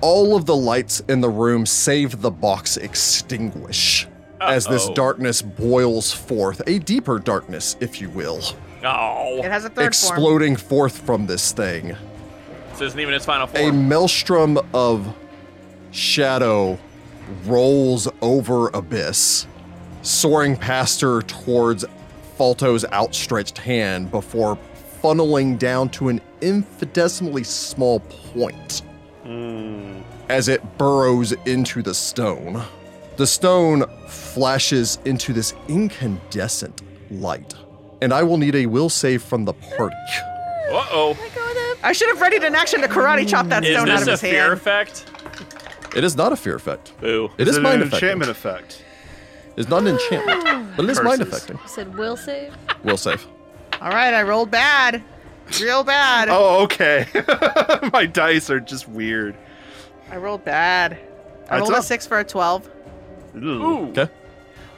[SPEAKER 1] All of the lights in the room, save the box, extinguish as this
[SPEAKER 2] Uh-oh.
[SPEAKER 1] darkness boils forth, a deeper darkness, if you will,
[SPEAKER 5] It
[SPEAKER 2] Oh,
[SPEAKER 5] has a third form.
[SPEAKER 1] exploding forth from this thing.
[SPEAKER 2] this isn't even its final
[SPEAKER 1] A
[SPEAKER 2] form.
[SPEAKER 1] maelstrom of shadow rolls over Abyss, soaring past her towards Falto's outstretched hand before funneling down to an infinitesimally small point as it burrows into the stone. The stone flashes into this incandescent light, and I will need a will save from the party.
[SPEAKER 2] Uh oh.
[SPEAKER 5] I should have readied an action to karate chop that
[SPEAKER 2] Is
[SPEAKER 5] stone out
[SPEAKER 2] this
[SPEAKER 5] of
[SPEAKER 2] a
[SPEAKER 5] his
[SPEAKER 2] fear
[SPEAKER 5] hand.
[SPEAKER 2] effect?
[SPEAKER 1] It is not a fear effect.
[SPEAKER 2] Boo.
[SPEAKER 1] It is,
[SPEAKER 3] it
[SPEAKER 1] mind
[SPEAKER 3] an
[SPEAKER 1] affecting.
[SPEAKER 3] enchantment effect?
[SPEAKER 1] It's not an enchantment, but it is mind
[SPEAKER 3] Curses.
[SPEAKER 1] affecting.
[SPEAKER 4] I said will save.
[SPEAKER 1] Will save.
[SPEAKER 5] All right, I rolled bad. Real bad.
[SPEAKER 3] Oh, okay. (laughs) My dice are just weird.
[SPEAKER 5] I rolled bad. I
[SPEAKER 3] That's
[SPEAKER 5] rolled a
[SPEAKER 3] up.
[SPEAKER 5] six for a 12.
[SPEAKER 3] Ooh.
[SPEAKER 2] Ooh.
[SPEAKER 1] Okay.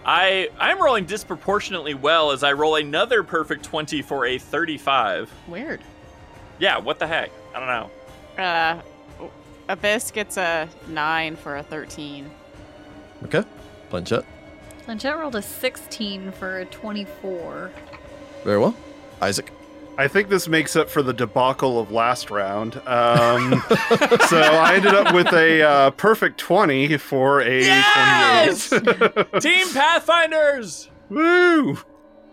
[SPEAKER 2] I I'm rolling disproportionately well as I roll another perfect 20 for a 35.
[SPEAKER 5] Weird.
[SPEAKER 2] Yeah, what the heck? I don't know.
[SPEAKER 6] Uh, Abyss gets a nine for a thirteen.
[SPEAKER 1] Okay. Planchette.
[SPEAKER 4] Lynchette rolled a 16 for a 24.
[SPEAKER 1] Very well. Isaac.
[SPEAKER 3] I think this makes up for the debacle of last round. Um, (laughs) so I ended up with a uh, perfect 20 for a 28.
[SPEAKER 2] (laughs) Team Pathfinders!
[SPEAKER 3] Woo!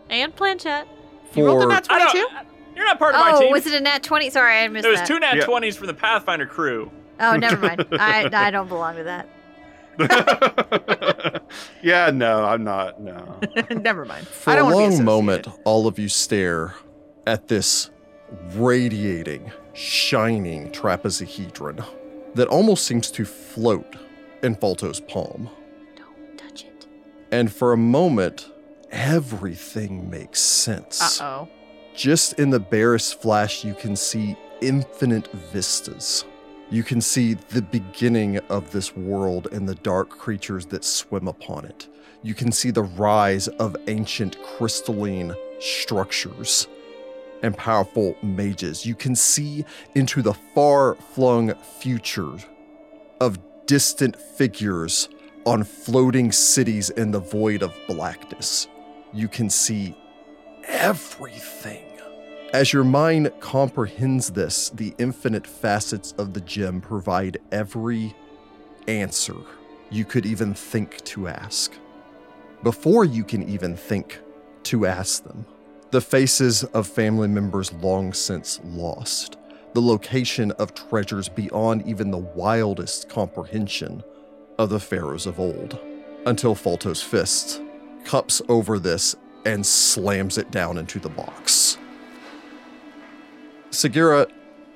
[SPEAKER 4] And Planchette.
[SPEAKER 5] You rolled a
[SPEAKER 1] For-
[SPEAKER 5] nat
[SPEAKER 2] I don't-
[SPEAKER 5] 22?
[SPEAKER 2] You're not part of my
[SPEAKER 4] Oh,
[SPEAKER 2] team.
[SPEAKER 4] was it a nat 20? Sorry, I missed
[SPEAKER 2] There was
[SPEAKER 4] that.
[SPEAKER 2] two nat
[SPEAKER 3] Yeah.
[SPEAKER 2] 20s from the Pathfinder crew.
[SPEAKER 4] Oh, never mind.
[SPEAKER 2] (laughs)
[SPEAKER 4] I, I don't belong to that.
[SPEAKER 3] (laughs) yeah, no, I'm not. No.
[SPEAKER 5] Never mind.
[SPEAKER 1] For
[SPEAKER 5] I
[SPEAKER 1] a
[SPEAKER 5] don't want to
[SPEAKER 1] long
[SPEAKER 5] be
[SPEAKER 1] moment,
[SPEAKER 5] associated.
[SPEAKER 1] all of you stare at this radiating, shining trapezohedron that almost seems to float in Falto's palm.
[SPEAKER 4] Don't touch it.
[SPEAKER 1] And for a moment, everything makes sense.
[SPEAKER 5] Uh-oh.
[SPEAKER 1] Just in the barest flash, you can see infinite vistas. You can see the beginning of this world and the dark creatures that swim upon it. You can see the rise of ancient crystalline structures and powerful mages. You can see into the far flung future of distant figures on floating cities in the void of blackness. You can see everything. As your mind comprehends this, the infinite facets of the gem provide every answer you could even think to ask. Before you can even think to ask them, the faces of family members long since lost, the location of treasures beyond even the wildest comprehension of the pharaohs of old, until Falto's fist cups over this and slams it down into the box. Sagira,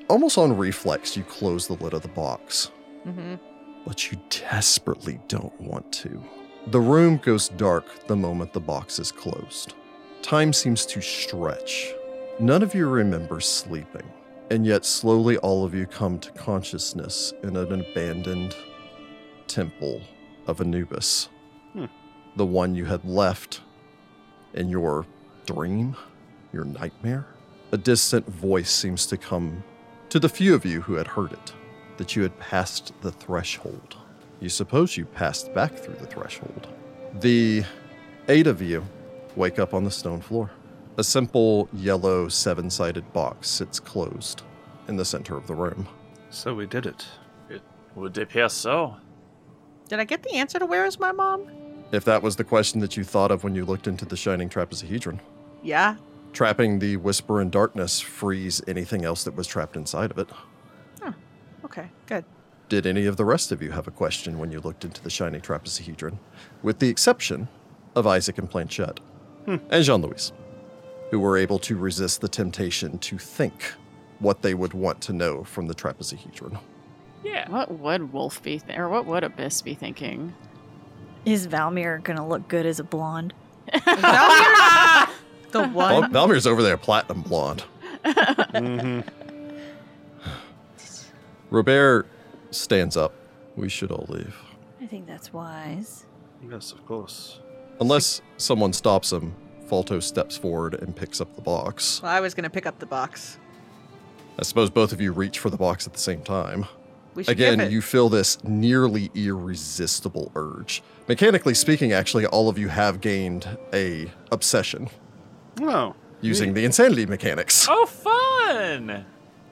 [SPEAKER 1] almost on reflex, you close the lid of the box,
[SPEAKER 5] Mm-hmm.
[SPEAKER 1] but you desperately don't want to. The room goes dark the moment the box is closed. Time seems to stretch. None of you remember sleeping, and yet slowly all of you come to consciousness in an abandoned temple of Anubis.
[SPEAKER 3] Hmm.
[SPEAKER 1] The one you had left in your dream, your nightmare. A distant voice seems to come to the few of you who had heard it, that you had passed the threshold. You suppose you passed back through the threshold. The eight of you wake up on the stone floor. A simple yellow seven sided box sits closed in the center of the room.
[SPEAKER 3] So we did it.
[SPEAKER 2] Would appear so.
[SPEAKER 5] Did I get the answer to where is my mom?
[SPEAKER 1] If that was the question that you thought of when you looked into the shining trapezohedron,
[SPEAKER 5] Yeah.
[SPEAKER 1] trapping the whisper in darkness frees anything else that was trapped inside of it.
[SPEAKER 5] Okay. Good.
[SPEAKER 1] Did any of the rest of you have a question when you looked into the shining trapezohedron? With the exception of Isaac and Planchette and Jean Louis, who were able to resist the temptation to think what they would want to know from the trapezohedron.
[SPEAKER 2] Yeah.
[SPEAKER 6] What would Wolf be, th- or what would Abyss be thinking?
[SPEAKER 4] Is Valmir gonna look good as a blonde?
[SPEAKER 5] The
[SPEAKER 1] Val-
[SPEAKER 5] one.
[SPEAKER 1] Valmir's over there, platinum blonde.
[SPEAKER 3] Mhm.
[SPEAKER 1] (sighs) Robert stands up. We should all leave.
[SPEAKER 4] I think that's wise.
[SPEAKER 3] Yes, of course.
[SPEAKER 1] Unless someone stops him, Falto steps forward and picks up the box.
[SPEAKER 5] Well, I was gonna pick up the box.
[SPEAKER 1] I suppose both of you reach for the box at the same time.
[SPEAKER 5] We should give
[SPEAKER 1] Again,
[SPEAKER 5] it.
[SPEAKER 1] you feel this nearly irresistible urge. Mechanically speaking, actually, all of you have gained a obsession
[SPEAKER 3] Oh.
[SPEAKER 1] using the insanity mechanics,
[SPEAKER 2] Oh, fun!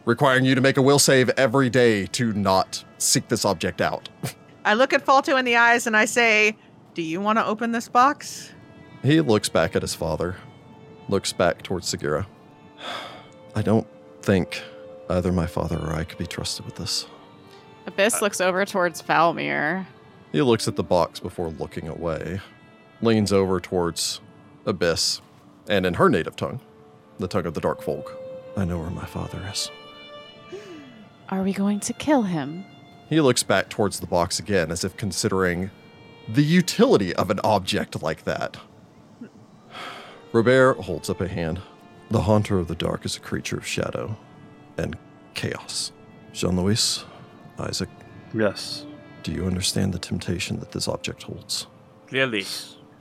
[SPEAKER 1] requiring you to make a will save every day to not seek this object out. (laughs)
[SPEAKER 5] I look at Falto in the eyes and I say, "Do you want to open this box?"
[SPEAKER 1] He looks back at his father, looks back towards Segura. (sighs) I don't think either my father or I could be trusted with this. Uh,
[SPEAKER 6] Abyss looks over towards Valmir.
[SPEAKER 1] He looks at the box before looking away, leans over towards Abyss, and in her native tongue, the tongue of the Dark Folk, I know where my father is.
[SPEAKER 6] Are we going to kill him?
[SPEAKER 1] He looks back towards the box again as if considering the utility of an object like that. Robert holds up a hand. The Haunter of the Dark is a creature of shadow and chaos. Jean Louis, Isaac,
[SPEAKER 3] Yes.
[SPEAKER 1] do you understand the temptation that this object holds?
[SPEAKER 2] Clearly,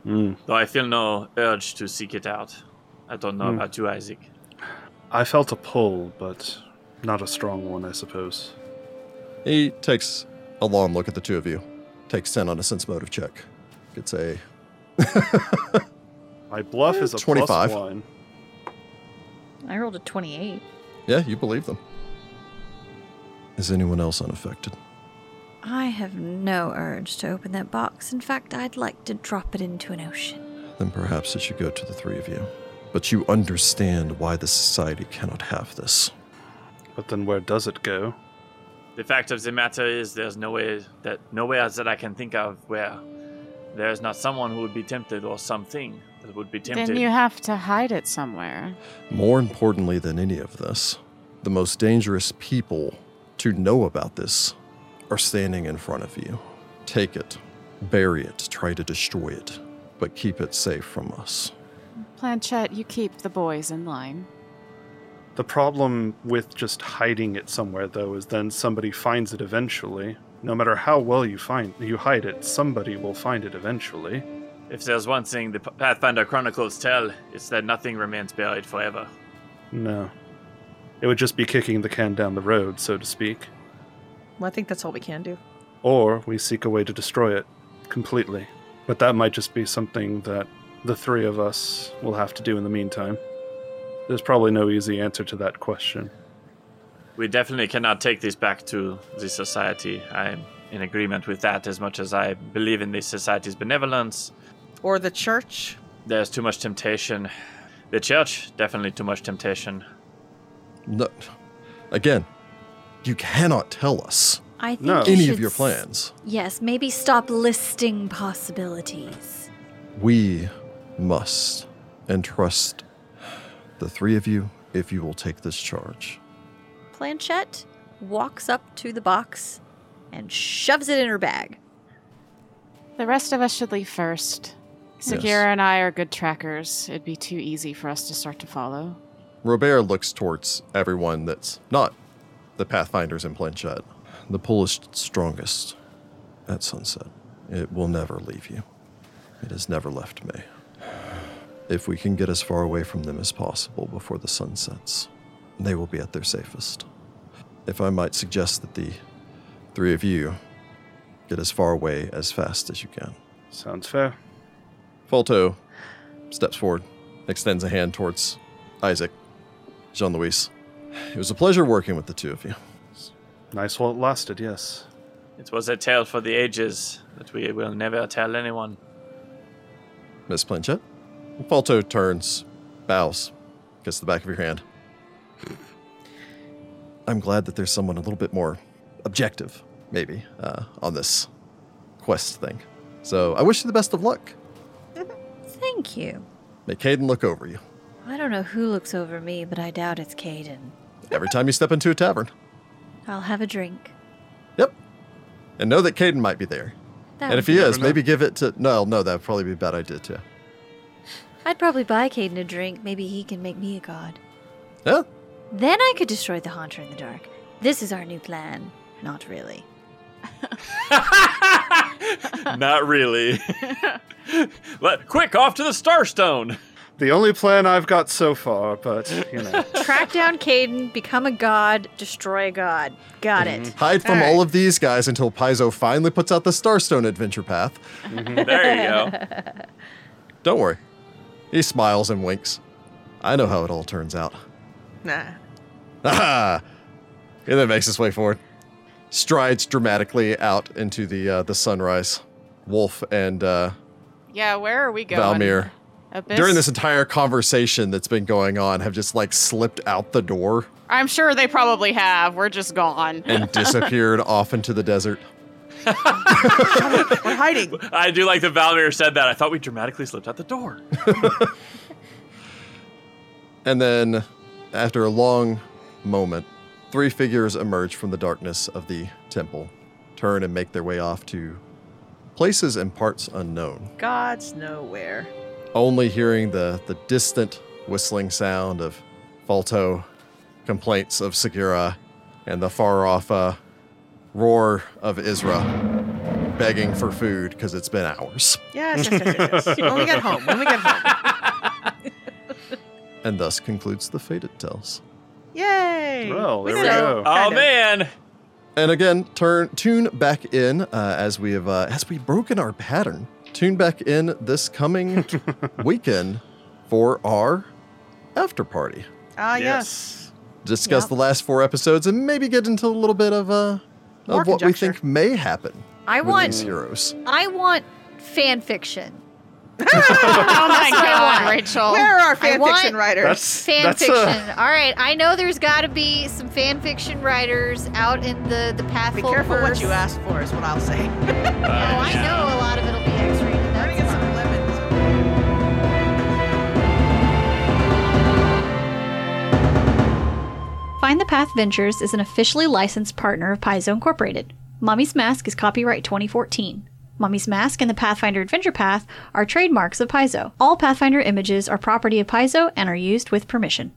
[SPEAKER 3] Mm.
[SPEAKER 2] though I feel no urge to seek it out. I don't
[SPEAKER 3] Hmm.
[SPEAKER 2] know about you, Isaac.
[SPEAKER 3] I felt a pull, but not a strong one, I suppose.
[SPEAKER 1] He takes a long look at the two of you. Takes 10 on a sense motive check. It's a
[SPEAKER 3] My bluff is a plus
[SPEAKER 1] 25.
[SPEAKER 3] one.
[SPEAKER 4] I rolled a 28.
[SPEAKER 1] yeah, you believe them. Is anyone else unaffected?
[SPEAKER 4] I have no urge to open that box. In fact, I'd like to drop it into an ocean.
[SPEAKER 1] Then perhaps it should go to the three of you. But you understand why the society cannot have this.
[SPEAKER 3] But then where does it go?
[SPEAKER 2] The fact of the matter is, there's no way that nowhere that I can think of where there is not someone who would be tempted or something that would be tempted.
[SPEAKER 6] Then you have to hide it somewhere.
[SPEAKER 1] More importantly than any of this, the most dangerous people to know about this are standing in front of you. Take it, bury it, try to destroy it, but keep it safe from us.
[SPEAKER 6] Planchette, you keep the boys in line.
[SPEAKER 3] The problem with just hiding it somewhere, though, is then somebody finds it eventually. No matter how well you find you hide it, somebody will find it eventually.
[SPEAKER 2] if there's one thing the P- Pathfinder Chronicles tell, it's that nothing remains buried forever.
[SPEAKER 3] No, it would just be kicking the can down the road, so to speak.
[SPEAKER 5] Well, I think that's all we can do.
[SPEAKER 3] Or we seek a way to destroy it completely. But that might just be something that the three of us will have to do in the meantime. There's probably no easy answer to that question.
[SPEAKER 2] We definitely cannot take this back to the society. I'm in agreement with that as much as I believe in the society's benevolence.
[SPEAKER 5] Or the church.
[SPEAKER 2] There's too much temptation. The church, definitely too much temptation.
[SPEAKER 1] No. Again, you cannot tell us
[SPEAKER 4] I think
[SPEAKER 3] No.
[SPEAKER 4] Oh. you
[SPEAKER 1] any
[SPEAKER 4] should
[SPEAKER 1] of your
[SPEAKER 4] s-
[SPEAKER 1] plans.
[SPEAKER 4] yes, maybe stop listing possibilities.
[SPEAKER 1] We must entrust the three of you if you will take this charge.
[SPEAKER 4] Planchette walks up to the box and shoves it in her bag.
[SPEAKER 6] The rest of us should leave first. Sagira and I are good trackers. It'd be too easy for us to start to follow.
[SPEAKER 1] Robert looks towards everyone that's not the Pathfinders in Planchette. The pull is strongest at sunset. It will never leave you. It has never left me. If we can get as far away from them as possible before the sun sets, they will be at their safest. if I might suggest that the three of you get as far away as fast as you can.
[SPEAKER 3] Sounds fair.
[SPEAKER 1] Falto steps forward, extends a hand towards Isaac, Jean Louis. It was a pleasure working with the two of you.
[SPEAKER 3] Nice while it lasted, yes.
[SPEAKER 2] It was a tale for the ages that we will never tell anyone.
[SPEAKER 1] Miss Planchette. Falto turns, bows, gets the back of your hand. I'm glad that there's someone a little bit more objective, maybe, uh, on this quest thing. So I wish you the best of luck.
[SPEAKER 4] Thank you.
[SPEAKER 1] Make Caden look over you
[SPEAKER 4] I don't know who looks over me, but I doubt it's Caden.
[SPEAKER 1] every time you step into a tavern.
[SPEAKER 4] I'll have a drink.
[SPEAKER 1] Yep. And know that Caden might be there.
[SPEAKER 4] That
[SPEAKER 1] and
[SPEAKER 4] would
[SPEAKER 1] if he
[SPEAKER 4] be-
[SPEAKER 1] is,
[SPEAKER 3] know.
[SPEAKER 1] maybe give it to. No, no, that'd probably be a bad idea too.
[SPEAKER 4] I'd probably buy Caden a drink. Maybe he can make me a god.
[SPEAKER 1] Yeah.
[SPEAKER 4] Then I could destroy the Haunter in the dark. This is our new plan. Not really.
[SPEAKER 2] Not really. Let, quick, off to the Starstone.
[SPEAKER 3] The only plan I've got so far, but you know.
[SPEAKER 4] Track down Caden, become a god, destroy a god. Got it.
[SPEAKER 1] Hide from
[SPEAKER 4] Alright.
[SPEAKER 1] all of these guys until Paizo finally puts out the Starstone adventure path.
[SPEAKER 2] There you go.
[SPEAKER 1] Don't worry. He smiles and winks. I know how it all turns out. (laughs)
[SPEAKER 5] Nah.
[SPEAKER 1] Ah! And then makes his way forward. Strides dramatically out into the uh, the sunrise. Wolf and uh,
[SPEAKER 6] Yeah, where are we going?
[SPEAKER 1] Valmir,
[SPEAKER 6] Abyss?
[SPEAKER 1] during this entire conversation that's been going on, have just like slipped out the door
[SPEAKER 6] I'm sure they probably have. We're just gone.
[SPEAKER 1] and disappeared (laughs) off into the desert.
[SPEAKER 5] We're hiding.
[SPEAKER 2] I do like that Valmir said that. I thought we dramatically slipped out the door.
[SPEAKER 1] And then, after a long moment, three figures emerge from the darkness of the temple, turn and make their way off to places and parts unknown,
[SPEAKER 5] (laughs) God's nowhere.
[SPEAKER 1] only hearing the, the distant whistling sound of Falto, complaints of Segura, and the far off uh, roar of Isra begging for food because it's been hours.
[SPEAKER 5] Yes, yes, yes, yes, yes. when we
[SPEAKER 3] (laughs)
[SPEAKER 5] get home. When we get home.
[SPEAKER 1] And thus concludes the Fate It Tells.
[SPEAKER 5] Yay.
[SPEAKER 3] Well, there
[SPEAKER 5] did
[SPEAKER 3] we
[SPEAKER 5] it.
[SPEAKER 3] go.
[SPEAKER 2] Oh
[SPEAKER 5] Kind of.
[SPEAKER 2] man.
[SPEAKER 1] And again, turn tune back in uh, as we have uh, as we've broken our pattern. Tune back in this
[SPEAKER 5] (laughs)
[SPEAKER 1] coming weekend for our after party.
[SPEAKER 5] Ah, yes.
[SPEAKER 3] Yes.
[SPEAKER 1] Discuss
[SPEAKER 4] Yep.
[SPEAKER 1] the last four episodes and maybe get into a little bit of uh,
[SPEAKER 5] More
[SPEAKER 1] of what we
[SPEAKER 5] conjecture.
[SPEAKER 1] think may happen
[SPEAKER 4] I
[SPEAKER 1] with
[SPEAKER 4] want
[SPEAKER 1] these heroes.
[SPEAKER 4] I want
[SPEAKER 1] (laughs)
[SPEAKER 4] fan fiction. (laughs)
[SPEAKER 6] oh my
[SPEAKER 4] That's what I
[SPEAKER 6] god,
[SPEAKER 4] want.
[SPEAKER 6] Rachel.
[SPEAKER 5] Where are fan
[SPEAKER 4] want-
[SPEAKER 5] fiction writers?
[SPEAKER 3] That's
[SPEAKER 4] Fan
[SPEAKER 3] that's uh,
[SPEAKER 4] fiction.
[SPEAKER 3] a,
[SPEAKER 4] All right, I know there's got to be some fan fiction writers out in the the path.
[SPEAKER 5] Be careful what
[SPEAKER 4] forward.
[SPEAKER 5] you ask for, is what I'll say.
[SPEAKER 2] Oh,
[SPEAKER 4] Oh, I
[SPEAKER 2] yeah.
[SPEAKER 4] know a lot of it'll be X-rated.
[SPEAKER 5] We're gonna
[SPEAKER 4] That's
[SPEAKER 5] get
[SPEAKER 4] fine.
[SPEAKER 5] some lemons.
[SPEAKER 7] Find the Path Ventures is an officially licensed partner of Paizo Incorporated. Mummy's Mask is copyright 2014. Mummy's Mask and the Pathfinder Adventure Path are trademarks of Paizo. All Pathfinder images are property of Paizo and are used with permission.